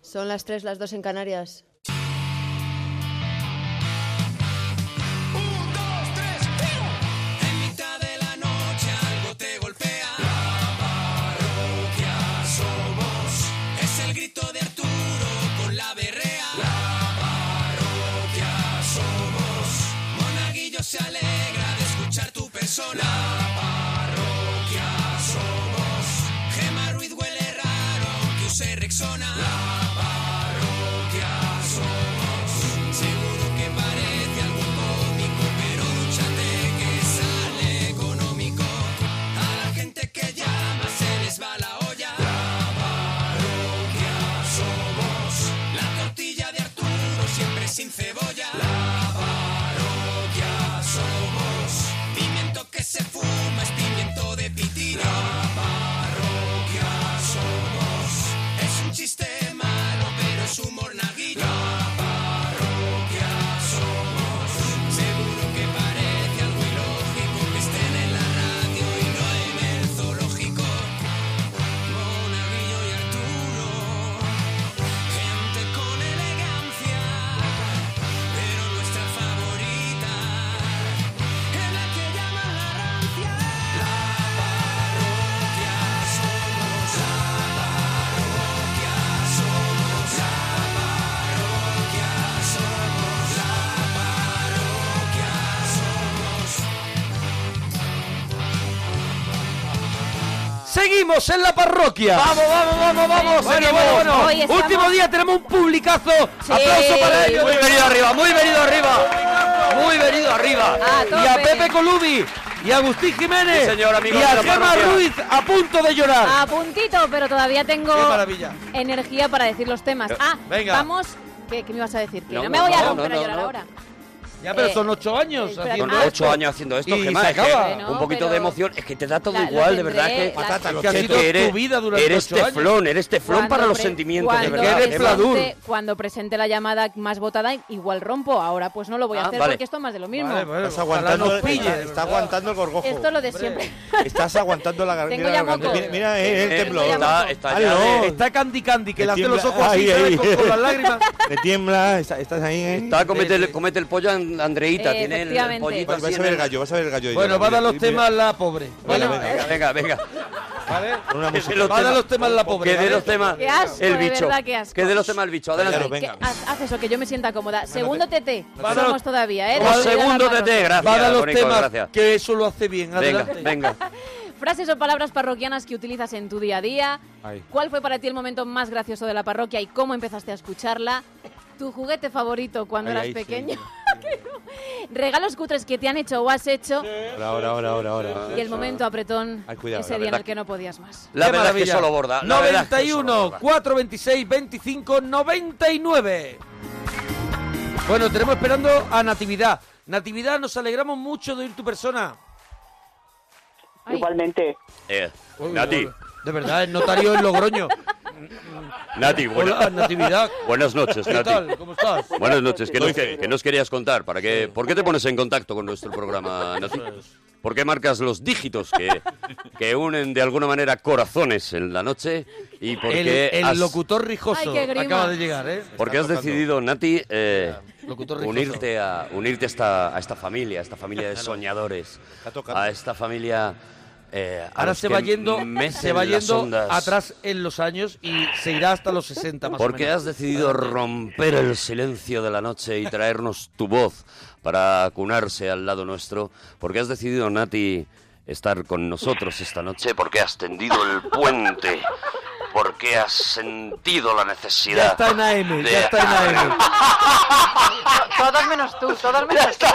Son las 3, las 2 en Canarias.
En mitad de la noche algo te golpea. La parroquia somos. Es el grito de Arturo con la berrea. La parroquia somos. Monaguillo se alegra de escuchar tu persona. La parroquia somos. Gema Ruiz huele raro que use Rexona. La parroquia somos. Seguimos en la parroquia.
Vamos, vamos, vamos, vamos,
Bueno,
seguimos.
bueno, bueno.
Hoy estamos-
Último día tenemos un publicazo.
Sí.
Aplauso para ellos.
Muy venido arriba, muy venido arriba. Muy venido arriba. A
y a
tope.
Pepe Colubi. Y a Agustín Jiménez.
Sí, señor, amigo
y
de
a
la
Gemma
parroquia.
Ruiz a punto de llorar.
A puntito, pero todavía tengo
Qué maravilla.
energía para decir los temas. Ah,
Venga.
vamos. ¿Qué, qué me ibas a decir? Que no,
Eh, No,
me voy a
no,
romper
no,
a
no,
llorar
no.
ahora.
Ya, pero
Eh,
son ocho años
espérate.
haciendo
Ah,
Ocho años haciendo esto,
Y
Gemma,
se
es que
acaba.
un poquito
pero-
de emoción. Es que te da todo
La- lo
igual, de verdad.
tendré,
Que,
la- Patata,
lo
que
siento.
que eres,
tu vida durante
eres
ocho años.
teflón, eres teflón para
Cuando
los
pre-
sentimientos, de
cuando
verdad.
presente-
Gemma.
Cuando presente la llamada más votada, igual rompo. Ahora pues no lo voy a
Ah,
hacer
vale.
porque esto es más de lo mismo.
Estás aguantando,
nos pille,
está, está aguantando el gorgojo.
Esto es lo de siempre.
Estás aguantando la garganta.
Tengo ya moco.
Mira, mira, eh, el
Eh,
templo.
está- está ya de-
Está Candy Candy, que
Le
le hace los
tiembla-
ojos así,
ahí,
¿sabes?
ahí.
Con, con las lágrimas.
Te tiembla, está- estás ahí, ¿eh?
Está, comete, el, comete el pollo, And- Andreita. Tiene el- el,
Efectivamente.
pollito
Vas,
así
vas a
en
ver el
el-
gallo, vas a ver el gallo.
Bueno, va a dar los temas la pobre.
Venga, venga, venga, venga.
Una
Que de
música.
los
Va a dar
temas-
los temas la pobre.
Que de
¿vale?
los temas
Qué asco,
el
de
bicho.
verdad, qué asco.
Que de los temas el bicho. Adelante.
Que haz, haz eso, que yo me sienta cómoda. Segundo TT.
Vamos.
Somos todavía, ¿eh?
Como
La seguridad
segundo
de la
TT,
parroquia.
gracias.
Va a dar los
Bonico,
temas,
gracias.
que eso lo hace bien.
Venga,
Adelante.
venga.
Frases o palabras parroquianas que utilizas en tu día a día.
Ahí.
¿Cuál fue para ti el momento más gracioso de la parroquia y cómo empezaste a escucharla? ¿Tu juguete favorito cuando
Ahí,
eras
ahí, sí.
pequeño? ¿Regalos cutres que te han hecho o has hecho?
Ahora, ahora, ahora, ahora, ahora.
Y el momento apretón
Ay, cuidado,
ese
la
día en
verdad
el que no podías más.
La
Qué
verdad es que
maravilla.
solo borda. la verdad es que solo
91,
borda.
426, 25, 99. Bueno, tenemos esperando a Natividad. Natividad, nos alegramos mucho de oír tu persona.
Igualmente.
Eh, Nati,
De verdad, el notario en Logroño.
Nati,
Hola, Natividad.
buenas noches,
¿Qué
Nati.
tal? ¿Cómo estás?
Buenas noches, ¿qué nos, que- que nos querías contar? ¿Para qué, ¿Por qué te pones en contacto con nuestro programa, Nati? ¿Por qué marcas los dígitos que, que unen de alguna manera corazones en la noche? ¿Y por
El,
qué
el
has,
locutor rijoso
Ay, qué grima.
acaba de llegar, ¿eh?
por qué has decidido, Nati, eh,
Locutor rijoso.
unirte, a, unirte a, esta, a esta familia, a esta familia de soñadores, a este esta familia... eh, a
Ahora
los
se
que
va yendo,
mecen
se va
las
yendo
ondas?
atrás en los años y se irá hasta los 60 más o
¿Por qué
menos.
has decidido romper el silencio de la noche y traernos tu voz para acunarse al lado nuestro? ¿Por qué has decidido, Nati, estar con nosotros esta noche? ¿Por qué has tendido el puente? ¿Por qué has sentido la
Ya
necesidad?
está en AM,
de-
ya está en AM.
Todos menos tú, todos menos tú.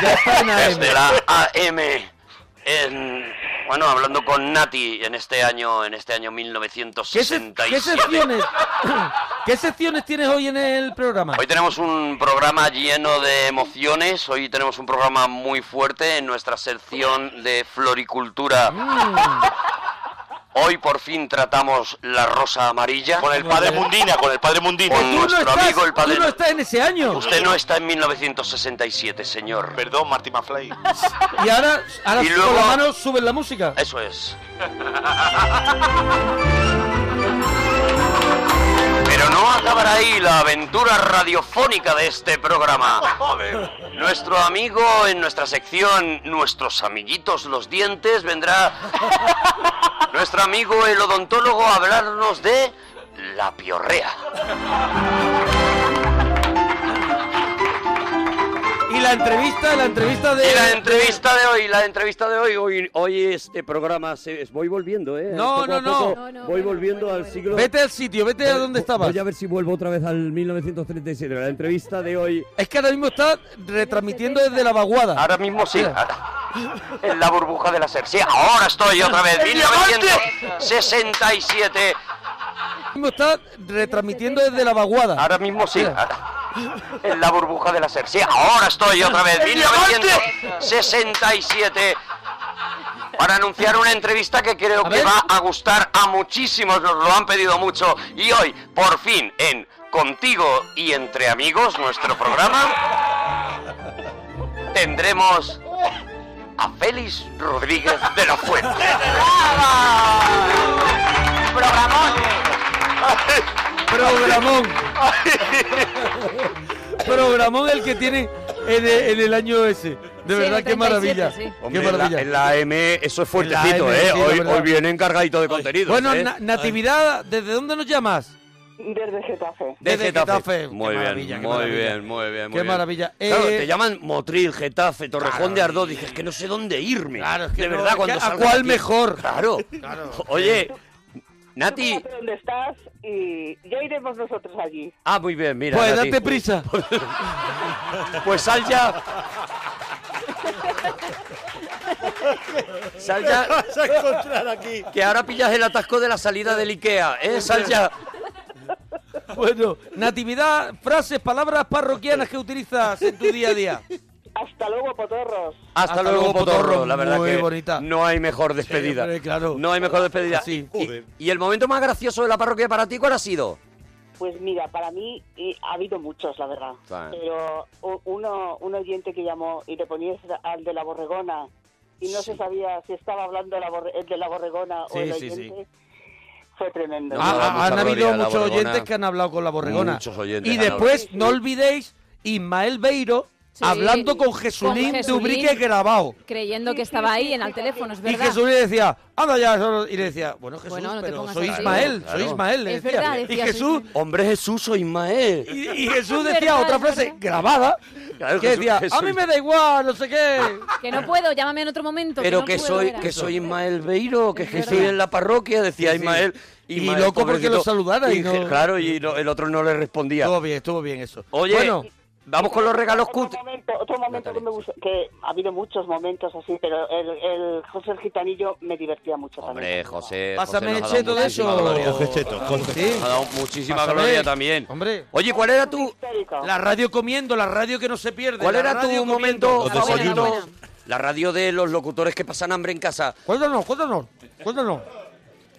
Ya está en AM.
Desde la AM. en- bueno, hablando con Nati en este año, en este año
¿Qué, se-
1967.
qué secciones, ¿Qué secciones tienes hoy en el programa?
Hoy tenemos un programa lleno de emociones, hoy tenemos un programa muy fuerte en nuestra sección de floricultura. Hoy por fin tratamos la rosa amarilla.
Con el padre Mundina, con el padre Mundina.
Con
Pues Tú no,
nuestro
estás,
amigo el padre...
tú no estás en ese año.
Usted no está en 1967, señor. Perdón, Marty McFly.
Y ahora, ahora
Y luego-
con
¿Ah,
la mano subes la música.
Eh,
Eso es. Pero no acabará ahí la aventura radiofónica de este programa. Nuestro amigo en nuestra sección, nuestros amiguitos los dientes, vendrá nuestro amigo el odontólogo a hablarnos de la piorrea.
Y la entrevista, la entrevista de...
Y la entrevista de hoy, la entrevista de hoy, hoy, hoy este programa se voy volviendo, eh.
No,
Poco a
no, no.
poco Voy volviendo al siglo.
Vete al sitio, vete a donde estabas.
Voy a ver si vuelvo otra vez al 1937, la entrevista de hoy.
Es que ahora mismo está retransmitiendo desde la vaguada.
Ahora mismo sí. En la burbuja de la ser. Sí, ahora estoy otra vez. 1967.
Ahora mismo está retransmitiendo desde la vaguada.
Ahora mismo sí.
Mira.
En la burbuja de la ser. Sí, ahora estoy otra vez. 1967. Para anunciar una entrevista que creo que va a gustar a muchísimos, nos lo han pedido mucho. Y hoy, por fin, en Contigo y Entre Amigos, nuestro programa, tendremos a Félix Rodríguez de la Fuente.
Programón. Programón el que tiene en el, en el año ese. De
Sí,
verdad,
el
qué maravilla.
37, sí.
qué maravilla.
En la, M eso es
fuertecito, AM, ¿eh? sí, la Hoy- verdad. hoy
viene encargadito de contenido.
Bueno, Na- Natividad, ¿desde dónde nos llamas?
Desde Getafe.
Desde Getafe.
Muy
Qué
bien,
maravilla, qué
muy
maravilla.
bien, muy bien. muy
Qué
bien.
maravilla.
Claro,
Eh,
te llaman Motril, Getafe, Torrejón de Ardoz. Dices que no sé dónde irme. Claro,
que
De
no,
verdad,
es
cuando
que ¿a
salgo
cuál
de aquí.
mejor?
Claro.
Claro.
Oye, Nati.
¿Dónde estás? Y ya iremos nosotros allí.
Ah, muy bien, mira.
Pues
Nati.
date prisa.
Pues sal ya. Sal ya.
vas a encontrar aquí?
Que ahora pillas el atasco de la salida del Ikea, ¿eh? Sal ya.
Pues Bueno, Natividad, frases, palabras parroquianas que utilizas en tu día a día.
Hasta luego, potorros.
Hasta, luego, Potorro.
Potorro.
La verdad
Muy
que
bonita.
no hay mejor despedida. No hay mejor despedida. Y, y el momento más gracioso de la parroquia para ti, ¿cuál ha sido?
Pues mira, para mí y ha habido muchos, la verdad.
Vale.
Pero u- uno, un oyente que llamó y le ponías al de la borregona y no se sabía si estaba hablando la borre- el de la borregona
Sí,
o el
sí, sí.
oyente. Fue tremendo.
Ah, ah, han
mucha
habido
gloria, la
muchos
Borregona.
oyentes que han hablado con la borregona.
Muchos oyentes
Y
han hablado.
después, no olvidéis, Ismael Beiro hablando con Jesulín,
con
de
Jesulín.
Ubrique grabado.
creyendo que estaba ahí en el teléfono, es
Y
verdad.
Jesulín decía, anda ya, solo", y le decía, bueno Jesús,
Bueno, no te
pero
pongas
soy
así.
Ismael,
Claro.
soy Ismael, le
Es
decía.
verdad,
y
decía,
Jesús,
Hombre Jesús, soy Ismael.
y, y Jesús
Es
decía
verdad,
otra
es
frase
verdad.
grabada,
Claro,
que
Jesús-
decía, a
Jesús.
mí me da igual, no sé qué.
Que no puedo, llámame en otro momento.
Pero
no
que
puedo,
soy
era.
que soy Ismael Beiro, que es que
verdad.
estoy en la parroquia, decía
Sí, sí.
Ismael.
Y
Ismael,
loco porque lo
pobrecito.
saludara y
je-
no-
Claro, y no- el otro no le respondía.
Estuvo bien, estuvo bien eso.
Oye,
Bueno.
vamos con los regalos
Otro
cutres.
momento, otro momento que, me gustó- que ha habido muchos momentos así, pero el, el José el Gitanillo me divertía mucho
Hombre, José.
Pásame
José nos ha dado
cheto de
muchísima
eso.
gloria.
Coge cheto, coge
Sí.
Nos ha dado muchísima
Pásame.
gloria también.
Hombre.
Oye, ¿cuál era tu
La radio comiendo, la radio que no se pierde.
cuál
la
era
radio
tu
comiendo.
momento
La buena, la
favorito?
buena.
La radio de los locutores que pasan hambre en casa.
Cuéntanos, cuéntanos, cuéntanos.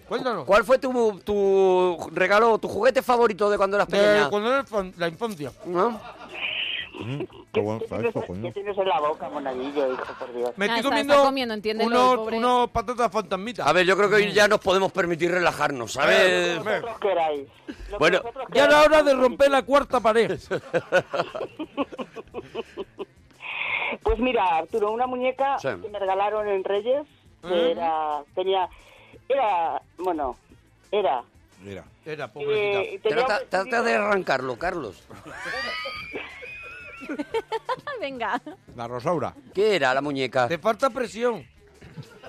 Cuéntanos.
¿Cuál fue tu, tu regalo o tu juguete favorito de cuando eras
De
pequeña?
cuando era infan- la infancia.
Mm, Qué buen frasco,
¿Qué
coño.
tienes en la boca, monadillo,
Ah,
hijo, por Dios?
Me estoy
está-
comiendo,
está comiendo, entiéndelo, el
unos,
pobre.
unos patatas fantasmitas.
A ver, yo creo que hoy ya nos podemos permitir relajarnos, ¿sabes?
Vosotros queráis.
Bueno,
Ya era hora de romper la cuarta pared.
Pues mira, Arturo, una muñeca
Sí.
que me regalaron en Reyes, que era, tenía, era, bueno, era,
Mira.
Era
pobrecita. tenía
Trata,
un
trata de arrancarlo, Carlos.
Venga.
La Rosaura.
¿Qué era la muñeca?
Te falta presión.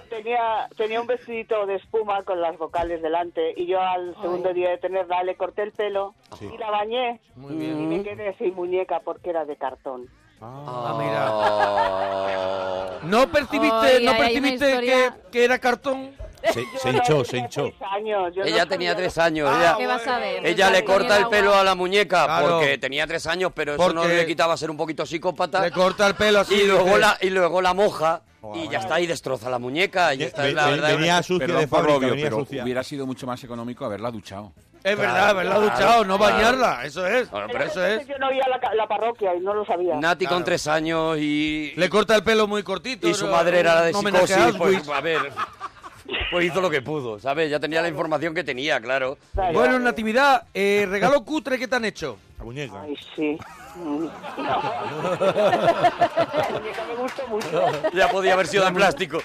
tenía, tenía un vestidito de espuma con las vocales delante y yo al segundo día de tenerla le corté el pelo y la bañé
Muy
y me quedé sin muñeca porque era de cartón.
Ah, mira.
Oh.
¿No percibiste,
Ay,
no
ay, hay una
percibiste que,
historia.
que era cartón?
Se, se hinchó, se hinchó.
Años, yo
Ella
no
tenía
sabía-
tres años.
Ah,
ella
¿qué vas a ver?
ella
Pues
le
ya tenía
corta el
agua.
pelo a la muñeca
Claro.
porque tenía tres años, pero eso no
Porque-
le quitaba ser un poquito psicópata.
Le corta el pelo así.
y, luego
dice.
la, y luego la moja y ya está, y destroza la muñeca. Y esta es la verdad.
Perdón por lo obvio,
venía
pero
sucia.
hubiera sido mucho más económico haberla duchado.
Es verdad, haberla duchado, no bañarla. Eso es. eso es.
Yo no iba a la, ca- la parroquia y no lo sabía.
Nati con tres años y.
Le corta el pelo muy cortito.
y su madre era la de
un homenaje a
psicosis, pues,
Auschwitz.
a ver, pues hizo lo que pudo, ¿sabes? Ya tenía la información que tenía, claro.
Bueno, Natividad, eh, regalo cutre que te han hecho.
La muñeca.
Ay, sí. Mm. La muñeca me gustó mucho.
Ya podía haber sido de plástico.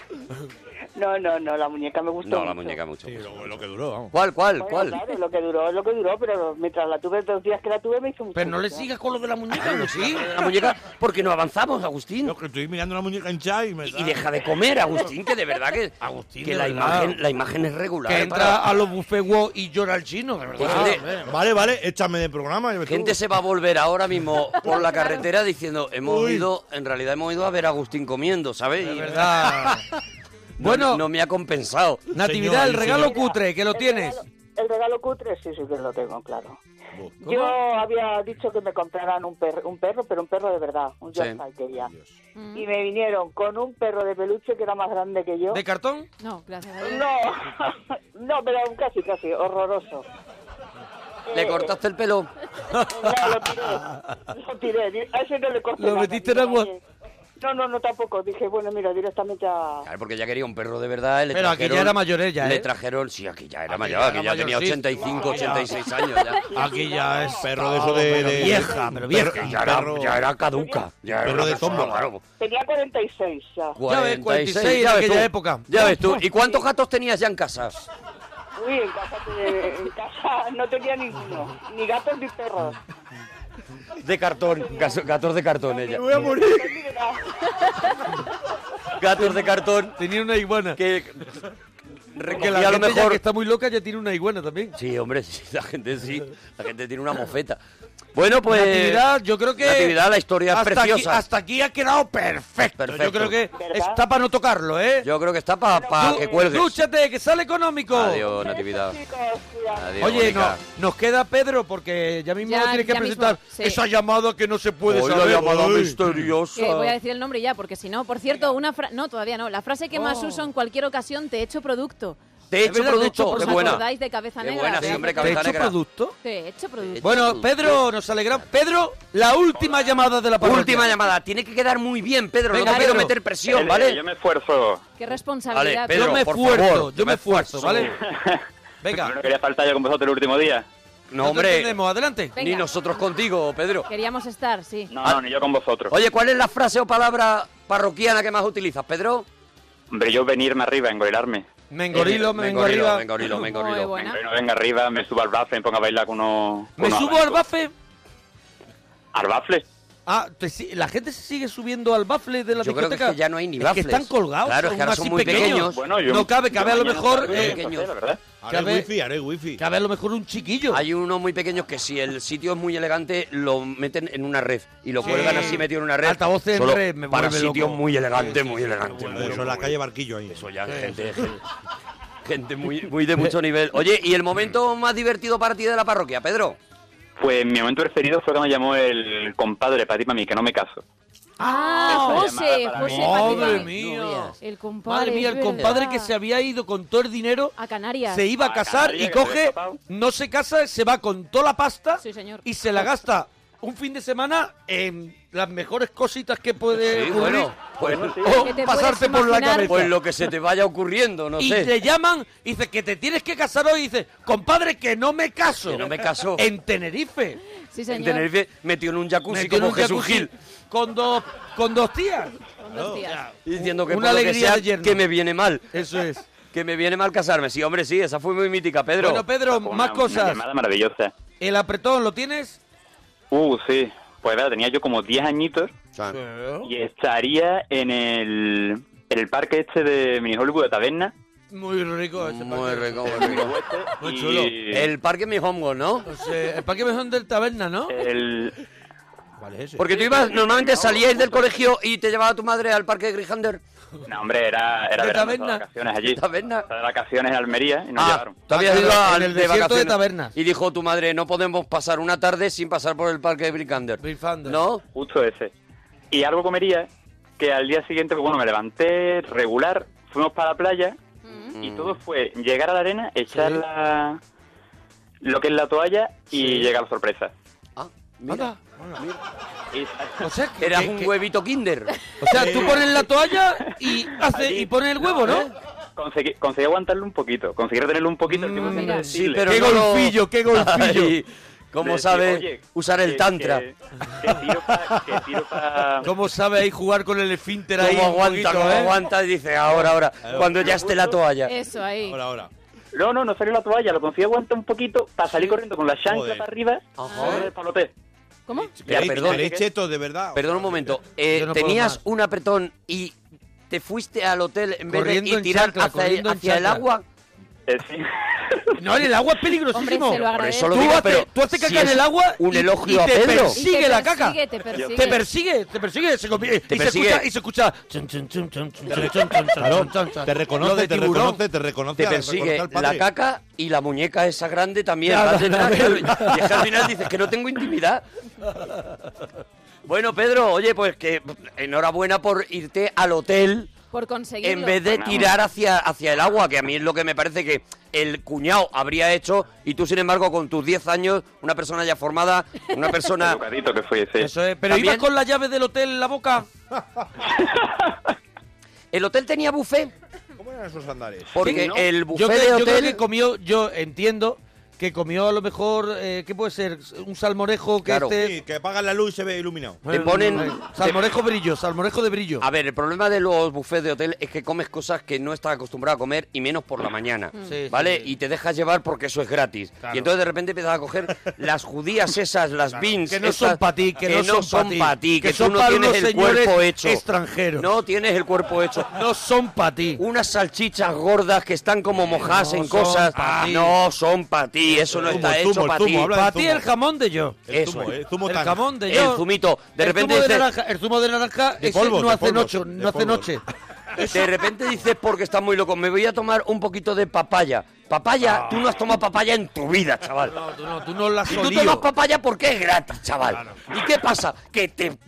No, no, no, la muñeca me gustó.
No, la
mucho.
muñeca mucho. lo,
que duró, vamos.
¿Cuál, cuál,
Bueno,
cuál?
Claro, lo que duró es lo que duró, pero mientras la tuve, dos días que la tuve, me hizo mucho.
Pero no le
gusto.
sigas con lo de la muñeca, no sí.
La muñeca, porque no avanzamos, Agustín.
Yo que estoy mirando la muñeca hinchada y me
Y deja de comer, Agustín, que de verdad que, que
de verdad.
la, imagen, la imagen es regular.
Que entra
para- Pues
a los buffet wow y llora el chino, de verdad.
Déjale.
Ah, hombre.
Vale, vale, échame de programa. yo me
Gente se va a volver ahora mismo por la carretera diciendo, hemos
Uy.
ido, en realidad hemos ido a ver a Agustín comiendo, ¿sabes? Y-
verdad.
No- no, me ha compensado.
Natividad, el regalo cutre, que lo tienes.
El regalo cutre, sí, sí que lo tengo, claro. Yo había dicho que me compraran un perro, un perro pero un perro de verdad, un
Sí.
Yorkshire quería.
Mm.
Y me vinieron con un perro de peluche que era más grande que yo.
¿De cartón?
No, gracias.
No, no, pero casi, casi, horroroso. Eh,
Le cortaste el pelo.
No, lo tiré, lo tiré, di- a ese no le corté
Lo
nada,
metiste en
dije,
agua.
"Oye". No, no, no, tampoco, dije, bueno, mira, directamente a...
Claro, porque ya quería un perro de verdad. y Le
Pero aquí
trajeron-
ya era mayor ella,
Le
¿eh?
trajeron, sí, aquí ya era
Aquí
mayor,
ya
aquí
era
ya tenía
mayorcito.
85,
Ya.
86 años. Ya.
Aquí ya es perro de eso de,
Pero
de-
vieja, pero vieja. Ya era- ya era caduca. Ya era
perro
una
de
persona,
tómbola.
claro.
Tenía 46 ya.
ves, 46 en
ya ves
aquella
tú.
época.
Ya ves tú. ¿Y cuántos gatos tenías ya en casa?
Uy, en casa, te- en casa no tenía ninguno, ni gatos ni perros.
De cartón, gaso- gatos de cartón ella.
voy a morir.
Gatos de cartón.
Tenía una iguana.
Que
Que la
recogía a lo
gente ya
mejor.
que está muy loca ya tiene una iguana también.
Sí, hombre, sí, la gente sí. La gente tiene una mofeta. Bueno, pues.
Natividad, yo creo que.
Natividad, la historia es
hasta aquí-
preciosa.
hasta aquí ha quedado perfecto. Yo creo que está para no tocarlo, ¿eh?
Yo creo que está para que cuelgues.
Dúchate, que sale económico.
Adiós, Natividad. Adiós,
Oye, no,
Mónica.
nos queda Pedro porque ya mismo
Ya-
lo tienes que
ya mismo,
presentar
sí.
esa llamada que no se puede
Hoy la
saber.
llamada
Uy.
misteriosa.
Que Eh, voy a decir el nombre ya, porque si no, por cierto, una frase... No, todavía no. La frase que más uso en cualquier ocasión, te echo producto.
Oh. Te he
Es
hecho
verdad, te he hecho
producto, qué
producto.
buena.
¿Acordáis de Cabeza
Qué
Negra?
buena, sí, hombre,
¿Te
cabeza
he hecho
negra.
producto?
Te echo producto.
Bueno, Pedro, nos alegramos. Pedro, la última llamada de la parroquia.
Última llamada. Tiene que quedar muy bien, Pedro.
Venga,
no te quiero
Pedro.
meter presión,
Eh,
¿vale?
yo
me esfuerzo.
Qué
Vale,
responsabilidad.
Pedro,
Yo me
por
esfuerzo,
favor,
yo me esfuerzo, ¿vale? Venga.
No quería faltar yo con vosotros el último día. No,
te
hombre.
entendemos, adelante.
Venga.
Ni nosotros contigo, Pedro.
Queríamos estar, sí.
Ah,
ni yo con vosotros.
Oye, ¿cuál es la frase o palabra parroquiana que más utilizas, Pedro?
Hombre, yo venirme arriba, engorilarme.
Me engorilo, me engorilo.
Me engorilo, me engorilo.
Bueno, venga arriba, me subo al bafle, me pongo a bailar con unos...
¿Me subo al bafle?
¿Al bafle?
Ah, te si- la gente se sigue subiendo al bafle de la
Yo creo que
discoteca.
es que ya no hay ni
Es
baffles.
que están colgados.
Claro, es que ahora
más
son
y
muy pequeños. Bueno, yo-
no cabe, cabe
yo
a lo
mañana
mejor.
estaré pequeños.
cabe-
La verdad. Haré wifi,
cabe, a lo mejor un chiquillo.
Hay unos muy pequeños que si el sitio es muy elegante lo meten en una red y lo
Sí.
cuelgan así metido en una red.
Altavoces en
Solo
red, me
para
vuelve
sitios
loco.
muy elegantes, muy elegantes. muy,
Eso en la
muy-
calle Barquillo ahí.
Eso ya, gente, gente, gente muy, muy de mucho nivel. Oye, ¿y el momento más divertido para ti de la parroquia, Pedro?
Pues mi momento preferido fue cuando llamó el compadre para ti, para mí, que no me caso.
Ah, José, José.
Madre
Patrick.
mía.
El compadre.
Madre mía,
es
el compadre
verdad.
que se había ido con todo el dinero.
A Canarias.
Se iba a casar y
¿eh,
coge, no se casa, se va con toda la pasta y se la gasta un fin de semana en las mejores cositas que puede
Sí,
ocurrir
bueno, pues-
o
Que te
pasarte
puedes
por la
imaginar.
cabeza.
Pues lo que se te vaya ocurriendo, no
y
sé.
Y le llaman y dice que te tienes que casar hoy y dice, compadre, que no me caso.
Que no me caso.
En Tenerife.
Sí,
En Tenerife metido en un jacuzzi
Metido en
como
un
Jesús
jacuzzi
Gil.
Con dos, con dos tías.
Y diciendo que
Una
por lo que
alegría
sea,
de yerno.
que me viene mal.
Eso es.
Que me viene mal casarme. Sí, hombre, sí, esa fue muy mítica, Pedro.
Bueno, Pedro, más
Una
cosas.
llamada maravillosa.
El apretón, ¿lo tienes?
Uh, sí. Pues verdad, tenía yo como 10 añitos y estaría en el, en el parque este de Mini Hollywood de Taberna.
Muy rico ese
Muy rico, muy rico.
Muy chulo.
El parque Mi Hongo, ¿no?
Eh, el parque mejor del taberna, ¿no?
¿Cuál es ese? Porque tú ibas, normalmente salíais del colegio y te llevaba tu madre al parque de Grijander.
No, hombre, era, era verano,
¿De
estaba
Taberna?
de vacaciones allí.
¿De Taberna?
Estaba de vacaciones en Almería y nos llevaron.
Tú habías
Ah,
ido
claro, en
al
el
de
desierto de
vacaciones.
tabernas.
Y dijo tu madre, no podemos pasar una tarde sin pasar por el parque de Bricander. ¿No?
Justo ese. Y algo comería que al día siguiente, pues, bueno, me levanté regular, fuimos para la playa y todo fue llegar a la arena, echar la- lo que es la toalla y llega la sorpresa.
Mira.
O sea, que-
Eras
que-
Eh, un
que-
huevito kinder.
O sea, tú pones la toalla y, hace, y pones el huevo,
¿eh?
¿no?
Conseguí, conseguí aguantarlo un poquito, conseguí retenerlo un poquito. el tipo siendo
Mm, Sí,
sensible.
pero no lo- Ay, ¿Cómo
Decir,
sabe
oye,
usar el
que-
tantra?
que- que tiro pa- que tiro pa-
¿Cómo sabe ahí jugar con el esfínter ahí?
¿Cómo
un
aguanta?
poquito,
¿Cómo
eh?
aguanta? Dice, ahora, ahora. Cuando ya esté la toalla.
Eso, ahí.
Ahora, ahora. No, no, no salió la toalla, lo conseguí aguantar un poquito para salir corriendo con la chancla
Joder.
para arriba.
Ajá.
el palote.
¿Cómo?
Ya, perdón.
de verdad.
Perdón un momento. Eh,
Yo no puedo
tenías
más.
un apretón y te fuiste al hotel en vez de
Corriendo
y
en
tirar
chancla,
hacia, el,
corriendo en
hacia el
chancla.
agua.
Eh,
No, el agua es peligrosísimo.
Hombre, se lo
Por eso lo
tú,
digo,
haces-
pero
tú haces
si
caca en
es
el agua
un
y-
elogio
y
a
te
Pedro.
persigue
Y te
la caca.
persigue, te persigue.
Te persigue, te persigue, se convierte-
Te
y
persigue.
se escucha, y se escucha chun, chun, chun, chun, chun, chun, chun, chun,
Claro,
chun, chun, chun.
te reconoce,
Lo de
te
tiburón.
reconoce, te reconoce.
Te
al-
persigue
reconoce al padre.
la caca y la muñeca esa grande también.
Nada,
vas detrás,
nada.
claro, y es que al final dices que no tengo intimidad. Bueno, Pedro, oye, pues que enhorabuena por irte al hotel
Por conseguirlo.
en vez de tirar hacia, hacia el agua, que a mí es lo que me parece que el cuñado habría hecho y tú, sin embargo, con tus 10 años, una persona ya formada, una persona...
Educadito que fui, sí.
Eso es, pero ibas con la llave del hotel en la boca.
¿El hotel tenía buffet?
¿Cómo eran esos andares?
Porque
¿no?
el
yo
buffet
creo,
de
yo creo
hotel...
que comió, yo entiendo
que comió a lo mejor, eh, ¿qué puede ser? Un salmorejo que este...
Sí, que apagan la luz y se ve iluminado.
Te ponen-
Salmorejo brillo, salmorejo de brillo.
A ver, el problema de los buffets de hotel es que comes cosas que no estás acostumbrado a comer y menos por la mañana,
Mm. Sí,
¿vale? Y te dejas llevar porque eso es gratis. Y entonces de repente empiezas a coger las judías esas, las beans...
Que no son
esas,
pa' ti, que no son pa' ti,
pa' ti,
que
que,
son
tú no
para
tienes
unos
el cuerpo
señores
hecho.
extranjeros.
No tienes el cuerpo hecho.
No son para ti.
Unas salchichas gordas que están como mojadas
no
en
son
cosas.
pa'
Ah,
ti.
no son para ti, eso no
El
está
zumo, el
hecho
zumo,
para
el
ti.
zumo, habla del Pa' ti zumo. el jamón de yo.
Eso
zumo,
es.
el zumo El tanga. jamón de yo.
El zumito. De
El
repente
zumo de
dices-
naranja, el zumo de naranja
De
ese
polvos,
no
de
hace
polvos,
noche,
de
no hace
polvos.
noche.
De repente dices, porque estás muy loco, me voy a tomar un poquito de papaya. Papaya, tú no has tomado papaya en tu vida, chaval.
Ah. No, tú no, tú no la has
Y tú
olido.
tomas papaya porque es gratis, chaval. ¿Y qué pasa? Que te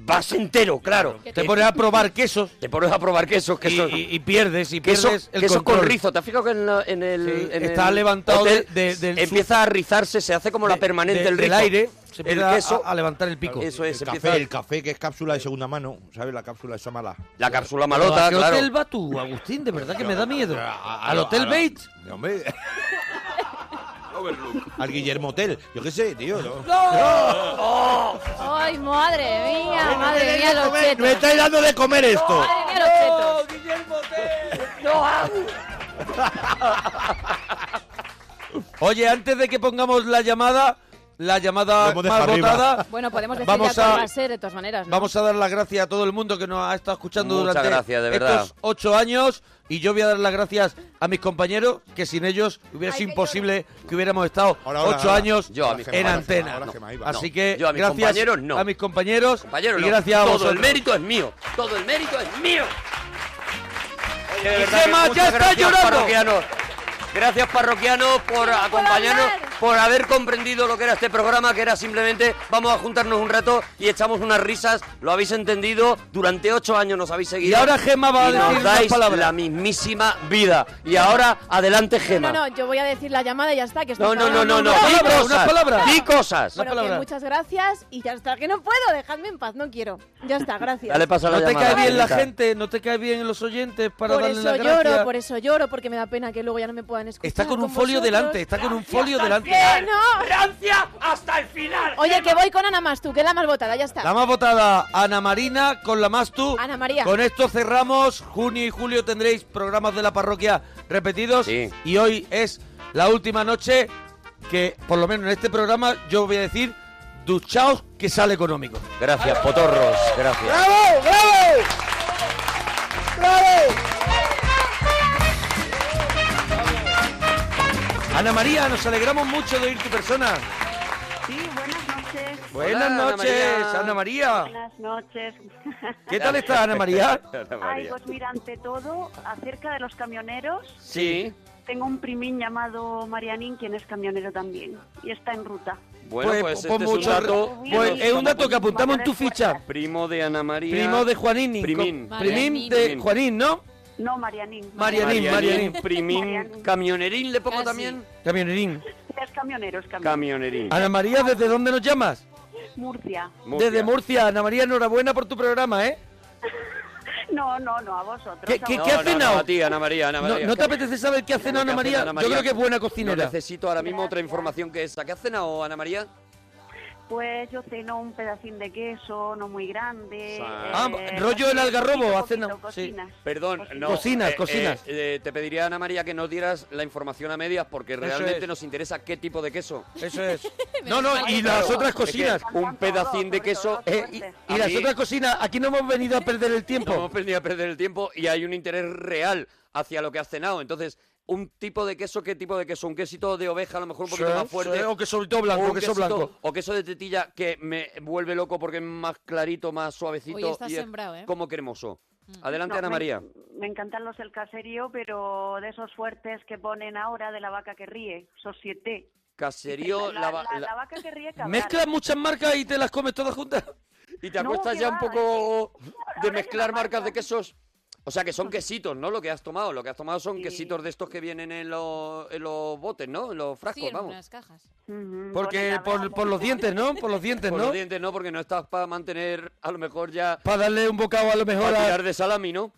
vas entero, claro.
Te pones a probar quesos.
Te pones a probar quesos, quesos.
Y, y pierdes, y
Queso,
pierdes el
queso con
control.
rizo, ¿te has fijado que en, la- en el.
Sí,
en
está
el
levantado
hotel
de- de- del
empieza a rizarse, se hace como la permanente
de-
el
del
rizo.
aire, se
el
empieza
queso.
a, a levantar el pico.
Eso es,
El
se
café,
empieza.
el café, que es cápsula de segunda mano, ¿sabes? La cápsula esa mala.
La cápsula malota,
¿A qué
claro.
hotel va tú, Agustín? De verdad que me da miedo.
a-
¿Al
a-
Hotel
a-
Bates?
No, hombre. Al Guillermo Hotel. Yo qué sé, tío. No.
Oh.
¡Ay, madre mía!
No
¡Madre mía, los chetos!
¡Me estáis dando de comer esto!
¡Madre mía, los chetos!
¡No,
ah.
Oye, antes de que pongamos la llamada, la llamada
hemos
más
dejado arriba.
votada,
Bueno, podemos decir
Vamos
ya cuál
a-
va a ser, de todas maneras, ¿no?
vamos a dar las gracias a todo el mundo que nos ha estado escuchando
Muchas
durante
gracias, de verdad.
estos ocho años. Y yo voy a dar las gracias a mis compañeros, que sin ellos hubiera sido imposible que hubiéramos estado
ahora,
ocho
ahora.
años
Yo a mis
en
compañeros,
antena.
ahora
No,
que me iba.
Así
No,
que
yo a mis
gracias
compañeros, no.
a mis compañeros,
Compañero,
y
no.
gracias a
Todo
vosotros.
el mérito es mío. Todo el mérito es mío.
de
Y
verdad que
Gemma, ya
muchas
está
gracias,
llorando.
parroquianos.
Gracias, parroquianos, por acompañarnos, por haber comprendido lo que era este programa, que era simplemente vamos a juntarnos un rato y echamos unas risas. Lo habéis entendido. Durante ocho años nos habéis seguido.
Y ahora Gemma va a
Y nos
decir unas
dais
palabras.
la mismísima vida. Y ahora, adelante, Gema.
No, no, yo voy a decir la llamada y ya está. Que esto
No,
se
no,
acaba.
no, no, no.
unas
Di
palabras,
cosas.
unas palabras.
Di cosas.
Bueno, que muchas gracias y ya está. Que no puedo, dejadme en paz, no quiero. Ya está, gracias.
Dale paso a la
¿No te
llamada,
cae bien la
Anita.
gente? ¿No te cae bien los oyentes para
por
darle
eso
la
lloro,
gracia?
por eso lloro, porque me da pena que luego ya no me puedan escuchar.
Está con un folio
vosotros.
delante, está con un folio delante.
¡Que no!
¡Francia hasta el final!
Oye, que voy con Ana Más, tú, que es la más votada, ya está.
La más votada, Ana Marina, con la más tú.
Ana María.
Con esto cerramos. Junio y julio tendréis programas de la parroquia repetidos. Y hoy es la última noche que, por lo menos en este programa, yo voy a decir, duchaos que sale económico.
Gracias, potorros. Gracias.
¡Bravo, bravo! ¡Bravo! Ana María, nos alegramos mucho de oír tu persona.
Sí, buenas noches.
Buenas noches, Ana María.
Buenas noches.
¿Qué tal está, Ana María? Ana
Ay,
María.
pues mira, ante todo, acerca de los camioneros,
Sí.
tengo un primín llamado Marianín, quien es camionero también, y está en ruta.
Bueno, pues, este
pon
es un
mucho-
dato.
pues, es un dato que apuntamos en tu ficha.
Primo de Ana María.
Primo de Juanín. y
Primín.
con- Primín de Juanín, ¿no?
No, Marianín.
Marianín, Marianín.
Primín. Camionerín, le pongo también.
Camionerín.
Es camionero, es camionero.
Camionerín.
Ana María, ¿desde dónde nos llamas?
Murcia.
Desde Murcia. Ana María, enhorabuena por tu programa, ¿eh?
No, no, no, a vosotros.
¿Qué,
a
qué,
vosotros.
qué ha cenado?
a ti, Ana María, Ana
No-
María.
¿No, te apetece saber qué ha cenado Ana María? Yo creo que es buena
No
cocinera.
necesito ahora mismo otra información que esa. ¿Qué ha cenado Ana María?
Pues yo ceno un pedacín de queso, no muy grande. eh,
Ah,
rollo el algarrobo, ha cenado.
Sí.
Perdón, no.
Cocinas, cocinas.
eh, te pediría, Ana María, que no dieras la información a medias porque
Eso
realmente
es.
nos interesa qué tipo de queso.
Eso es. No, no, y las otras cocinas.
Un pedacín de queso.
Eh, y, y las otras cocinas, aquí no hemos venido a perder el
No hemos
tiempo.
venido a perder el tiempo y hay un interés real hacia lo que has cenado. Entonces, un tipo de queso, ¿qué tipo de queso? Un quesito de oveja, a lo mejor un poquito
Sí,
más fuerte.
sí, o queso todo blanco,
un
queso blanco.
O queso de tetilla que me vuelve loco porque es más clarito, más suavecito.
Oye, estás
y es
sembrado, ¿eh?
Como cremoso.
Mm.
Adelante,
No,
Ana
me-
María.
Me encantan los del caserío, pero de esos fuertes que ponen ahora de la vaca que ríe, esos siete.
Caserío,
la,
la,
la-
va-
la
la-
vaca que ríe cabra.
Mezclas muchas marcas y te las comes todas juntas.
Y te acuestas ya un poco de mezclar marcas de quesos. O sea, que
Mm.
son quesitos, ¿no? Lo que has tomado. Lo que has tomado son quesitos de estos que vienen en los, en los botes, ¿no? En los frascos,
Sí, en
vamos.
unas cajas.
Porque por, por los dientes, ¿no? Por los dientes,
Por
¿no?
los dientes no, porque no estás para mantener, a lo mejor ya...
Para darle un bocado a lo mejor
pa'
a-
tirar de salami, ¿no?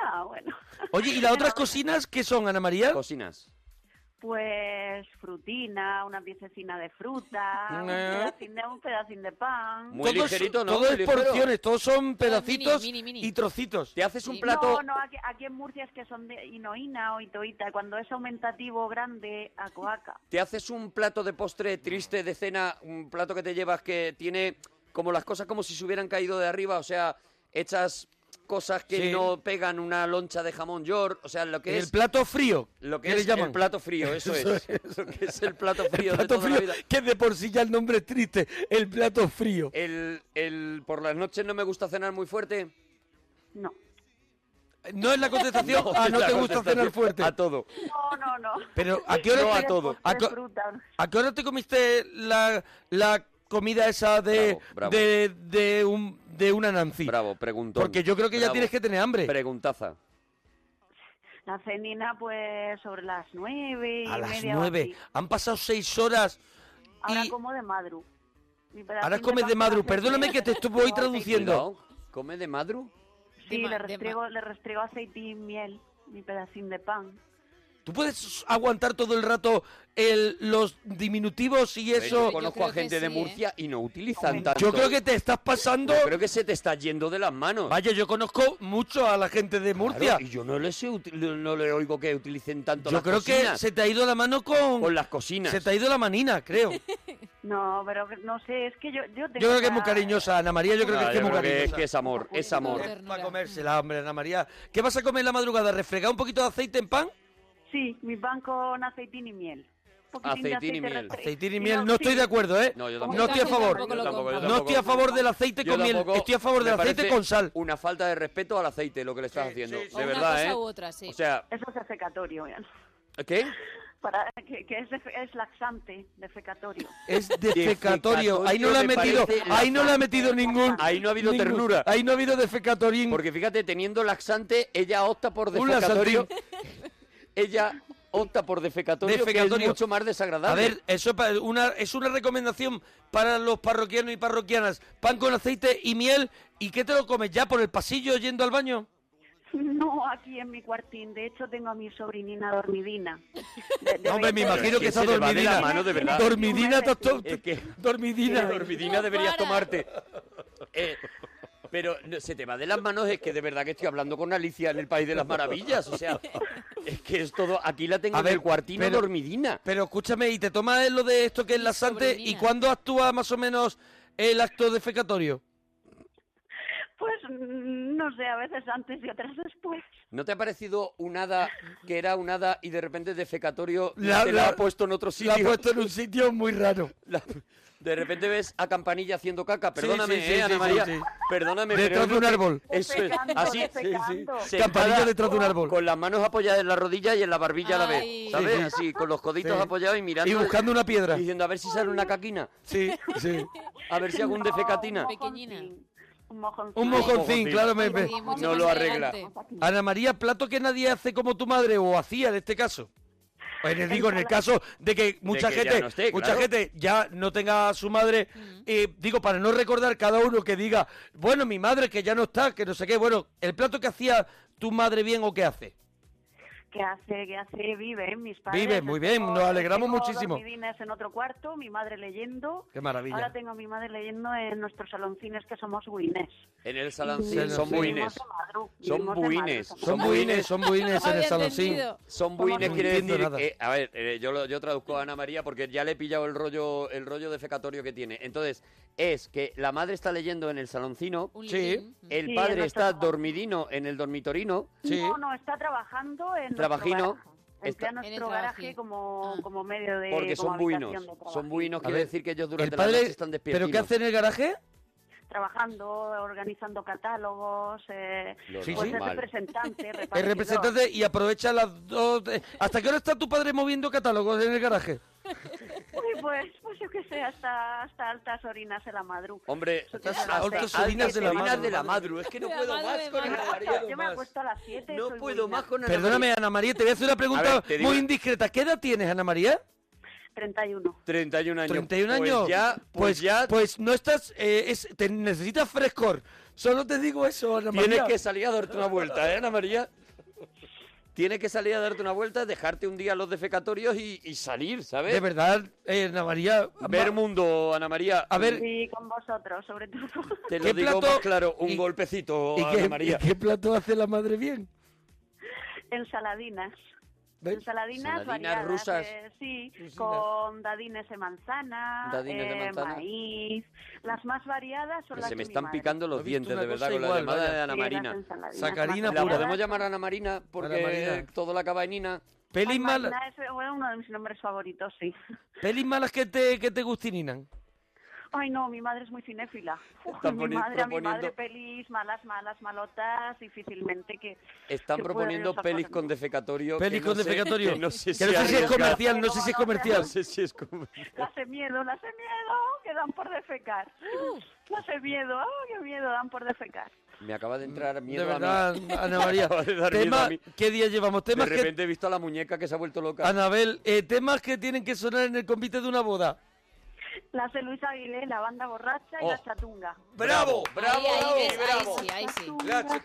Ah, bueno.
Oye, ¿y las otras cocinas qué son, Ana María?
Cocinas.
Pues frutina, una piececina de fruta, un
Eh.
pedacín de, un pedacín de pan.
Muy ligerito, ¿no?
Todo es
Muy ligero.
porciones, todos son pedacitos
Oh, mini, mini, mini.
y trocitos. Te
haces
Sí. No, no, aquí, aquí en Murcia es que son de inoína o itoíta. Cuando es aumentativo grande, a coaca.
Te haces un plato de postre triste de cena, un plato que te llevas que tiene como las cosas como si se hubieran caído de arriba, o sea, hechas cosas que
Sí.
no pegan una loncha de jamón york, o sea, lo que
El
es
plato frío.
lo que
¿qué
es
le llaman?
el plato frío, eso, es. Eso que es el plato frío de
plato
toda la
frío,
vida.
que de por sí ya el nombre es triste. El plato frío.
El, el por las noches no me gusta cenar muy fuerte.
No.
No es la contestación.
No,
ah, no
es la
te gusta
contestación.
cenar fuerte.
A todo.
No, no, no.
Pero ¿a qué hora
No a
te,
todo.
¿a, qué- a qué hora te comiste la, la comida esa de,
bravo.
de de un de una Nancy?
Bravo, preguntó.
Porque yo creo que ya
Bravo.
tienes que tener hambre.
Preguntaza.
La cenina, pues, sobre las nueve y
A las
media o
nueve.
así.
Han pasado seis horas.
Ahora como de madru. Mi pedacín
Ahora comes
pan
de
con
madru.
aceite.
Perdóname que te estuve hoy traduciendo.
¿Come de madru?
Sí,
De ma-
le,
de
restriego, le restriego aceite y miel, mi pedacín de pan.
¿Tú puedes aguantar todo el rato el, los diminutivos y eso?
Yo conozco a gente de Murcia
¿eh?
y no utilizan tanto.
Yo creo que te estás pasando.
creo que se te está yendo de las manos.
Vaya, yo conozco mucho a la gente de Murcia.
Claro, y yo no le, sé uti- no le oigo que utilicen tanto
Yo
las
creo que
cocinas.
se te ha ido la mano con.
Con las cocinas.
Se te ha ido la manina, creo.
No, pero que- no sé, es que yo, yo tengo
Yo creo que es muy
ya-
cariñosa, Ana María. Yo creo
Ah,
que es
yo
muy
creo que es-
cariñosa.
que es amor, es amor.
Para comérsela, hombre, Ana María. ¿Qué vas a comer en la madrugada? ¿Refregar un poquito de aceite en pan?
Sí, mi pan con aceitín y miel. Un poquitín de
Aceitín y
aceite
miel.
restri-
Aceitín
y
y miel,
no,
no estoy de acuerdo, ¿eh?
No, yo
No
tampoco.
estoy a favor.
Yo tampoco, yo
No
tampoco.
estoy a favor del aceite
Yo
con miel,
tampoco-
estoy a favor del
me
aceite
parece
con sal.
Una falta de respeto al aceite, lo que le estás haciendo.
sí, sí.
De
Una
verdad,
cosa
¿eh?
u otra, sí.
O sea,
Eso es defecatorio, ya.
¿qué?
Para, que, que es, defe- es laxante, defecatorio.
Es defecatorio. Ahí no le ha
me
metido,
parece
ahí no le ha metido ningún.
Ahí no ha habido
ningún-
ternura.
Ahí no ha habido defecatorín.
Porque fíjate, teniendo laxante, ella opta por
Un
defecatorio. ella opta por defecatorio, que
Defecatorio.
es mucho más
A
desagradable.
ver, eso es pa- una, es una recomendación para los parroquianos y parroquianas. Pan con aceite y miel. ¿Y qué te lo comes? ¿Ya por el pasillo yendo al baño?
No, aquí en mi cuartín. De hecho, tengo a mi sobrinina dormidina.
No, hombre, me
Pero
imagino
es
que
que
está
se le va de
dormidina.
la mano, de verdad.
Dormidina, doctor.
Es que
Dormidina.
dormidina deberías tomarte. Eh, pero no, se te va de las manos, es que de verdad que estoy hablando con Alicia en el País de las Maravillas. O sea, es que es todo. Aquí la tengo
A
en
ver,
el cuartino
pero-
dormidina.
Pero escúchame, ¿y te tomas lo de esto que es laxante? ¿Y
Sobrenina.
cuándo actúa más o menos el acto defecatorio?
Pues mm, no sé, a veces antes y otras después.
¿No te ha parecido un hada que era un hada y de repente defecatorio
La-
te la,
la-
ha puesto en otro sitio?
La ha puesto en un sitio muy raro.
De repente ves a Campanilla haciendo caca.
Sí,
Perdóname,
sí, sí,
eh,
sí,
Ana
sí,
María.
sí.
Perdóname.
Detrás
pero es
de un
lo que-
árbol.
Eso es.
Defecando,
Así.
defecando.
Sentada
Campanilla detrás de un árbol.
Con las manos apoyadas en la rodilla y en la barbilla a la vez.
Ay.
¿Sabes?
Sí, sí.
Así, con los coditos
Sí.
apoyados y mirando.
Y buscando una piedra.
Diciendo, a ver si sale una caquina.
Sí, sí.
A ver si hago un defecatina.
Pequeñina. Un mojoncín.
Un mojoncín, claro, me, me-
No lo arregla.
Ana María, plato que nadie hace como tu madre o hacía en este caso. Pues les digo, en el caso de que mucha
que ya
gente,
no esté,
mucha
claro.
gente ya no tenga a su madre, eh, digo, para no recordar cada uno que diga, bueno, mi madre que ya no está, que no sé qué, bueno, el plato que hacía tu madre bien o qué hace.
¿Qué hace? ¿Qué hace? Vive, ¿eh? mis padres.
Vive, muy bien, nos alegramos
Tengo
muchísimo.
dormidinas en otro cuarto, mi madre leyendo.
Qué maravilla.
Ahora tengo a mi madre leyendo en nuestros saloncines que somos buines.
En el salancín
Sí,
son
sí.
buines. Son
Vivimos de
buines.
madre,
Son buines, son buines en el saloncín.
Son buines,
No
quiere
entiendo
decir.
nada.
eh, a ver, eh, yo, lo- yo traduzco a Ana María porque ya le he pillado el rollo, el rollo defecatorio que tiene. Entonces, es que la madre está leyendo en el saloncino.
Un Sí.
El
Sí, en
padre
nuestro
está
trabajo.
dormidino en el dormitorino.
No, no, está trabajando en nuestro
Trabajino.
garaje. Emplea
Está-
nuestro garaje como, como medio de...
Porque
como
son
habitación
buinos.
de trabajo.
Son buinos, quiere
ver,
decir que ellos durante
el
la
padre-
noche están despiertos.
¿Pero qué hace en el garaje?
Trabajando, organizando catálogos, eh,
Lo Sí,
pues
sí.
es
normal.
representante,
El
repartidor.
representante y aprovecha las dos... de- ¿Hasta qué hora está tu padre moviendo catálogos en el garaje?
Uy, pues, pues yo qué sé, hasta, hasta altas orinas de la madrugada.
Hombre, hasta
altas
altas
orinas de la
orinas
madre.
de la madru. Es que no puedo más con Ana María.
Yo me acuesto a las 7. No puedo más
con
Perdóname, Ana María, te voy a hacer una
A
pregunta
ver, te digo-
muy indiscreta. ¿Qué edad tienes, Ana María?
31.
31 años.
31
Pues
años.
ya, pues ya-
Pues no estás. eh, es- te necesitas frescor. Solo te digo eso, Ana María.
Tienes que salir a darte una vuelta, ¿eh, Ana María?
Tienes que salir a darte una vuelta, dejarte un día los defecatorios y, y salir, ¿sabes?
De verdad, eh, Ana María.
Ver mundo, Ana María.
A ver,
Sí, con vosotros, sobre todo.
te lo digo más claro, un golpecito,
¿y
Ana
qué,
María.
y qué plato hace la madre bien?
Ensaladinas.
¿Ves?
Ensaladinas
Ensaladinas
variadas,
rusas.
eh, sí, con dadines de manzana,
Dadines de
eh,
manzana.
maíz. Las más variadas son
Que ¿eh?
las
se me
de mi
están
madre.
picando los
He visto
dientes,
una
de verdad,
cosa
con la
igual,
llamada
vaya.
de Ana
Sí, las
Marina.
ensaladinas
Sacarina
La
pura.
podemos llamar Ana Marina porque
Marina.
todo la cabañina.
Pelis,
Magna
malas-
es eh, bueno, uno de mis nombres favoritos, sí.
pelis malas que te, que te gustininan.
Ay, no, mi madre es muy cinéfila. Uf,
Están
mi
poni-
madre, a mi
proponiendo-
madre pelis, malas, malas, malotas, difícilmente que...
Están
que pueda
proponiendo
Dios sacar
pelis con defecatorio.
Pelis
que no
con
sé-
defecatorio.
que no sé
Que
si,
no sé si es
arriesgar.
comercial, no sé si es comercial.
No sé si es comercial.
Eh,
Las de miedo, las de miedo, que dan por defecar. Las de miedo, ah, qué miedo, dan por defecar.
Me acaba de entrar miedo
Mm, de verdad,
a mí.
Ana
Me
María.
acaba de dar miedo
Tema-
a mí.
¿Qué día llevamos?
De
Temas que,
repente he visto a la muñeca que se ha vuelto loca.
Anabel, eh, temas que tienen que sonar en el convite de una boda.
Las de Luis Aguilé, la banda borracha y
Oh.
la chatunga.
¡Bravo!
bravo,
ahí
bravo, bravo.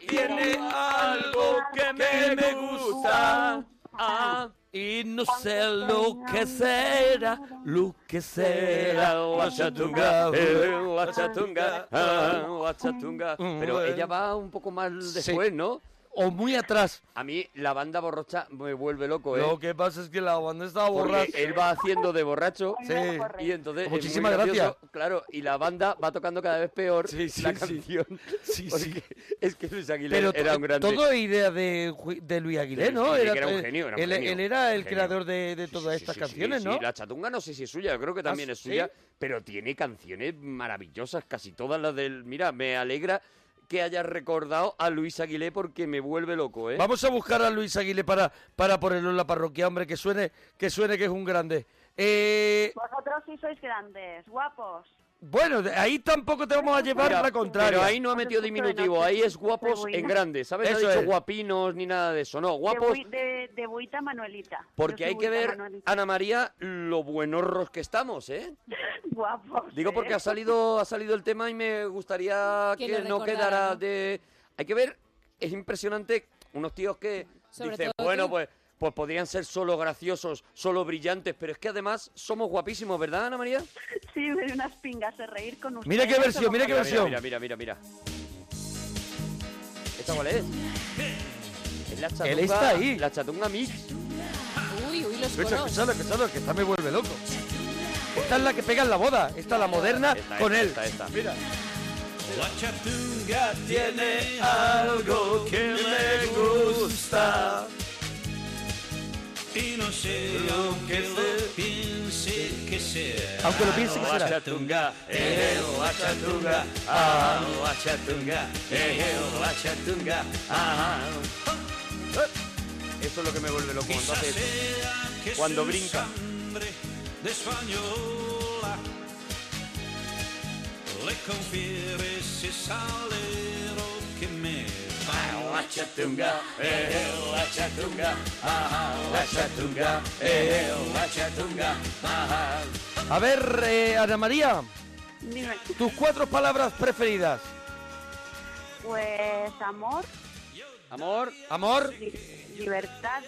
Tiene algo que me, gusta. Ah, y no sé lo que será, lo que será.
La chatunga, eh, la chatunga, ah, la chatunga. Pero ella va un poco más después, ¿no?
ah, O muy atrás.
A mí la banda borracha me vuelve loco, ¿eh?
Lo que pasa es que la banda estaba
Porque
borracha.
él va haciendo de borracho.
Sí.
Y entonces. es muy
Muchísimas gracias.
gracioso, Claro, y la banda va tocando cada vez peor la canción. Porque Es que Luis Aguilera
Pero
era un grande.
todo es idea de, Ju- de Luis Aguilé,
De Luis
¿no? pues,
Aguilé, que era un genio, era un
él,
genio,
él era
un
el
genio.
creador de, de todas estas
Sí, sí,
canciones,
sí,
¿no?
La chatunga no sé si es suya, yo creo que también
Ah,
es
¿sí?
suya, pero tiene canciones maravillosas, casi todas las del... Mira, me alegra que hayas recordado a Luis Aguilé porque me vuelve loco, ¿eh?
Vamos a buscar a Luis Aguilé para, para ponerlo en la parroquia, hombre, que suene, que suene que es un grande. Eh,
Vosotros sí sois grandes, guapos.
bueno, de- ahí tampoco te vamos a llevar
Mira,
la contraria.
Pero ahí no ha metido diminutivo, ahí es guapos
buena.
en grande, ¿sabes? No
Eso
ha dicho
es.
guapinos ni nada de eso, no,
De,
guapos
bui- de, de buita Manuelita. Yo
porque
soy
hay que
buita
ver,
Manuelita.
Ana María, lo buenorros que estamos, ¿eh?
Guapos.
Digo porque ha salido ha salido el tema y me gustaría
Que
que,
lo recordara,
no quedara
¿no?
de hay que ver es impresionante unos tíos que
Sobre
dicen
todo
bueno
tú".
pues pues podrían ser solo graciosos solo brillantes pero es que además somos guapísimos verdad Ana María
Sí, de unas pingas de reír con ustedes.
Mira qué versión, mira qué
Mira,
versión.
mira mira mira mira esta cuál es es la chatunga
Él está ahí.
la chatunga mix
Uy, uy, los
Escucha,
coros.
escuchadlo, escuchadlo, que esta me vuelve loco. Esta es la que pega en la boda, esta la moderna con él. Mira.
La chatunga tiene algo que me gusta. Y no sé, aunque lo piense que sea.
Aunque lo piense que
La
será.
chatunga, eh, la chatunga, ah, la chatunga, eh,
oh,
la chatunga, ah.
Eh,
eso es lo que me vuelve loco cuando hace eso. cuando brinca
Hombre de española le confiere si sale lo que me va. La chatunga, Ah, eh, la chatunga, ah, la chatunga, eh, la chatunga, ah.
A ver, eh, Ana María,
Dime,
tus cuatro palabras preferidas.
pues amor,
amor
Amor,
li- libertad,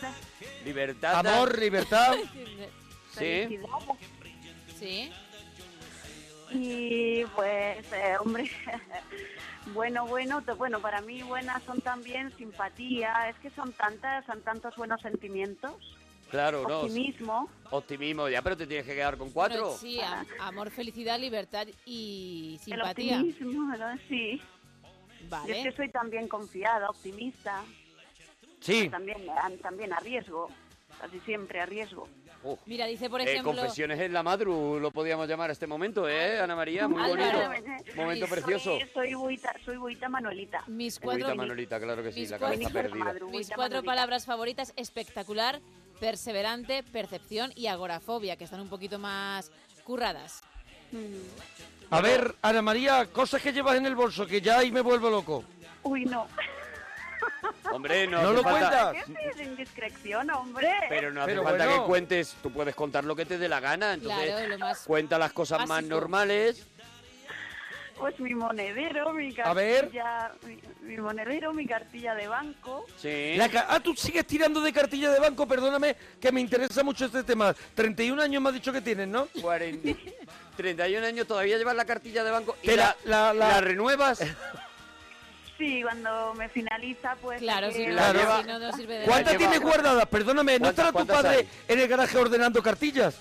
libertad
amor, libertad.
sí
felicidad.
Sí.
Y pues, eh, hombre, bueno, bueno, to- bueno, para mí buenas son también simpatía, es que son tantas, son tantos buenos sentimientos,
claro no
optimismo.
optimismo ya pero te tienes que quedar con cuatro
Bueno, sí, am- amor, felicidad, libertad y
El
simpatía.
optimismo, ¿verdad? Sí. Yo es que soy también confiada, optimista.
Sí.
También, también a riesgo, casi siempre a riesgo.
Uf.
Mira, dice por
Eh,
ejemplo.
confesiones en la madru, lo podíamos llamar a este momento, ¿eh, Ana María? Muy bonito.
Álvaro.
Momento
Soy-
precioso.
Soy, buita, soy buita Manuelita.
Mis
Buita Manolita, claro que sí,
mis
la
cuatro-
cabeza perdida.
Mis cuatro palabras favoritas, espectacular, perseverante, percepción y agorafobia, que están un poquito más curradas.
A ver, Ana María, cosas que llevas en el bolso, que ya ahí me vuelvo loco.
Uy, no.
Hombre, no,
No
hace
lo
falta-
cuentas.
¿Qué es indiscreción, hombre?
Pero no hace
Pero
falta
bueno.
que cuentes, tú puedes contar lo que te dé la gana, entonces
Claro, lo más
cuenta las cosas más
básico.
normales
Pues mi monedero, mi cartilla,
A ver.
Mi, mi monedero, mi cartilla de banco.
Sí.
ah, tú sigues tirando de cartilla de banco, perdóname, que me interesa mucho este tema. 31 años me has dicho que tienes, ¿no?
31 años todavía llevas la cartilla de banco y
Te
la,
la- la- la-
la renuevas.
Sí, cuando me finaliza, pues...
Claro,
eh,
si no,
Claro.
si no, no sirve de
¿Cuántas
nada.
tienes guardadas? Perdóname, ¿no
¿Cuántas-
estará tu
cuántas
padre
hay?
en el garaje ordenando cartillas?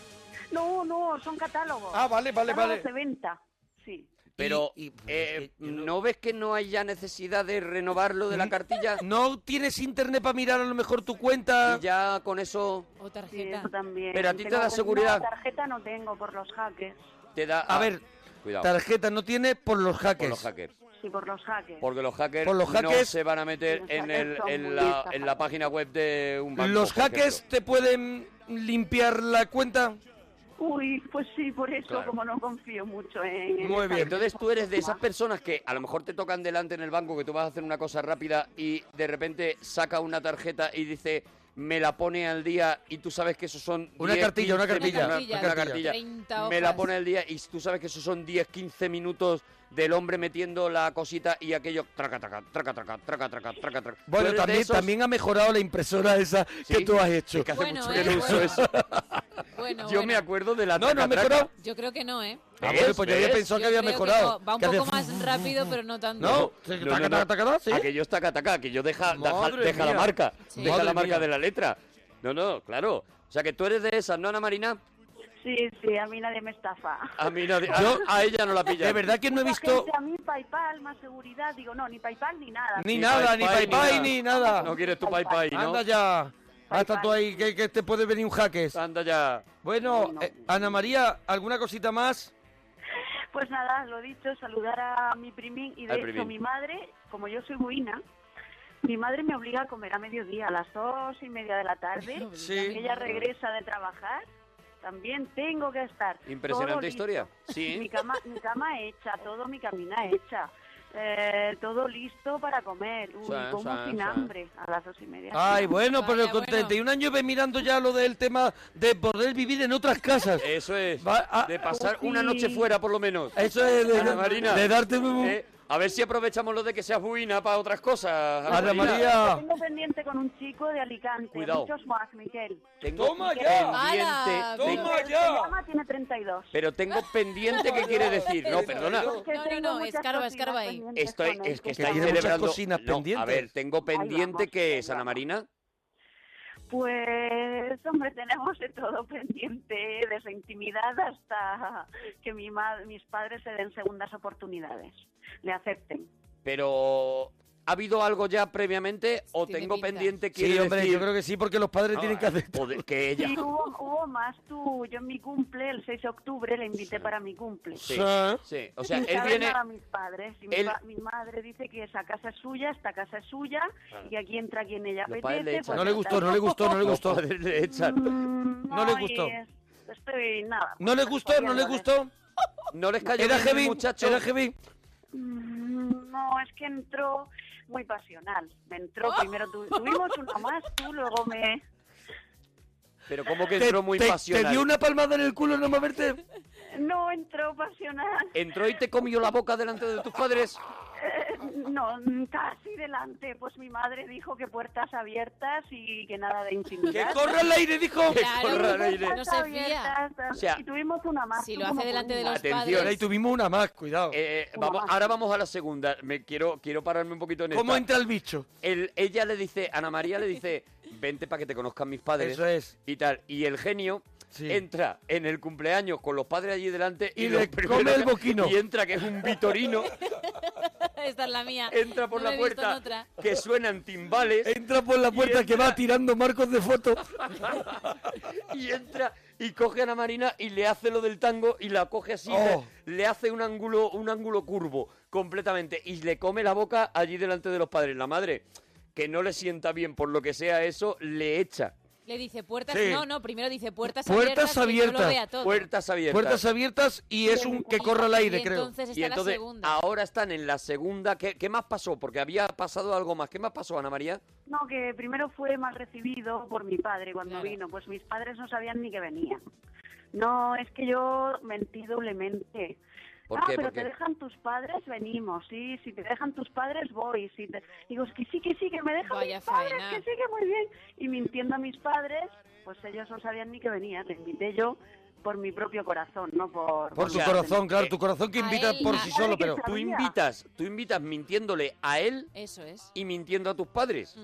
No, no, son catálogos.
Ah, vale, vale,
Catálogos
vale.
de venta, sí.
Pero,
pues,
eh, ¿no ves que no hay ya necesidad de renovarlo de la cartilla?
Mm, ¿No tienes internet para mirar a lo mejor tu cuenta?
ya con eso...
O tarjeta.
Eso también.
Pero a ti te
Tengo
da
como-
seguridad.
No, tarjeta no tengo por los hackers.
Te da...
A ver,
Cuidado.
tarjeta no tiene por los hackers.
Por los hackers.
Sí, por los hackers.
Porque los hackers,
Por los
no
hackers-
se van a meter
Los
en,
hackers
el,
son muy
en, la, en la página web de un banco.
¿Los
por
hackers te pueden limpiar la cuenta?
Uy, pues sí, por eso,
Claro.
como no confío mucho en... en
Muy
esta
bien. Entonces tú eres de
plataforma.
esas personas que a lo mejor te tocan delante en el banco, que tú vas a hacer una cosa rápida y de repente saca una tarjeta y dice, me la pone al día y tú sabes que eso son...
Una cartilla, una cartilla,
una,
una
una
cartilla.
cartilla.
30
Me la
hojas.
pone al día y tú sabes que eso son 10, 15 minutos del hombre metiendo la cosita y aquello... Traca, traca, traca, traca, traca, traca, traca, traca. Tú eres
Bueno,
de
también,
esos-
también ha mejorado la impresora esa que tú has hecho.
que hace Bueno, mucho que eh, no uso bueno. eso.
Bueno,
Yo
bueno.
me acuerdo de la...
No, no,
traca,
ha
traca.
mejorado.
Yo creo que no, ¿eh?
Ah, bueno, pues yo había
¿Ves?
pensado que
Yo
había
creo
mejorado.
no, va un
que
poco
hace-
más rápido, pero no tanto.
No,
No,
taca,
no, no.
taca, taca, sí.
Aquello es taca, taca, aquello deja, deja,
Madre
deja
mía.
la marca,
Sí.
deja la
Madre
marca
mía.
de la letra. No, no, claro. O sea que tú eres de esas, ¿no, Ana Marina?
Sí, sí, a mí nadie me estafa.
A mí nadie- a, a ella no la pilla.
De verdad que no he
Mucha
visto
gente, a mí Paypal, más seguridad. Digo, no, ni Paypal ni nada.
ni nada, ni
Pai Pai,
Pai Pai,
ni
ni nada.
No quieres tu Pai Pai, ¿no?
Anda ya. Hasta tú ahí, que, que te puede venir un jaques.
Anda ya.
Bueno, eh, Ana María, ¿alguna cosita más?
Pues nada, lo dicho, saludar a mi primín. Y de
Al
hecho,
primín.
mi madre, como yo soy buina, mi madre me obliga a comer a mediodía, a las dos y media de la tarde.
Sí.
Ella regresa de trabajar. También tengo que estar. Todo
Impresionante
listo.
historia.
Mi
Sí.
cama, mi cama hecha, todo mi camina hecha. Eh, todo listo para comer. Uy,
Sí,
como
sí,
sin
sí.
hambre a las dos y media.
Ay, bueno, pero con
bueno.
31 años ve mirando ya lo del tema de poder vivir en otras casas.
Eso es.
de
pasar una noche fuera, por lo menos.
Eso es de,
Ana Marina.
de darte un...
Eh, a ver si aprovechamos lo de que seas buena para otras cosas.
Ana
Ah.
Yo Tengo pendiente con un chico de Alicante.
Cuidado.
Muchos más, Miguel.
Tengo
Toma
pendiente.
ya.
tengo-
Se llama, tiene 32.
Pero tengo pendiente que quiere decir. No, perdona.
No, no, no, escarba, escarba ahí.
Estoy, es que
Que
estáis
tiene muchas
celebrando.
cocinas
No, a
pendientes.
ver, tengo pendiente que es Ana Marina.
Pues, hombre, tenemos de todo pendiente, desde intimidad hasta que mi ma- mis padres se den segundas oportunidades, le acepten.
Pero ¿ha habido algo ya previamente o
Tiene
tengo
pinta.
pendiente que
Sí, hombre, yo creo que sí, porque los padres tienen que hacer...
que ella.
Sí, hubo, hubo más tú, yo en mi cumple, el 6 de octubre, le invité para mi cumple.
Sí,
Ah.
sí. O sea,
Sin
él
saber
viene
nada a mis padres. Y mi
él-
pa- mi, madre dice que esa casa es suya, esta casa es suya,
Claro.
y aquí entra quien ella
Los
apetece.
padres le
pues
echan.
No le gustó, no le gustó, no le gustó.
Los padres le echan.
No le
y
gustó.
es- Estoy nada.
¿No le gustó? ¿No le gustó?
No les cayó
¿Era
bien el
heavy?
muchacho.
¿Era heavy?
Mm, No, es que entró muy pasional. Me entró primero, tu- tuvimos una más, tú luego me...
Pero como que entró muy pasional.
¿Te dio una palmada en el culo no moverte?
No entró pasional.
Entró y te comió la boca delante de tus padres.
Eh, no, mm, casi delante. Pues mi madre dijo que puertas abiertas y que nada de intimidad.
¡Que corra el aire, dijo! ¡Que
Claro,
corra el aire!
puertas
No se fía.
abiertas,
O sea,
y tuvimos una más.
si
tú
lo hace
como
delante de los
pudimos.
Atención.
Ahí tuvimos una más, cuidado.
Eh, vamos, ahora vamos a la segunda. Me quiero, quiero pararme un poquito en
¿Cómo
esta.
entra el bicho?
El- ella le dice, Ana María le dice, vente para que te conozcan mis padres.
Eso es.
Y tal. Y el genio entra en el cumpleaños con los padres allí delante y,
Y
lo
le
primero
come el
que-
boquino.
Y entra que es un vitorino,
Esta es la mía.
Entra por
No
la
he visto en
puerta.
otra.
que suenan timbales.
Entra por la puerta que va tirando marcos de fotos.
y entra y coge a Ana Marina y le hace lo del tango y la coge así,
Oh.
le, le hace un ángulo, un ángulo curvo completamente y le come la boca allí delante de los padres. La madre, que no le sienta bien por lo que sea eso, le echa.
Le dice puertas.
Sí.
No, no, primero dice puertas, abiertas.
Puertas
que yo lo vea
abiertas.
todo.
Puertas abiertas.
Puertas abiertas y es un que corra el aire, creo.
entonces está
y
la
entonces
segunda.
ahora están en la segunda. ¿Qué, qué más pasó? Porque había pasado algo más. ¿Qué más pasó, Ana María?
No, que primero fue mal recibido por mi padre cuando vino, pues mis padres no sabían ni que venía. No, es que yo mentí doblemente.
¿Por
ah,
qué?
pero
¿Por qué?
te dejan tus padres, venimos. Sí, si te dejan tus padres, voy. Si te- Digo, es que sí, que sí, que me dejan
Vaya
mis padres,
faena.
que sí, que muy bien. Y mintiendo a mis padres, pues ellos no sabían ni que venía. Le invité yo por mi propio corazón, no por...
Por tu corazón, claro, tu corazón que invita por sí solo, pero...
Tú invitas, tú invitas mintiéndole a él
Eso es.
y mintiendo a tus padres.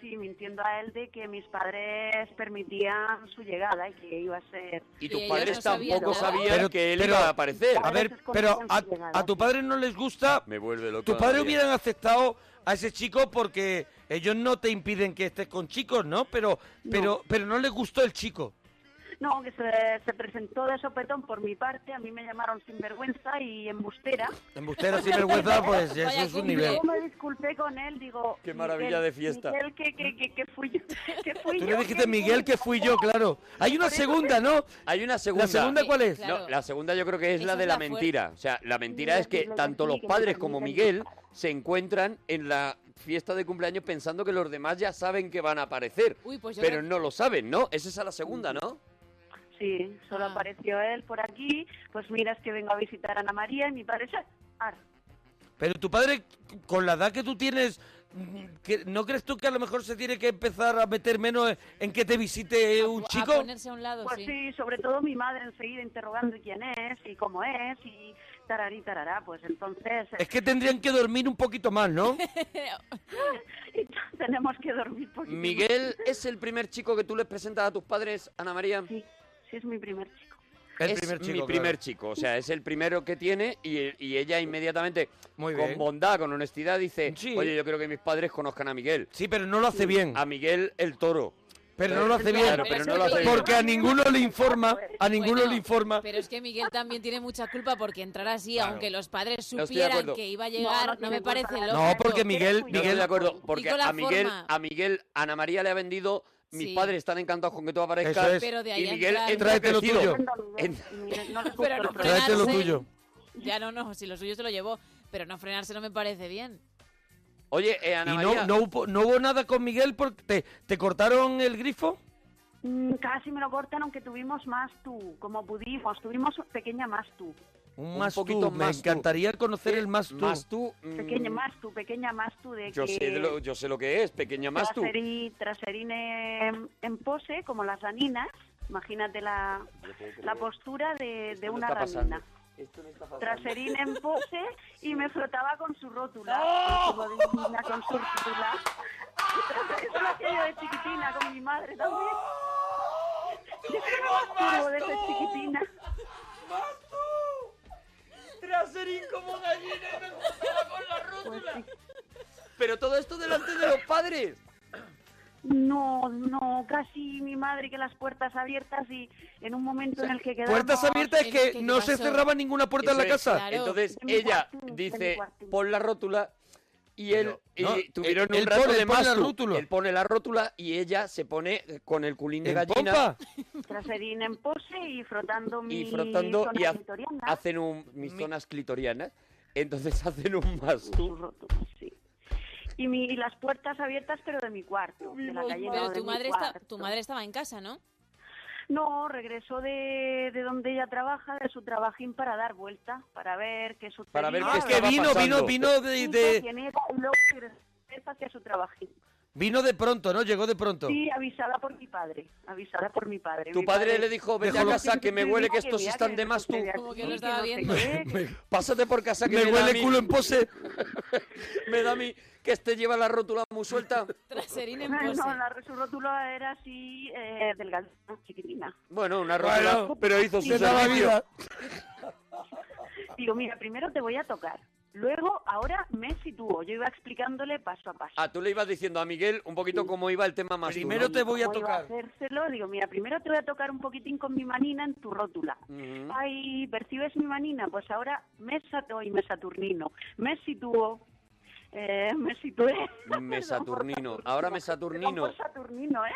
Sí, mintiendo a él de que mis padres permitían su llegada y que iba a ser...
Y tus padres tampoco sabían
Pero-
que él
pero-
iba a aparecer.
A ver, pero a, a tu padre no les gusta...
Me vuelve loco.
Tus padres
Adrián.
hubieran aceptado a ese chico porque ellos no te impiden que estés con chicos, ¿no? Pero pero pero no les gustó el chico.
No, que se, se presentó de sopetón por mi parte. A mí me llamaron sinvergüenza y embustera.
Embustera sinvergüenza, pues eso es un nivel.
Yo me disculpé con él, digo...
Qué maravilla
"Miguel,
de fiesta".
Miguel, que, que, que, que fui yo. Que fui
Tú
yo,
le dijiste
que-
Miguel que fui yo, claro. Hay una segunda, ¿no?
Hay una segunda.
¿La segunda cuál es?
No, la segunda yo creo que es
Esa
la de
es
la,
la fuerte.
mentira. O sea, la mentira es que
decirle que
tanto
sí,
los
que me
padres como
permitan
Miguel se encuentran en la fiesta de cumpleaños pensando que los demás ya saben que van a aparecer.
Uy, pues yo
pero
creo-
no lo saben, ¿no? Esa es a la segunda, ¿no?
Sí, solo apareció él por aquí. Pues mira, es que vengo a visitar a Ana María y mi padre... "Ah, ah".
Pero tu padre, con la edad que tú tienes, mm, que- ¿no crees tú que a lo mejor se tiene que empezar a meter menos en- en que te visite un chico?
a un lado,
pues sí. sobre todo mi madre enseguida interrogando quién es y cómo es y tararí tarará, pues entonces
Es que tendrían que dormir un poquito más, ¿no?
tenemos que dormir poquito.
Miguel es el primer chico que tú les presentas a tus padres, Ana María.
Sí, sí es mi primer chico.
El
es
primer chico,
mi
claro.
primer chico, o sea, es el primero que tiene y, y ella inmediatamente, con
bien.
bondad, con honestidad, dice, oye, yo creo que mis padres conozcan a Miguel.
Sí, pero no lo hace bien.
A Miguel el toro.
Pero no lo hace bien.
Claro, pero no lo hace bien.
Porque a ninguno le informa, a ninguno
Bueno,
le informa.
Pero es que Miguel también tiene mucha culpa porque entrar así,
Claro.
aunque los padres
No estoy de
supieran
acuerdo.
que iba a llegar,
No,
no,
no tiene
me parece
culpa.
lógico.
No, porque Miguel-
Yo estoy de acuerdo, porque
Y con la
a Miguel,
forma.
a Miguel, Ana María le ha vendido, mis
Sí.
padres están encantados con que tú aparezcas.
Eso es. Pero
de ahí
y
a
Miguel
entrar-
entra
Tráete lo
crecido.
tuyo.
En-
Pero no
Tráete lo
frenarse-
tuyo.
Ya no, no, si lo suyo se lo llevó. Pero no frenarse no me parece bien.
Oye, eh, Ana
¿Y
María.
no, no, hubo, no hubo nada con Miguel porque te, te cortaron el grifo?
Mm, Casi me lo cortan, aunque tuvimos más tú, como pudimos, tuvimos pequeña más tú.
Un,
Un
más
poquito
tú. Me
más tú. Eh,
encantaría conocer el más tú.
más tú,
Pequeña más tú, pequeña más tú de
Mm. Yo
que
sé, de lo, yo sé lo que es, pequeña más tú.
traseri- traserine en, en pose, como las raninas. Imagínate la, la postura de, de una ranina. Traserín en pose y me frotaba con su rótula. Con su rodilla, con su rótula. Eso lo hacía yo de chiquitina con mi madre también. Yo era más de ser chiquitina.
Traserín como gallina y me juntaba con la
Pues
rótula.
Pero todo esto delante de los padres.
No, no, casi mi madre que las puertas abiertas y en un momento en el que quedamos...
Puertas abiertas es que no se cerraba ninguna puerta en
Eso
la
es.
casa.
Entonces ella dice, pon la rótula y él y
no,
tuvieron
él-
un
él
rato
pone-
de
él pone
más
la
tú.
rótula.
Él pone la rótula y ella se pone eh, con el culín de
¿En
gallina
pompa?
Traserín en pose y frotando mi
y frotando
zona
y ha-
clitoriana.
hacen un mis zonas clitorianas. Entonces hacen un más tú.
y, mi- y las puertas abiertas pero de mi cuarto de la calle no,
Pero
de
tu
mi
madre, está,
cuarto.
tu madre estaba en casa, ¿no?
no regresó de, de donde ella trabaja de su trabajín para dar vuelta para ver qué sucedía
Para ver qué
Ah, que
estaba
vino,
pasando.
vino, vino de,
Supo
de-
quién era, y luego regresó hacia su trabajín
vino de pronto, ¿no? Llegó de pronto.
sí avisada por mi padre avisada por mi padre
Tu
Mi
padre le dijo, vete a
Dejó-
casa que me
Sí,
huele
sí,
que
sí,
estos
mira,
están
que
de más tú.
sucede aquí, que no sé qué.
Pásate por casa que
me
da
huele
a mí-
culo en pose.
Me da a mí que este lleva la rótula muy suelta.
Traserín en
no,
pose.
no, la, su rótula era así, eh, delgada, chiquitina.
Bueno, una rótula,
Bueno,
pero hizo su
se daba
servicio.
vida. Digo, mira, primero te voy a tocar. Luego, ahora me sitúo. Yo iba explicándole paso a paso.
Ah, tú le ibas diciendo a Miguel un poquito cómo iba el tema más tú, ¿no?
¿Cómo iba hacérselo? Digo, mira, primero te voy a tocar un poquitín con mi manina en tu rótula.
Ujú.
Ay, ¿percibes mi manina? Pues ahora me satúo y me saturnino. Me sitúo. Eh, me situé.
Me Saturnino. Ahora me Saturnino.
Saturnino, ¿eh?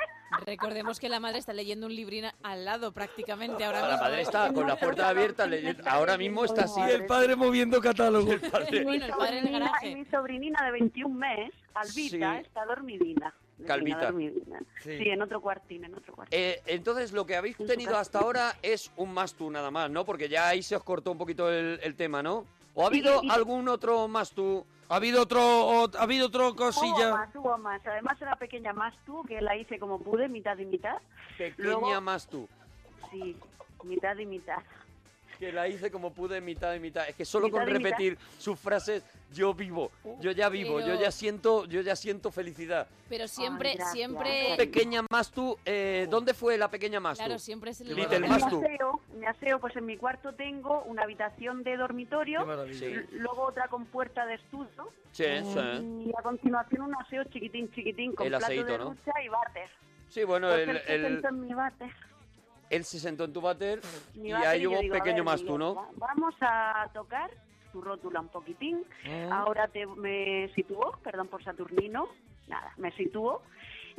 Recordemos que la madre está leyendo un librín al lado prácticamente ahora
La
mismo.
madre está con la puerta abierta. leyendo- Ahora mismo está así.
Y el padre moviendo catálogo.
mi, sobrinina, mi sobrinina de 21 meses, Albita,
Sí.
está dormidina. Le tenía
Calvita.
dormidina.
Sí.
Sí. en otro cuartín, en otro cuartín.
Eh, entonces, lo que habéis tenido hasta ahora es un Mastu nada más, ¿no? Porque ya ahí se os cortó un poquito el, el tema, ¿no? ¿O ha habido
Sí, sí.
algún otro Mastu?
¿Ha habido otro, o- ha habido otro
Hubo
cosilla?
más, hubo más. Además era pequeña más tú, que la hice como pude, mitad y mitad.
Pequeña Mastu.
Sí, mitad y mitad.
Que la hice como pude, mitad y mitad. Es que solo
Mitad
con
y mitad.
repetir sus frases, yo vivo, yo ya vivo, yo
Pero-
ya siento, yo ya siento felicidad.
Pero siempre,
gracias.
siempre...
Pequeña Mastu, eh, ¿dónde fue la pequeña Mastu?
Claro, siempre es el-
Little
me
Mastu.
aseo, me aseo, pues en mi cuarto tengo una habitación de dormitorio,
Qué maravilla.
l- luego otra con puerta de estudio
Sí,
Ah.
sí.
y a continuación un aseo chiquitín, chiquitín, con
El
plato
aseíto,
de
¿no?
ducha y váter.
Sí, bueno,
Porque
el-
se
el-
Pues sentó en mi váter.
Él se sentó en tu váter
Mi
y
váter,
ahí
yo
hubo
digo, a
pequeño
ver,
Mastu,
Miguel,
¿no?
va- Vamos a tocar tu rótula un poquitín.
Ah.
Ahora te me sitúo, perdón por Saturnino, nada, me sitúo.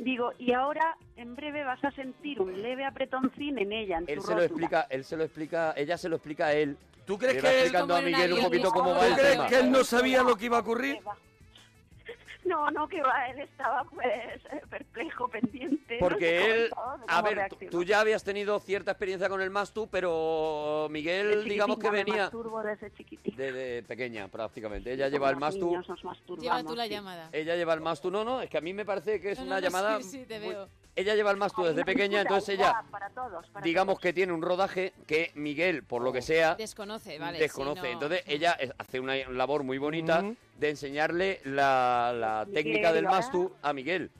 Digo, y ahora en breve vas a sentir un leve apretoncín en ella, en
Él
tu
se lo
rótula.
explica, él se lo explica, ella se lo explica a él. ¿Tú
crees
va
que él-
explicando a
Como en
Miguel un
avión,
poquito cómo
¿no?
va
¿Tú
el
crees
tema?
que él no sabía lo que iba a ocurrir?
No, no, que va, él estaba pues perplejo, pendiente. no sé cómo
Porque él,
estaba, de
a
cómo
ver, tú-
reaccionó.
tú ya habías tenido cierta experiencia con el Mastu, pero
De
Miguel,
chiquitín
digamos que
ya me
venía
masturbo desde chiquitín.
de, de pequeña prácticamente. Ella lleva el Mastu,
Niños, nos masturbamos,
Lleva tú la
sí.
llamada.
ella lleva el Mastu. No, no, es que a mí me parece que es
No, no,
una
no,
llamada.
Sí, sí, te
muy-
veo.
Ella lleva el Mastu desde pequeña, entonces ella,
Ah, Para todos, para
digamos que tiene un rodaje que Miguel, por lo que sea,
Desconoce, Eh, vale.
desconoce.
sí, no.
Entonces ella es- hace una labor muy bonita de enseñarle la, la
Miguel,
técnica del
¿verdad?
Mastu a Miguel,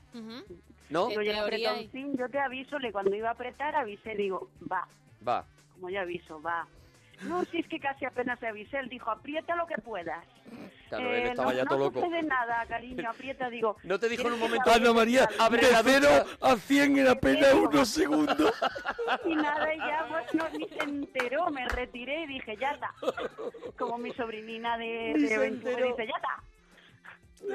¿no?
Digo, ya
teoría
apretoncín, yo te aviso, le cuando iba a apretar, avisé, digo, va,
Va.
como ya aviso, va. No, si es que casi apenas te avisé, él dijo, aprieta lo que puedas.
Claro, él estaba
Eh, no,
ya todo
no
loco.
sucede nada, cariño, aprieta, digo.
No te dijo en
¿quieres
un
que
momento,
te
Ana María,
apriete?
abre la
de
ducha.
0 a 100 en apenas unos segundos.
Y nada, y ya pues no, ni se enteró, me retiré y dije, ya está. Como mi sobrinina de,
Ni
de
se
21
enteró.
dice, ya está.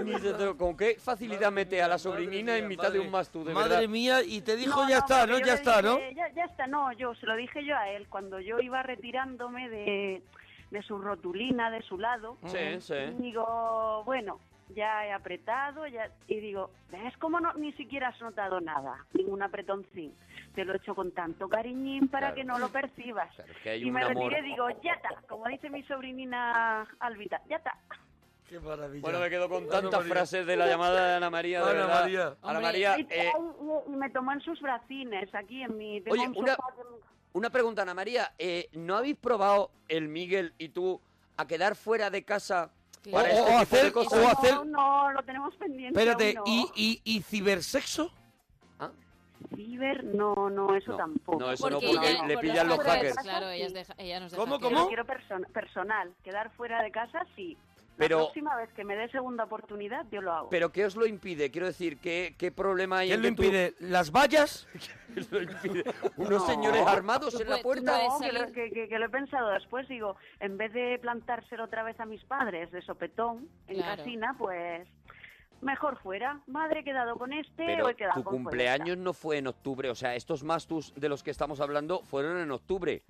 Ni se enteró. ¿Con qué facilidad mete a la sobrina en mitad de un Mastu, de
Madre
verdad?
mía, y te dijo
No,
ya está,
porque
¿no?
yo
Ya
le
está, ¿no?
dije, Ya, ya está, no, yo se lo dije yo a él cuando yo iba retirándome de, de su rotulina, de su lado.
Sí, sí.
y Digo, bueno, ya he apretado ya, y digo, ¿ves cómo no, ni siquiera has notado nada? Ningún apretoncín. Te lo he hecho con tanto cariñín para
Claro.
que no lo percibas.
que hay
y
un
me
amor.
retiré y digo, ya está, como dice mi sobrinina Alvita, ya está.
Qué maravilla.
Bueno, me quedo con
Ana
tantas
María.
frases de la llamada de Ana María, de
Ana
verdad.
María.
Ana María,
y,
eh,
y- y me tomó en sus bracines aquí en mi... tengo
Oye,
un
una,
sofá que-
una pregunta, Ana María. eh, ¿No habéis probado el Miguel y tú a quedar fuera de casa
Sí.
para
O-
este
o
tipo
hacer-
de cosas?
o hacer-
No, no, lo tenemos pendiente.
Espérate,
aún no.
¿y, y, y cibersexo?
Ciber, no, no, eso tampoco.
no, eso no, Porque porque ella- le por pillan los los hackers. hackers.
Claro, ellas deja- ella nos deja
¿Cómo,
que-
cómo?
Pero quiero perso- personal, quedar fuera de casa, sí. La
Pero-
próxima vez que me dé segunda oportunidad, yo lo hago.
¿Pero qué os lo impide? Quiero decir, ¿qué, qué problema hay
¿Quién
en
lo
que tú-
impide? ¿Las vallas?
Unos señores armados en
Pues,
la puerta.
No, que lo, que- que- que lo he pensado después, digo, en vez de plantárselo otra vez a mis padres de sopetón en
Claro.
casina, pues mejor fuera. Madre, he quedado con este o
Pero
he quedado
tu
con fuera.
cumpleaños no fue en octubre. O sea, estos mastus de los que estamos hablando fueron en octubre.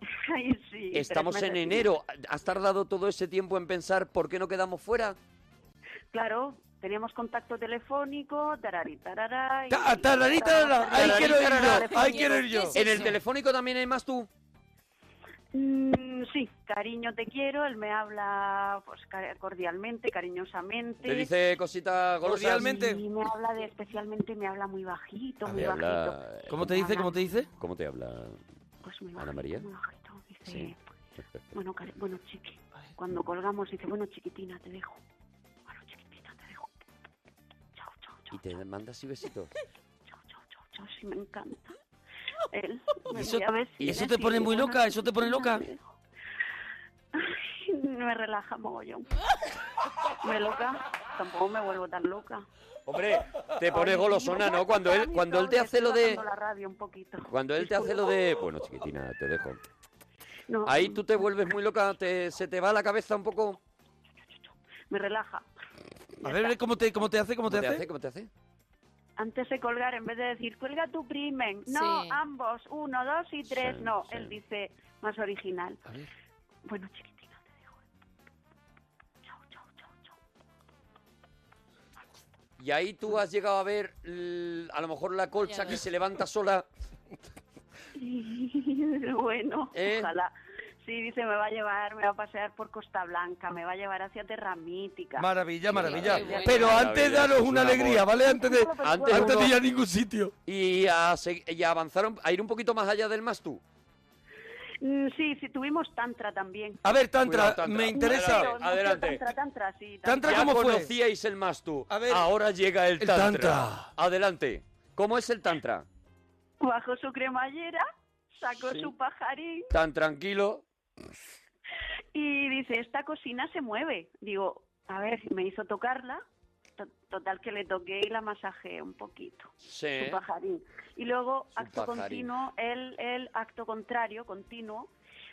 Ay, sí, tres
Estamos en
meses.
enero. ¿Has tardado todo ese tiempo en pensar por qué no quedamos fuera?
Claro, teníamos contacto telefónico, tarari, tarara, y-
Ta- tarari, tarara, Ah, ahí
Tarari,
quiero ir yo,
tarara,
ahí quiero ir yo.
¿Qué es
¿En el
eso?
telefónico también hay más tú?
Mm, sí, cariño te quiero, él me habla pues ca- cordialmente, cariñosamente.
¿Te dice cositas golosas?
Y me habla de, especialmente me habla muy bajito, muy
Te
bajito.
Ah, habla-
¿Cómo te dice? ¿Cómo te dice?
¿Cómo te habla
Pues muy
Ana
bajito,
María?
muy bajito. Dice,
Sí.
bueno, cari- bueno, chiqui. Cuando colgamos dice, bueno, chiquitina, te dejo.
¿Y te manda así besitos?
Yo sí me encanta. Él, me
¿Y eso,
voy a ver si
y eso
eres
te pone
y-
muy
bueno,
loca? ¿Eso te pone loca?
Me relaja mogollón. Me loca. Tampoco me vuelvo tan loca.
Hombre, te pones golosona, ¿no? Cuando él, cuando él te hace lo de...
Bajando la radio un poquito.
Cuando él te hace lo de... Bueno, chiquitina, te dejo.
No,
Ahí tú te vuelves muy loca, te- se te va la cabeza un poco.
Me relaja.
A ver, ¿cómo te, cómo te hace? ¿Cómo te
te
hace?
hace? ¿Cómo te hace?
Antes de colgar, en vez de decir, cuelga tu primen. No,
Sí.
ambos. Uno, dos y tres.
Sí,
no,
sí.
él dice más original.
ver.
Bueno, chiquitina, te dejo.
Y ahí tú has llegado a ver l- a lo mejor la colcha que se levanta sola.
bueno,
¿Eh?
ojalá. Sí, dice, me va a llevar, me va a pasear por Costa Blanca, me va a llevar hacia Terra Mítica.
Maravilla, maravilla.
Qué bueno.
Pero antes
Maravilla,
danos
es un
una alegría,
amor.
¿vale? Antes de,
Antes
antes
uno-
de ir a ningún sitio.
Y, a segu- y avanzaron a ir un poquito más allá del Mastu.
Mm, Sí, sí, tuvimos Tantra también.
A ver, Tantra,
Cuidado, Tantra.
me interesa.
Adelante,
Mucho
adelante.
Tantra, Tantra, sí.
ya
¿cómo fue?
conocíais el Mastu.
ver.
Ahora llega el,
El
tantra.
Tantra.
Adelante. ¿Cómo es el Tantra?
Bajó su cremallera, sacó
Sí.
su pajarín
Tan tranquilo.
y dice, esta cocina se mueve. Digo, a ver, me hizo tocarla. To- Total que le toqué y la masajeé un poquito.
Sí.
Su pajarín. Y luego, acto
pajarín.
continuo, él, él, acto contrario, continuo,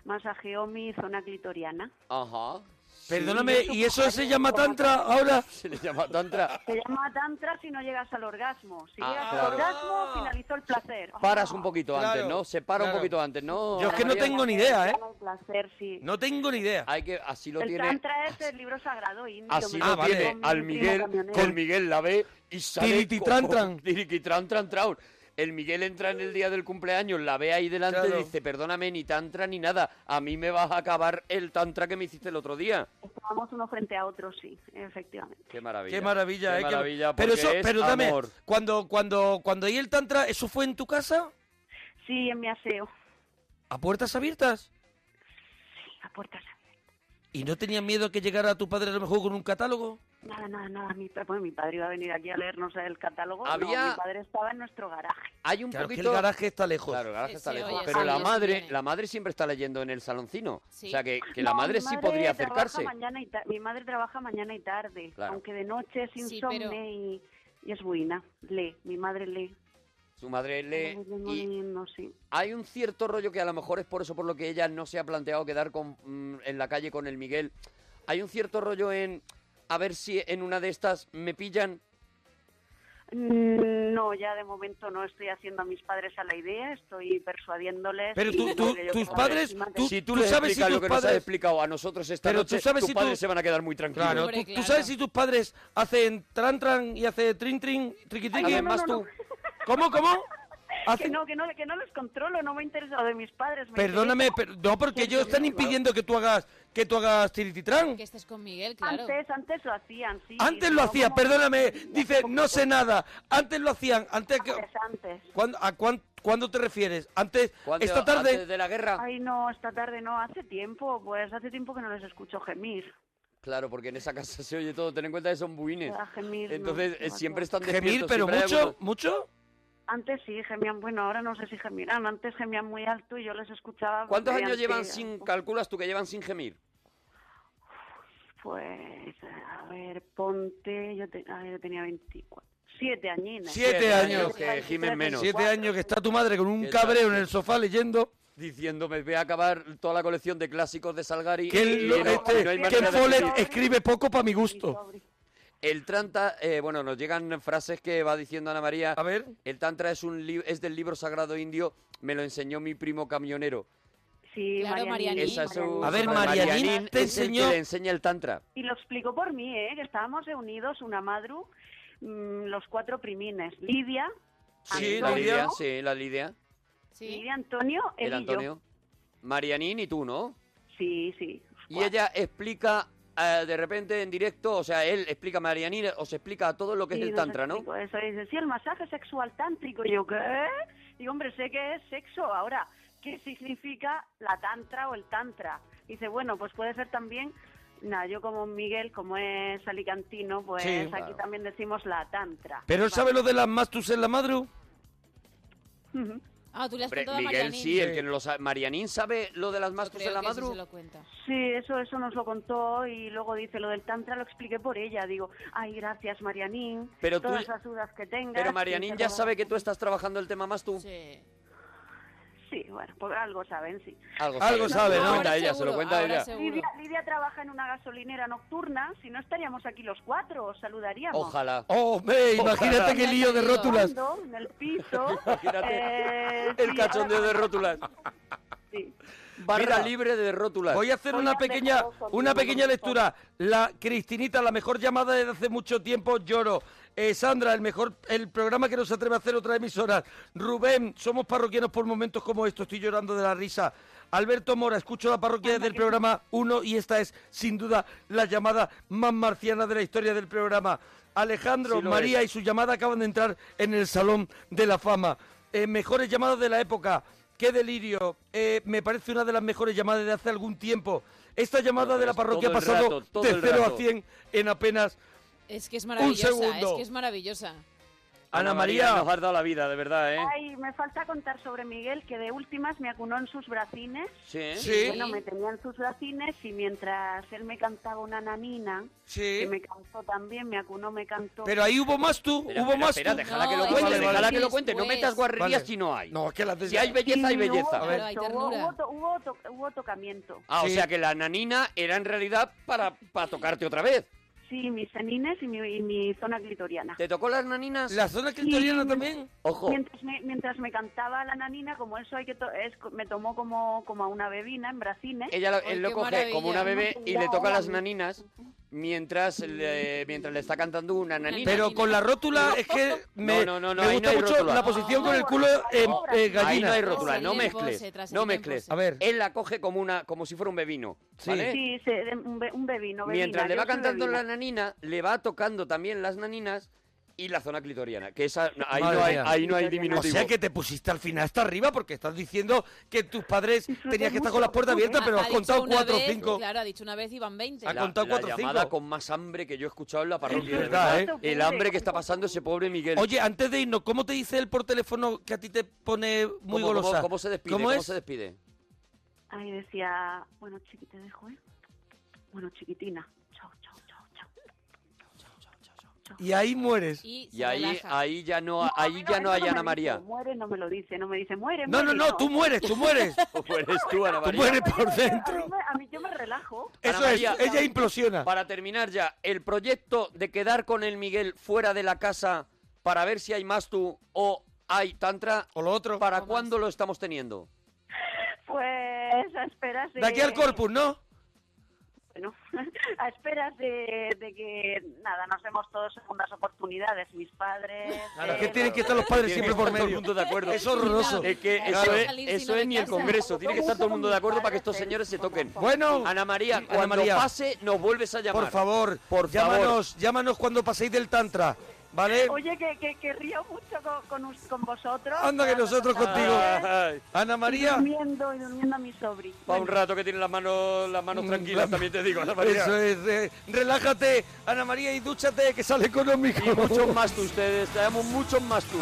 masajeó mi zona clitoriana.
Ajá.
Perdóname, ¿y eso se llama Tantra ahora?
Se le llama Tantra.
Se llama tantra si no llegas al orgasmo. Si
Ah,
llegas
claro.
al orgasmo, finalizó el placer.
Paras un poquito
Claro,
antes, ¿no? Se para un
claro.
poquito antes, ¿no?
Yo es que no
María?
tengo ni idea, ¿eh?
El placer, sí.
No tengo ni idea.
Hay que, así lo
el
tiene. Ah,
Tantra es el libro sagrado indio.
Así
me
lo
lo
tiene
dijo
al
mi primo
Miguel,
camionero.
con Miguel la ve y sale
Tirititran-tran.
como- Tiriquitrantran-traun. El Miguel entra en el día del cumpleaños, la ve ahí delante
Claro.
y dice, perdóname, ni tantra ni nada, a mí me vas a acabar el tantra que me hiciste el otro día.
Estábamos uno frente a otro, sí, efectivamente.
Qué maravilla.
Qué maravilla,
Qué
eh. qué-
maravilla,
pero
porque
eso,
es
pero dame,
amor.
cuando, cuando, cuando hay el tantra, ¿eso fue en tu casa?
Sí, en mi aseo,
¿A puertas abiertas?
a puertas.
¿Y no tenías miedo que llegara tu padre a lo mejor con un catálogo?
Nada, nada, nada. Mi, pa- bueno, mi padre iba a venir aquí a leernos el catálogo. No,
Había-
mi padre estaba en nuestro garaje.
Hay un
Claro, que
poquito...
el garaje está lejos.
Claro, el garaje
Sí,
está
sí,
lejos.
oye,
pero
sí,
la
sí,
madre,
viene.
la madre siempre está leyendo en el saloncino.
Sí.
O sea, que, que la
No, mi
madre, sí podría
trabaja
acercarse.
Mañana y ta- mi madre trabaja mañana y tarde,
Claro.
aunque de noche es
Sí,
insomne
pero-
y, y es buena. Lee, mi madre lee.
Su madre lee y
No, sí.
Hay un cierto rollo que a lo mejor es por eso por lo que ella no se ha planteado quedar con, mm, en la calle con el Miguel. Hay un cierto rollo en a ver si en una de estas me pillan.
Mm, No, ya de momento no estoy haciendo a mis padres a la idea, estoy persuadiéndoles.
Pero
y
tú-
no
tú-
creo yo
tus
que padres
padres-
y madres-
tú- Si tú tú les sabes explicas si lo tus que nos has padres- explicado a nosotros esta
Pero
noche,
tú sabes
tus
si
padres se van a quedar muy tranquilos.
Claro,
Hombre,
tú, tú
claro.
sabes si tus padres hacen tran tran y hace trin trin, triqui triqui.
Ay, no, no, no, no.
¿Cómo, cómo?
Que
Hacen-
no, que no, que no los controlo, no me interesa lo de mis padres. me
Perdóname, pero- no, porque ellos están impidiendo que tú hagas, que tú hagas tirititran.
Que estés con Miguel,
interesa.
claro.
Antes, antes lo hacían, sí.
Antes lo
no,
hacían,
como-
perdóname, dice, no sé nada. Antes lo hacían,
Ah,
antes que...
Antes.
¿Cuándo, a cuán- cuándo te refieres? ¿Antes?
¿Cuándo?
¿Esta tarde?
¿Antes de la guerra?
Ay, no, esta tarde no, hace tiempo, pues hace tiempo que no les escucho gemir.
Claro, porque en esa casa se oye todo. Ten en cuenta que son buines.
Ah, gemir, no,
Entonces
qué
eh,
va,
siempre están
Gemir,
despiertos.
pero
siempre hay
mucho,
alguno-
mucho.
Antes sí gemían, bueno, ahora no sé si gemían, antes gemían muy alto y yo les escuchaba.
¿Cuántos años
mediante-
llevan sin, calculas tú que llevan sin gemir?
Pues, a ver, ponte, yo, te- a ver, yo tenía 24. Siete añines.
Siete años.
que gimen menos.
Siete años que está tu madre con un
¿Qué tal?
cabreo en el sofá leyendo.
Diciéndome, voy a acabar toda la colección de clásicos de Salgari.
Que
y
el,
no-
este-
no hay
que el
manera de
Foller
decirlo.
escribe poco para mi gusto.
El Tantra, eh, bueno, nos llegan frases que va diciendo Ana María. A ver. El Tantra es, un li- es del libro sagrado indio, me lo enseñó mi primo camionero.
Sí,
Claro,
Marianín,
Esa es su-
Marianín.
A ver,
su-
Marianín te
es el que
enseñó-
le enseña el Tantra.
Y lo explicó por mí, ¿eh? Que estábamos reunidos una madru, mm, los cuatro primines. Lidia,
Sí, la Lidia. Sí, la Lidia.
Lidia, Antonio, él
El
y yo.
Antonio. Marianín y tú, ¿no?
Sí, sí.
Y ella explica eh, de repente en directo, o sea, él explica a Marianín, os explica a todo lo que
Sí,
es el
nos
Tantra, ¿no?
explicó Eso dice, sí, el masaje sexual tántrico. Y yo, ¿qué? Digo, hombre, sé que es sexo. Ahora, ¿qué significa la tantra o el tantra? Dice, bueno, pues puede ser también... Nada, yo como Miguel, como es alicantino, pues
Sí,
aquí
claro.
también decimos la tantra.
Pero él
Vale.
sabe lo de las mastus en la madru.
Ah, tú le has
Hombre,
contado a
Miguel
Marianín.
sí, el que no lo sabe. Marianín sabe lo de las mastos
Creo
en la
que eso se
madru.
lo cuenta.
Sí, eso, eso nos lo contó y luego dice lo del tantra, lo expliqué por ella. Digo, ay, gracias, Marianín.
Pero tú-
todas las dudas que tengas.
Pero Marianín ya
sabe
sabe que tú estás trabajando el tema más tú.
Sí, bueno, pues algo saben, sí.
Algo sabe,
Algo sabe,
se lo
¿no?
cuenta ella, se lo cuenta ella.
Lidia, Lidia trabaja en una gasolinera nocturna, si no estaríamos aquí los cuatro, os saludaríamos.
Ojalá.
Oh, ve, imagínate qué lío de rótulas.
Ando En el piso.
Imagínate
eh,
el
sí,
cachondeo
ahora-
de rótulas.
sí.
barra libre de rótulas.
Voy a hacer una pequeña, una pequeña lectura. La Cristinita, la mejor llamada desde hace mucho tiempo, lloro. Eh, Sandra, el mejor, el programa que nos atreve a hacer otra emisora. Rubén, somos parroquianos por momentos como estos, estoy llorando de la risa. Alberto Mora, escucho la parroquia desde el programa 1 y esta es, sin duda, la llamada más marciana de la historia del programa. Alejandro,
Sí lo
María
es.
y su llamada acaban de entrar en el Salón de la Fama. Eh, mejores llamadas de la época. ¡Qué delirio! Eh, me parece una de las mejores llamadas de hace algún tiempo. Esta llamada de la parroquia ha
todo el
pasado
rato, todo
de
el
0 a
rato.
100 en apenas...
Es que es maravillosa,
segundo.
es que es maravillosa.
Ana María.
nos has dado la vida, de verdad, ¿eh?
Ay, me falta contar sobre Miguel, que de últimas me acunó en sus bracines.
Sí.
Y, Bueno, me tenía en sus bracines y mientras él me cantaba una nanina,
Sí.
que me cantó también, me acunó, me cantó.
Pero ahí hubo más tú, hubo
espera,
más
espera,
tú.
déjala que lo No, cuente, es que déjala que lo cuente, no después- metas guarrerías
Vale.
si no hay.
No, es que las de-
Si hay belleza, hay belleza.
Hubo,
A ver.
tocazo, hubo, hubo to- hubo to- hubo tocamiento.
Ah, o sea que la nanina era en realidad para, para tocarte otra vez.
Sí, mis nanines y mi, y mi zona clitoriana.
¿Te tocó las naninas?
¿La zona clitoriana también?
Ojo.
Mientras me, mientras me cantaba la nanina, como eso hay que to- es, me tomó como, como a una bebina en bracines.
Ella lo- él lo coge como una bebé y le toca las naninas mientras le, mientras le está cantando una nanina.
Pero con la rótula es que me,
No, no, no, no,
me
ahí
gusta
no hay
mucho
rótula.
la posición con el culo en eh, gallina.
Ahí no hay rótula, no
pose,
mezcles.
tras
No
salir en
mezcles.
pose.
A ver.
Él la coge como una como si fuera un bebino, ¿vale?
Sí, se- de- un, be- un bebino, bebina,
Mientras le
yo
va
soy
cantando
bebina.
la nanina, le va tocando también las naninas y la zona clitoriana, que esa no, ahí,
Madre
no hay,
mía.
ahí no hay diminutivo.
O sea que te pusiste al final hasta arriba porque estás diciendo que tus padres tenías que estar con las puertas abiertas, pero
Ha-
has
ha dicho
contado
una
cuatro o
vez,
cinco.
Claro, ha dicho una vez y van 20.
Este, La- la llamada con más hambre que yo he escuchado en la parroquia.
Es
de
verdad,
verdad.
¿eh?
El hambre que está pasando ese pobre Miguel.
Oye, antes de irnos, ¿cómo te dice él por teléfono que a ti te pone muy
¿Cómo- cómo-
golosa?
¿Cómo, se despide?
¿Cómo
¿Cómo,
es?
se despide?
Ahí decía, bueno, chiqui, te dejo, ¿eh? Bueno, chiquitina. Chao, chao, chao, chao.
Y ahí mueres.
Y
Y ahí, ahí ya no, ahí ya no hay Ana María.
Muere, no me lo dice, no me dice, muere.
No,
muere,
no, no, tú mueres, tú mueres. Mueres tú, Ana María.
mueres por
A mí, me- a mí yo me relajo.
Eso es, ella implosiona.
Para terminar ya, el proyecto de quedar con el Miguel fuera de la casa para ver si hay más tú o hay tantra
o lo otro.
¿Para cuándo lo estamos teniendo?
Pues a esperas de...
De aquí al corpus,
¿no?
Bueno, a esperas de, de que, nada, nos demos todos segundas oportunidades, mis padres...
Claro, es que
eh,
tienen que estar los padres
Tiene que
siempre por
estar todo
medio.
el mundo de acuerdo.
Es horroroso.
Es que
Claro.
eso
Claro.
es,
Salir si
eso
no
es
de
ni el
casa.
Congreso. Tiene que estar todo el mundo de acuerdo para que estos señores se toquen.
Bueno,
Ana María,
Ana
cuando
María.
pase, nos vuelves a llamar.
Por favor,
Por
llámanos, llámanos cuando paséis del tantra, ¿vale?
Oye, que, que, que río mucho con, con, us- con vosotros.
Anda que nosotros contigo.
Ay.
Ana
Y
María.
durmiendo, y durmiendo a mi sobri.
Para un rato que tiene las manos, las manos tranquilas, también te digo, Ana María.
Mm, Eso es, eh, relájate, Ana María, y dúchate, que sale económico.
Y muchos más tú, ustedes, te damos muchos más tú.